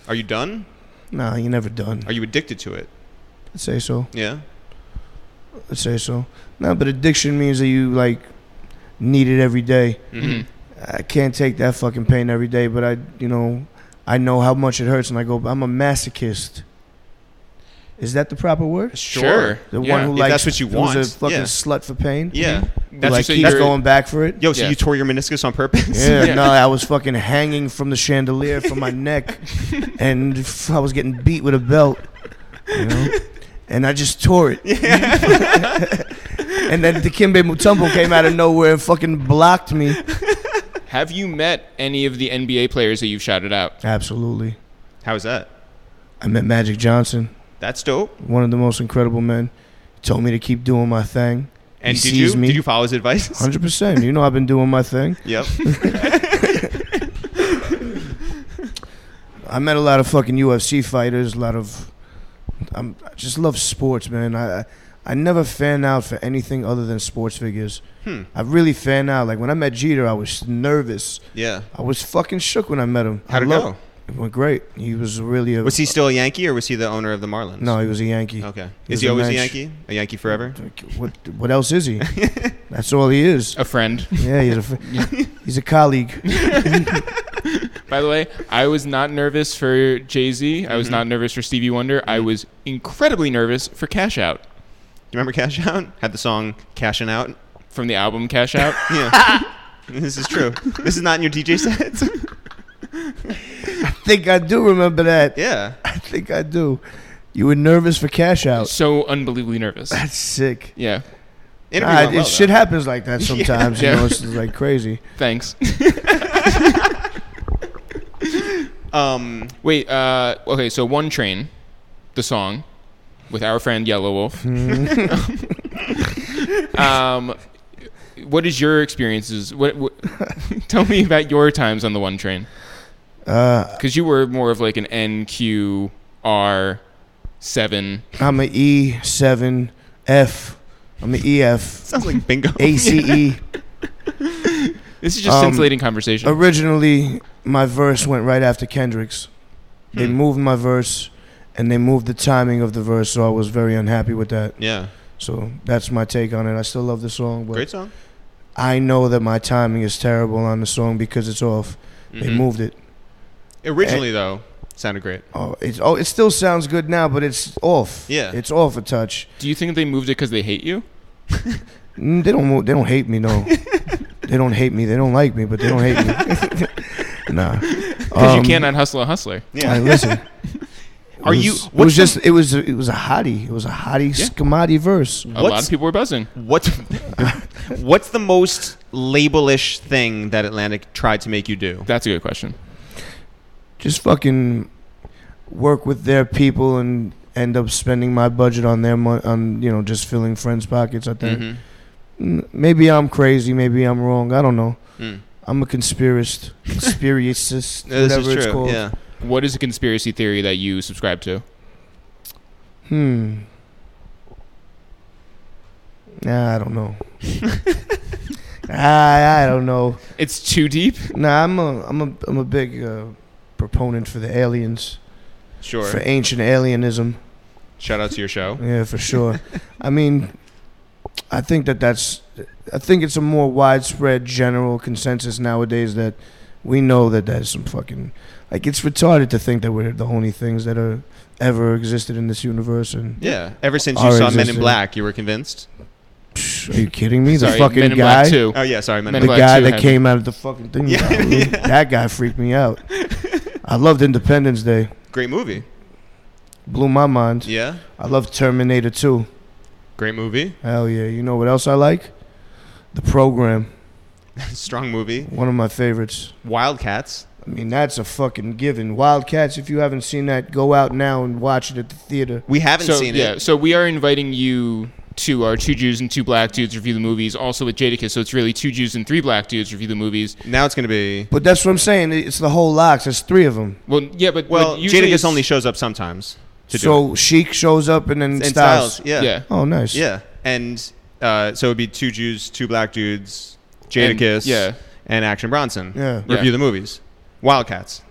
S9: Are you done?
S3: Nah, you're never done.
S9: Are you addicted to it?
S3: I'd say so.
S9: Yeah.
S3: I'd say so. No, but addiction means that you like need it every day.
S2: Mhm.
S3: I can't take that fucking pain every day, but I, you know, I know how much it hurts, and I go, I'm a masochist. Is that the proper word?
S2: Sure.
S9: Mm-hmm.
S3: The
S2: yeah.
S3: one who
S9: If
S3: likes
S9: that's what you
S3: who's
S9: want,
S3: a fucking
S9: yeah.
S3: slut for pain.
S9: Yeah.
S2: That's
S3: like
S2: so
S3: keeps
S2: you're-
S3: going back for it.
S9: Yo, so
S2: Yeah.
S9: you tore your meniscus on purpose?
S3: Yeah,
S2: Yeah.
S3: no, I was fucking hanging from the chandelier from my neck, and f- I was getting beat with a belt, you know, and I just tore it. and then Dikembe Mutombo came out of nowhere and fucking blocked me.
S2: Have you met any of the NBA players that you've shouted out?
S3: Absolutely,
S9: How's that?
S3: I met Magic Johnson,
S9: That's dope.
S3: one of the most incredible men. He told me to keep doing my thing.
S9: And
S3: he
S9: did you
S3: sees me.
S9: did you follow his advice?
S3: Hundred percent. You know I've been doing my thing.
S9: yep.
S3: I met a lot of fucking UFC fighters. A lot of, I'm, I just love sports, man. I, I I never fan out for anything other than sports figures.
S9: Hmm.
S3: I really fan out. Like when I met Jeter, I was nervous.
S9: Yeah.
S3: I was fucking shook when I met him.
S9: How'd
S3: I
S9: it
S3: love-
S9: go?
S3: It went great. He was really a.
S9: Was he still a Yankee or was he the owner of the Marlins?
S3: No, he was a Yankee.
S9: Okay.
S3: He
S9: Is
S3: was
S9: he
S3: a
S9: always a
S3: mensch.
S9: Yankee? A Yankee forever?
S3: Like, What what else is he? That's all he is.
S9: Oh.
S2: A friend.
S3: Yeah, he's a fr- he's a colleague.
S2: By the way, I was not nervous for Jay Z. I was
S3: Mm-hmm.
S2: not nervous for Stevie Wonder. I was incredibly nervous for Cash Out
S9: You remember Cash Out? Had the song Cashing Out?
S2: from the album Cash Out.
S9: Yeah. this is true. This is not in your DJ sets?
S3: I think I do remember that.
S9: yeah.
S3: I think I do. You were nervous for cash out.
S2: so unbelievably nervous.
S3: That's sick.
S2: Yeah.
S9: Interview went
S3: Nah, Uh, Ah, it
S9: well,
S3: shit
S9: though.
S3: happens like that sometimes.
S2: Yeah.
S3: You know, it's just, like crazy.
S2: Thanks.
S9: Um,
S2: Wait. Uh, okay. So one train, the song, with our friend Yellow Wolf. um, what is your experiences? What, what Tell me about your times on the one train,
S3: Uh,
S2: because you were more of like an NQR seven.
S3: I'm an E seven F. I'm E an EF
S9: sounds like bingo.
S3: ACE.
S2: This is just
S3: Um,
S2: scintillating conversation.
S3: Originally, my verse went right after Kendrick's. They moved my verse, and they moved the timing of the verse, so I was very unhappy with that.
S9: Yeah.
S3: So that's my take on it. I still love the song, but
S9: Great song.
S3: I know that my timing is terrible on the song because it's off. They
S9: Mhm.
S3: moved it.
S9: Originally, though, sounded great.
S3: Oh, it's oh, it still sounds good now, but it's off.
S9: Yeah.
S3: it's off a touch.
S2: Do you think they moved it because they hate you?
S3: Mm, They don't. mo- They don't hate me. No, they don't hate me. They don't like me, but they don't hate me. nah,
S2: Because
S3: Um,
S2: you cannot hustle a hustler.
S3: I- listen. it
S9: uh, Are you-
S3: was- It
S9: what's
S3: was just. It was. It was a hottie. It was a hottie
S2: Yeah.
S3: scamati verse.
S2: A lot
S9: What's-
S2: of people were buzzing.
S9: What's what's the most labelish thing that Atlantic tried to make you do?
S2: That's a good question.
S3: Just fucking work with their people and end up spending my budget on their money. On you know, just filling friends' pockets. I think
S9: Mhm.
S1: Mm-hmm.
S3: Mm, maybe I'm crazy. Maybe I'm wrong. I don't know.
S1: Uh,
S9: Mm.
S3: I'm a conspiracist.
S9: This
S3: Conspiracist. whatever
S9: is
S3: it's
S9: true.
S3: called.
S9: Yeah.
S2: What is a conspiracy theory that you subscribe to?
S3: Hmm. Nah, I don't know. Ah, I I don't know.
S2: It's too deep.
S3: Nah, I'm a I'm a I'm a big uh, proponent for the aliens,
S1: Sure.
S3: for ancient alienism.
S1: Shout out to your show.
S3: Yeah, for sure. I mean, I think that that's. I think it's a more widespread general consensus nowadays that we know that there's some fucking. Like, it's retarded to think that we're the only things that are ever existed in this universe. And
S1: Yeah. Ever since you
S3: Our
S1: saw Men in
S3: existence.
S1: Black, you were convinced.
S3: psh, are you kidding me? The
S2: Sorry,
S3: fucking
S2: Men in
S3: guy,
S2: Black 2.
S1: Oh yeah, sorry, Men
S2: Men
S1: in
S2: in
S3: the
S2: Black
S3: guy
S2: 2
S3: that
S2: had-
S3: came out of the fucking thing.
S1: Yeah,
S3: Yeah, That guy freaked me out. I loved Independence Day.
S1: Black. Great movie.
S3: Blew my mind.
S1: Yeah.
S3: I love Terminator 2.
S1: Great movie.
S3: Hell yeah. You know what else I like? The program.
S1: Strong movie.
S3: One of my favorites.
S1: Wildcats.
S3: I mean, that's a fucking given. Wildcats, if you haven't seen that, go out now and watch it at the theater.
S1: We haven't
S2: so
S1: seen
S2: yeah,
S1: it.
S2: so we are inviting you to our two Jews and two black dudes review the movies. Also with Jadakiss, so it's really two Jews and three black dudes review the movies.
S1: Now it's gonna be.
S3: But that's what I'm saying. It's the whole locks. There's three of them.
S2: Well, yeah, but
S1: Well,
S2: but usually
S1: Jadakiss
S2: it's-
S1: only shows up sometimes to do. it.
S3: so Sheik shows up and then
S1: and
S3: Styles.
S1: Styles. Yeah.
S2: yeah.
S3: Oh, nice.
S1: Yeah. And uh, so it'd be two Jews, two black dudes,
S2: And-
S1: Jadakiss,
S2: yeah.
S1: and Action Bronson.
S3: Yeah.
S1: Review the movies. Wildcats.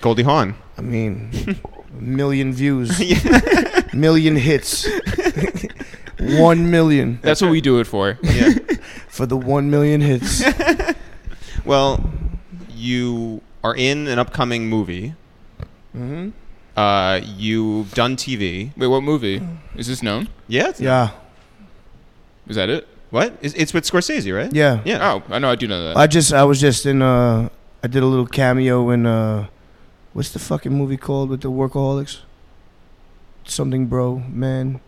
S1: Goldie Hawn.
S3: I mean, a million views, million hits, one million
S2: That's what we do it for.
S1: Yeah.
S3: for the one million hits.
S1: well, you are in an upcoming movie.
S3: hmm
S1: Uh, you've done TV.
S2: Wait, what movie is this known?
S1: Yeah. it's-
S3: Yeah,
S2: Is that it?
S1: What? It's, it's with Scorsese, right?
S3: yeah,
S1: Yeah.
S2: Oh, I know, I do know that.
S3: I just, I was just in. Uh, I did a little cameo in. Uh, what's the fucking movie called with the workaholics? Something, bro, man.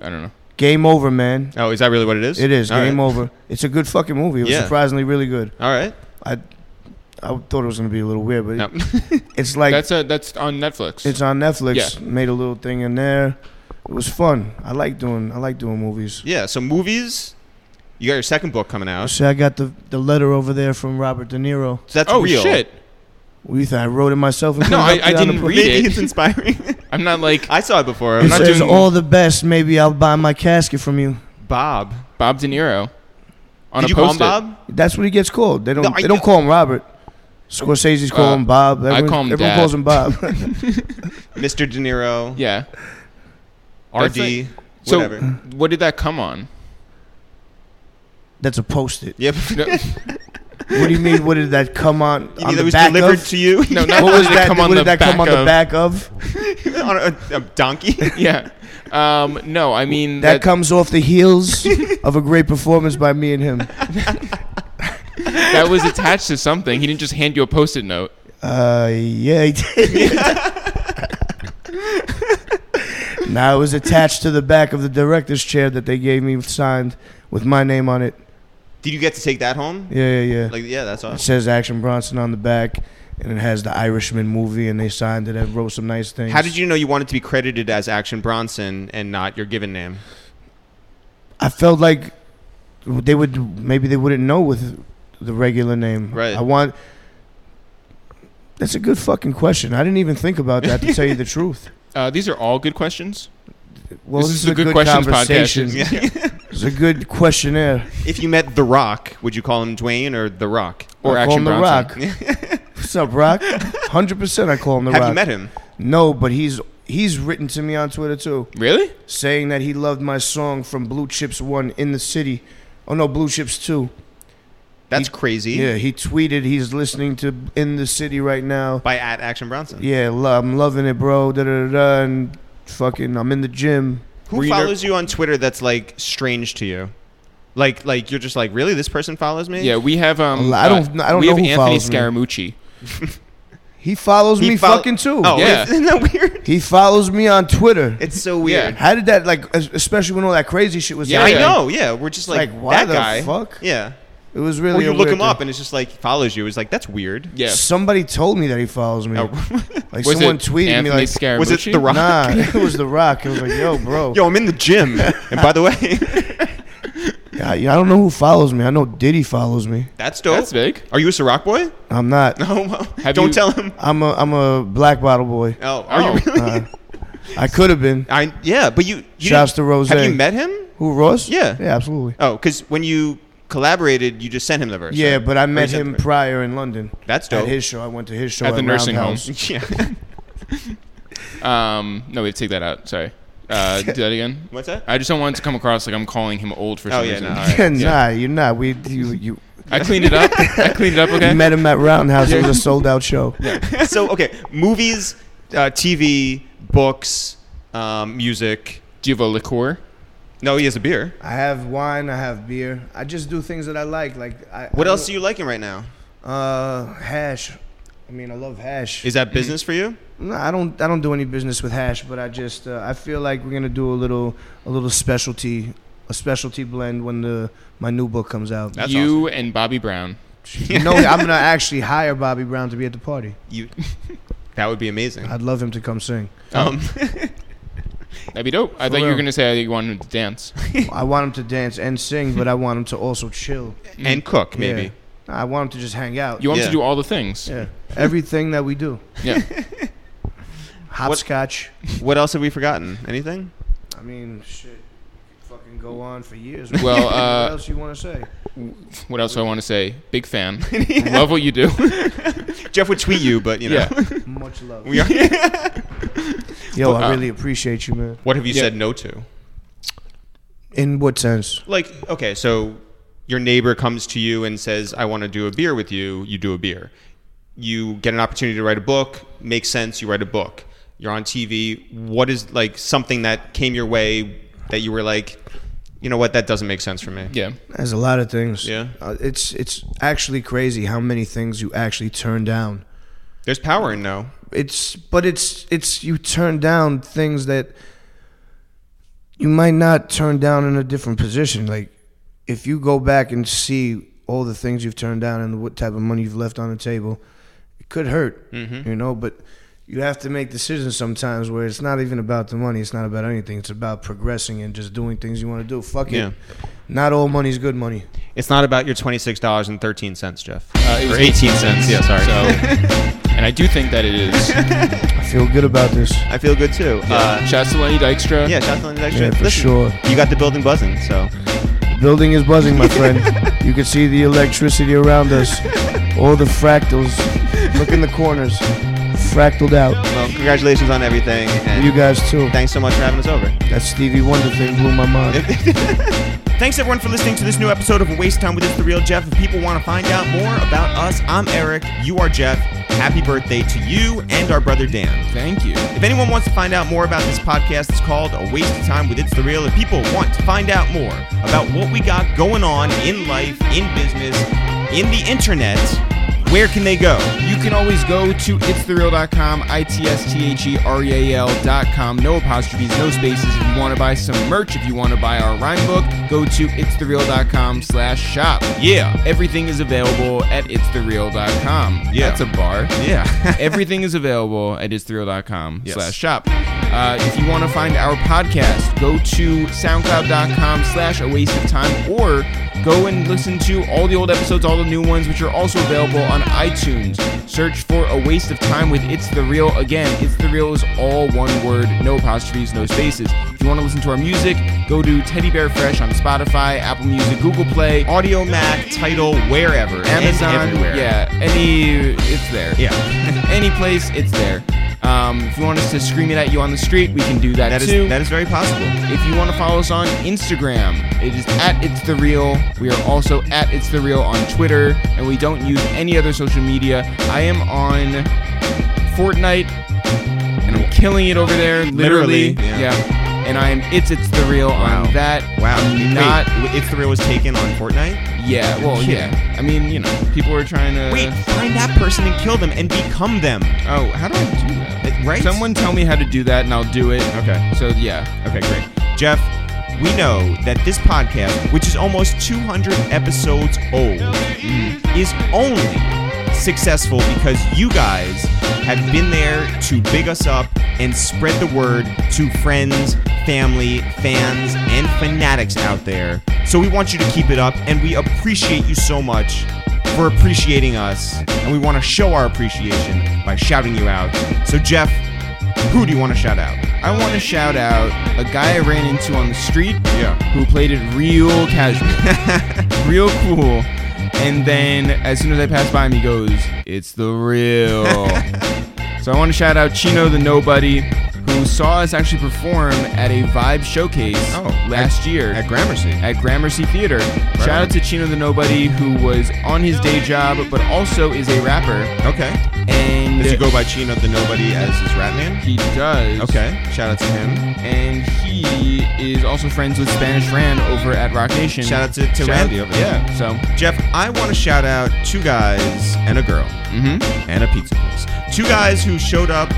S2: I don't know.
S3: Game over, man.
S1: Oh, is that really what it is?
S3: It is
S1: All
S3: game
S1: right.
S3: over. It's a good fucking movie. It was
S1: Yeah.
S3: surprisingly really good.
S1: All right.
S3: I thought it was gonna be a little weird, but
S1: No.
S3: it's like
S2: that's uh that's on Netflix.
S3: It's on Netflix. Made a little thing in there. It was fun. I like doing. I like doing movies.
S1: yeah. So movies. You got your second book coming out.
S3: See, I got the the letter over there from Robert De Niro.
S1: So that's
S2: oh
S1: real.
S2: shit!
S3: What do you think? I wrote it myself. And
S2: No, I,
S3: put it up
S2: I
S3: there on the
S2: didn't
S3: pro-
S2: read
S1: Maybe it's
S2: it.
S1: inspiring.
S2: I'm not like
S1: I saw it before.
S3: It
S2: not
S3: says
S2: doing-
S3: all the best. Maybe I'll buy my casket from you.
S1: Bob.
S2: Bob De Niro. On
S1: Did
S2: a
S1: you call him
S2: post-it.
S1: Bob?
S3: That's what he gets called. They don't.
S1: No, I
S3: they don't
S1: know.
S3: call him Robert. Scorsese's call
S2: Uh,
S3: him Bob.
S2: I
S3: Everyone,
S2: call him
S3: everyone
S2: Dad.
S3: calls him Bob.
S1: Mr. De Niro.
S2: Yeah.
S1: RD.
S2: That's So
S1: whatever.
S3: uh,
S2: what did that come on?
S3: That's a post-it.
S1: yep.
S2: No,
S3: What do you mean? What did that come on?
S1: You
S3: on
S1: mean
S3: the
S1: that was
S3: back
S1: delivered
S3: of?
S1: to you
S2: no not
S3: what
S2: what
S3: was
S2: did it
S3: that?
S2: come on
S3: what
S2: the
S3: did that
S2: back
S3: come on
S2: of?
S3: the back of?
S1: on a, a donkey?
S2: Yeah. Um, no, I mean
S3: That, comes off the heels of a great performance by me and him.
S2: that was attached to something. He didn't just hand you a post-it note.
S3: Uh, yeah, he did. now it was attached to the back of the director's chair that they gave me signed with my name on it.
S1: Did you get to take that home?
S3: Yeah, yeah, yeah.
S1: Like, yeah, that's
S3: It
S1: awesome.
S3: says Action Bronson on the back, and it has the Irishman movie, and they signed it and wrote some nice things.
S1: How did you know you wanted to be credited as Action Bronson and not your given name?
S3: I felt like they would maybe they wouldn't know with the regular name.
S1: Right.
S3: I want. That's a good fucking question. I didn't even think about that to tell you the truth.
S2: Uh, these are all good questions.
S3: Well,
S2: this, is a good, questions podcast.
S3: conversation. It's a good questionnaire.
S1: If you met The Rock, would you call him Dwayne or The Rock?
S2: Or
S3: I
S2: Action
S3: call him
S2: Bronson.
S3: the Rock. What's up, Rock? Hundred percent. I call him the
S1: Have
S3: Rock.
S1: you met him?
S3: No, but he's he's written to me on Twitter too,
S2: Really?
S3: saying that he loved my song from Blue Chips One in the city. Oh no, Blue Chips Two.
S1: That's crazy.
S3: Yeah, he tweeted he's listening to In the City right now.
S1: By at Action Bronson.
S3: Yeah, lo- I'm loving it, bro. Da da da. da, And fucking, I'm in the gym.
S1: Who
S2: Were you ner-
S1: follows you on Twitter that's like strange to you? Like, like you're just like, really? This person follows me?
S2: Yeah, we have. Um,
S3: I don't-
S2: uh,
S3: I don't
S2: we
S3: know
S2: have
S3: who
S2: Anthony
S3: follows me.
S2: Scaramucci.
S3: He follows
S1: He
S3: me
S1: fol-
S3: fucking too.
S1: Oh,
S2: Yeah.
S1: isn't that weird?
S3: He follows me on Twitter.
S1: It's so weird.
S2: Yeah.
S3: How did that like, es- especially when all that crazy shit was?
S2: Yeah,
S1: I
S3: happening?
S1: know. Yeah, we're just like,
S3: Like, why
S1: that
S3: the
S1: guy.
S3: fuck?
S1: Yeah.
S3: It was really.
S1: or you
S3: a
S1: look
S3: weird
S1: him up
S3: thing.
S1: and it's just like follows you. It's like that's weird.
S2: Yeah.
S3: Somebody told me that he follows me.
S1: Oh,
S3: Like
S2: Was
S3: someone
S2: it
S3: tweeted
S2: Anthony
S3: me like,
S2: Scaramucci?
S1: was it The Rock?
S3: Nah, it was The Rock. It was like, yo, bro.
S1: Yo, I'm in the gym. and by the way,
S3: I, I don't know who follows me. I know Diddy follows me.
S1: that's dope.
S2: That's big.
S1: Are you a Ciroc boy?
S3: I'm not.
S1: No. well,
S2: Have
S1: don't
S2: you-
S1: tell him.
S3: I'm a I'm a black bottle boy.
S1: Oh, are
S2: Oh.
S1: you really?
S3: Uh, I could have been.
S1: I yeah, but you. you
S3: Shouts
S1: didn't-
S3: to Rose.
S1: Have you met him?
S3: who Ross?
S1: Yeah.
S3: yeah, absolutely.
S1: Oh, because when you
S9: collaborated, you just sent him the verse.
S3: Yeah,
S9: right?
S3: but I
S9: Or you
S3: met
S9: sent the
S3: him
S9: verse.
S3: prior in London.
S9: That's
S3: At
S9: dope.
S3: his show, I went to his show
S2: At
S3: at,
S2: the nursing home.
S3: Roundhouse.
S9: yeah.
S2: Um, no, wait, take that out. Sorry. Uh, do that again.
S9: What's that?
S2: I just don't want it to come across like I'm calling him old for some
S9: Oh, yeah,
S2: reason.
S9: no.
S2: All right.
S3: nah, you're not. We you you,
S2: I cleaned it up. I cleaned it up. Okay.
S3: you met him at Roundhouse. It was a sold out show.
S9: so okay, movies, uh, TV, books, um, music.
S2: Do you have a liqueur?
S9: No, he has a beer.
S3: I have wine. I have beer. I just do things that I like. Like I,
S9: What
S3: I
S9: else are
S3: don't-
S9: you liking right now?
S3: Uh, hash. I mean, I love hash.
S9: Is that business for you?
S3: No, I don't. I don't do any business with hash, but I just uh, I feel like we're gonna do a little a little specialty a specialty blend when the my new book comes out.
S9: That's
S2: you and Bobby Brown.
S3: You know, I'm gonna actually hire Bobby Brown to be at the party.
S9: You. That would be amazing.
S3: I'd love him to come sing.
S9: Um,
S2: Oh. That'd be dope. I thought you were
S3: real.
S2: gonna say you wanted him to dance.
S3: I want him to dance and sing, but I want him to also chill.
S9: and cook maybe.
S3: Yeah. No, I want him to just hang out.
S2: You want him
S9: Yeah.
S2: to do all the things.
S3: yeah, everything that we do.
S2: Yeah.
S3: Hopscotch.
S9: What else have we forgotten? Anything?
S3: I mean, shit. Fucking go on for years.
S2: Well,
S3: what
S2: uh,
S3: else you want to say?
S2: What else do I want to say? Big fan. Love what you do.
S9: Jeff would tweet you, but you know.
S2: yeah.
S3: Much love.
S9: We are,
S3: Yo,
S2: uh,
S3: I really appreciate you, man.
S9: what have you
S2: Yeah.
S9: said no to?
S3: In what sense?
S9: Like, okay, so your neighbor comes to you and says, I want to do a beer with you. You do a beer. You get an opportunity to write a book. Makes sense. You write a book. You're on TV. What is like something that came your way that you were like, you know what? That doesn't make sense for me.
S2: Yeah.
S3: There's a lot of things.
S9: Yeah.
S3: Uh, it's it's actually crazy how many things you actually turn down.
S9: There's power in no.
S3: It's but it's it's you turn down things that you might not turn down in a different position. Like if you go back and see all the things you've turned down and what type of money you've left on the table, it could hurt. You know, but you have to make decisions sometimes where it's not even about the money. It's not about anything. It's about progressing and just doing things you want to do. Fuck
S9: Yeah.
S3: it. Not all money's good money.
S9: It's not about your $26.13, Jeff.
S2: Uh, it
S9: or
S2: was-
S9: 18 cents. Yeah, sorry.
S2: So, and I do think that it is.
S3: I feel good about this.
S9: I feel good too.
S2: Uh,
S9: Uh,
S2: Shouts to Lenny Dykstra.
S9: yeah, shout out to extra.
S3: Yeah, for sure.
S9: You got the building buzzing, so.
S3: Building is buzzing, my friend. you can see the electricity around us. All the fractals. Look in the corners. Fractaled out.
S9: Well, congratulations on everything. And
S3: You guys too.
S9: thanks so much for having us over.
S3: That Stevie Wonder thing blew my mind.
S1: Thanks everyone for listening to this new episode of Waste Time with It's the Real Jeff. If people want to find out more about us, I'm Eric. You are Jeff. Happy birthday to you and our brother Dan.
S5: Thank you.
S1: If anyone wants to find out more about this podcast, it's called A Waste of Time with It's the Real. If people want to find out more about what we got going on in life, in business, in the internet, where can they go?
S5: You can always go to itsthereal.com, I T S T H E R E A L.com. No apostrophes, no spaces. If you want to buy some merch, if you want to buy our rhyme book, go to itsthereal.com slash shop.
S1: Yeah.
S5: Everything is available at itsthereal.com.
S1: Yeah.
S5: That's a bar.
S1: Yeah.
S5: Everything is available at itsthereal.com slash shop. Uh, if you want to find our podcast, go to soundcloud.com slash a waste of time or go and listen to all the old episodes, all the new ones, which are also available on iTunes. Search for a waste of time with It's the Real. Again, It's the Real is all one word, no apostrophes, no spaces. If you want to listen to our music, go to Teddy Bear Fresh on Spotify, Apple Music, Google Play,
S1: Audio Mac, title, wherever. and
S5: Amazon,
S1: everywhere.
S5: yeah, any, it's there.
S1: Yeah.
S5: any place, it's there. Um, if you want us to scream it at you on the street, we can do that,
S1: That is,
S5: too.
S1: that is very possible.
S5: if you want to follow us on Instagram, it is at It's The Real. We are also at It's The Real on Twitter, and we don't use any other social media. I am on Fortnite, and I'm killing it over there, literally.
S1: Literally, yeah.
S5: And I am It's It's The Real
S1: Wow.
S5: on that.
S1: Wow.
S5: I'm not.
S1: Wait, It's the Real was taken on Fortnite?
S5: Yeah, well,
S1: kidding.
S5: yeah. I mean, you know, people are trying to.
S1: Wait, find that person and kill them and become them.
S5: Oh, how do I do that?
S1: Uh, right?
S5: Someone tell me how to do that, and I'll do it.
S1: Okay.
S5: So yeah.
S1: Okay, great. Jeff, we know that this podcast, which is almost 200 episodes old, is only successful because you guys have been there to big us up and spread the word to friends, family, fans, and fanatics out there. So we want you to keep it up, and we appreciate you so much for appreciating us, and we want to show our appreciation by shouting you out. So, Jeff, Who do you want to shout out?
S5: I want to shout out a guy I ran into on the street
S1: Yeah.
S5: who played it real casual, real cool. And then as soon as I passed by him, he goes, It's the real. so I want to shout out Chino the Nobody, who saw us actually perform at a Vibe Showcase
S1: Oh,
S5: last year
S1: At Gramercy.
S5: at Gramercy Theater. Shout out to Chino the Nobody, who was on his day job, but also is a rapper.
S1: Okay.
S5: And
S1: Does he go by Chino the Nobody as his rat name?
S5: he does.
S1: Okay. Mm-hmm. Shout out to him.
S5: and he is also friends with Spanish Ran over at Rock Nation.
S1: Shout out to- to Randy over there.
S5: Yeah. So,
S1: Jeff, I want to shout out two guys and a girl.
S5: mm-hmm.
S1: and a pizza place. Two guys who showed up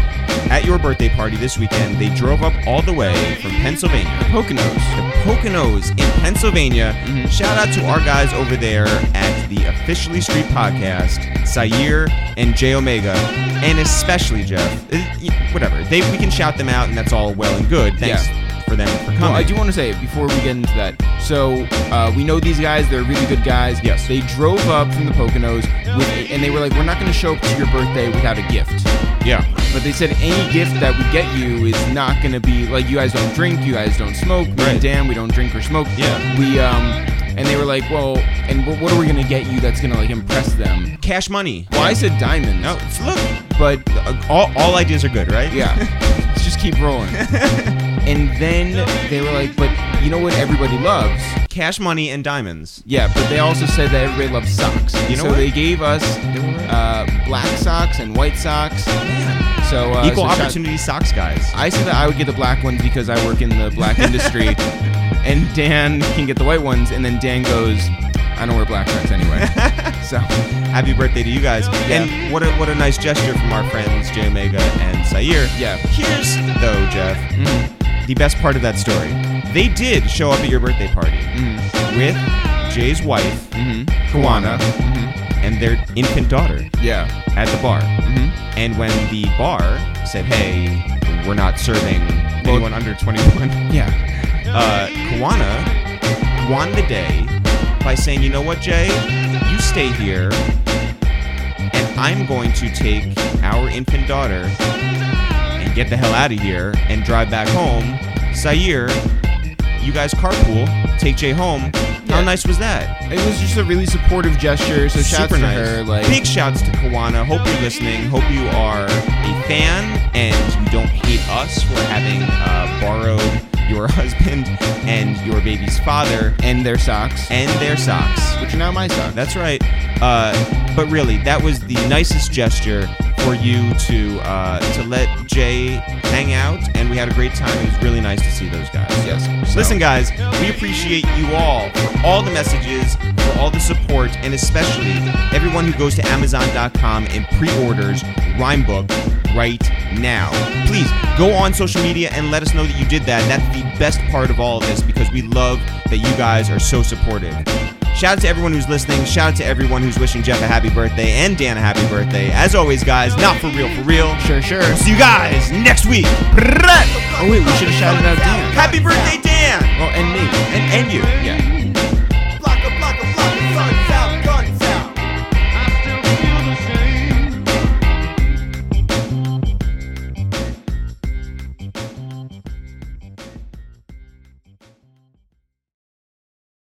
S1: at your birthday party this weekend. They drove up all the way from Pennsylvania,
S5: Poconos.
S1: the Poconos in Pennsylvania.
S5: Mhm.
S1: Shout out to our guys over there at the Officially Street Podcast, Sayer and J Omega, and especially Jeff. Eh, y- Whatever they, we can shout them out, and that's all well and good. Thanks for them for coming.
S5: Well, I do want to say before we get into that. So uh, we know these guys; they're really good guys.
S1: Yes.
S5: They drove up from the Poconos with, a, and they were like, "We're not going to show up to your birthday without a gift."
S1: yeah.
S5: But they said any gift that we get you is not going to be like you guys don't drink, you guys don't smoke. We
S1: Right.
S5: don't damn, we don't drink or smoke.
S1: Yeah.
S5: We um, and they were like, "Well, and what, what are we going to get you that's going to like impress them?"
S1: Cash money.
S5: Well, I said diamonds.
S1: No, it's- look,
S5: But
S1: all, all ideas are good, right?
S5: yeah, let's just keep rolling. and then they were like, but you know what everybody loves?
S1: Cash money and diamonds.
S5: Yeah, but they also said that everybody loves socks.
S1: You know
S5: so
S1: what?
S5: they gave us uh, black socks and white socks. So uh,
S1: Equal
S5: so shout-
S1: opportunity socks guys.
S5: I said that I would get the black ones because I work in the black industry, and Dan can get the white ones. And then Dan goes, I don't wear black socks anyway. so
S1: Happy birthday to you guys. And what a, what a nice gesture from our friends J Omega and Sayer.
S5: Yeah.
S1: Here's, though, Jeff, the best part of that story. They did show up at your birthday party with Jay's wife,
S5: mhm.
S1: Kawana, and their infant daughter
S5: yeah,
S1: at the bar. And when the bar said, hey, we're not serving anyone under 21,
S5: yeah.
S1: uh, Kawana won the day by saying, you know what, Jay? You stay here, and I'm going to take our infant daughter and get the hell out of here and drive back home. Sayer, you guys carpool, take Jay home. How
S5: Yeah.
S1: nice was that?
S5: It was just a really supportive gesture. So shout
S1: Super
S5: to
S1: nice.
S5: her. Like
S1: Big shouts to Kawana. Hope you're listening. Hope you are a fan and you don't hate us for having uh, borrowed your husband and your baby's father
S5: and their socks,
S1: and their socks.
S5: which are not my socks.
S1: That's right. Uh, but really, that was the nicest gesture for you to uh, to let Jay hang out, and we had a great time. It was really nice to see those guys.
S5: Yes.
S1: So Listen, guys, we appreciate you all for all the messages, for all the support, and especially everyone who goes to Amazon.com and pre-orders Rhymebook right now. Please go on social media and let us know that you did that. That's the best part of all of this because we love that you guys are so supportive. Shout out to everyone who's listening. Shout out to everyone who's wishing Jeff a happy birthday and Dan a happy birthday. As always, guys, not for real, for real.
S5: Sure, sure.
S1: See you guys next week.
S5: Oh wait, we should have shouted out Dan.
S1: Happy birthday, Dan!
S5: Well, and me.
S1: And, and you.
S5: Yeah.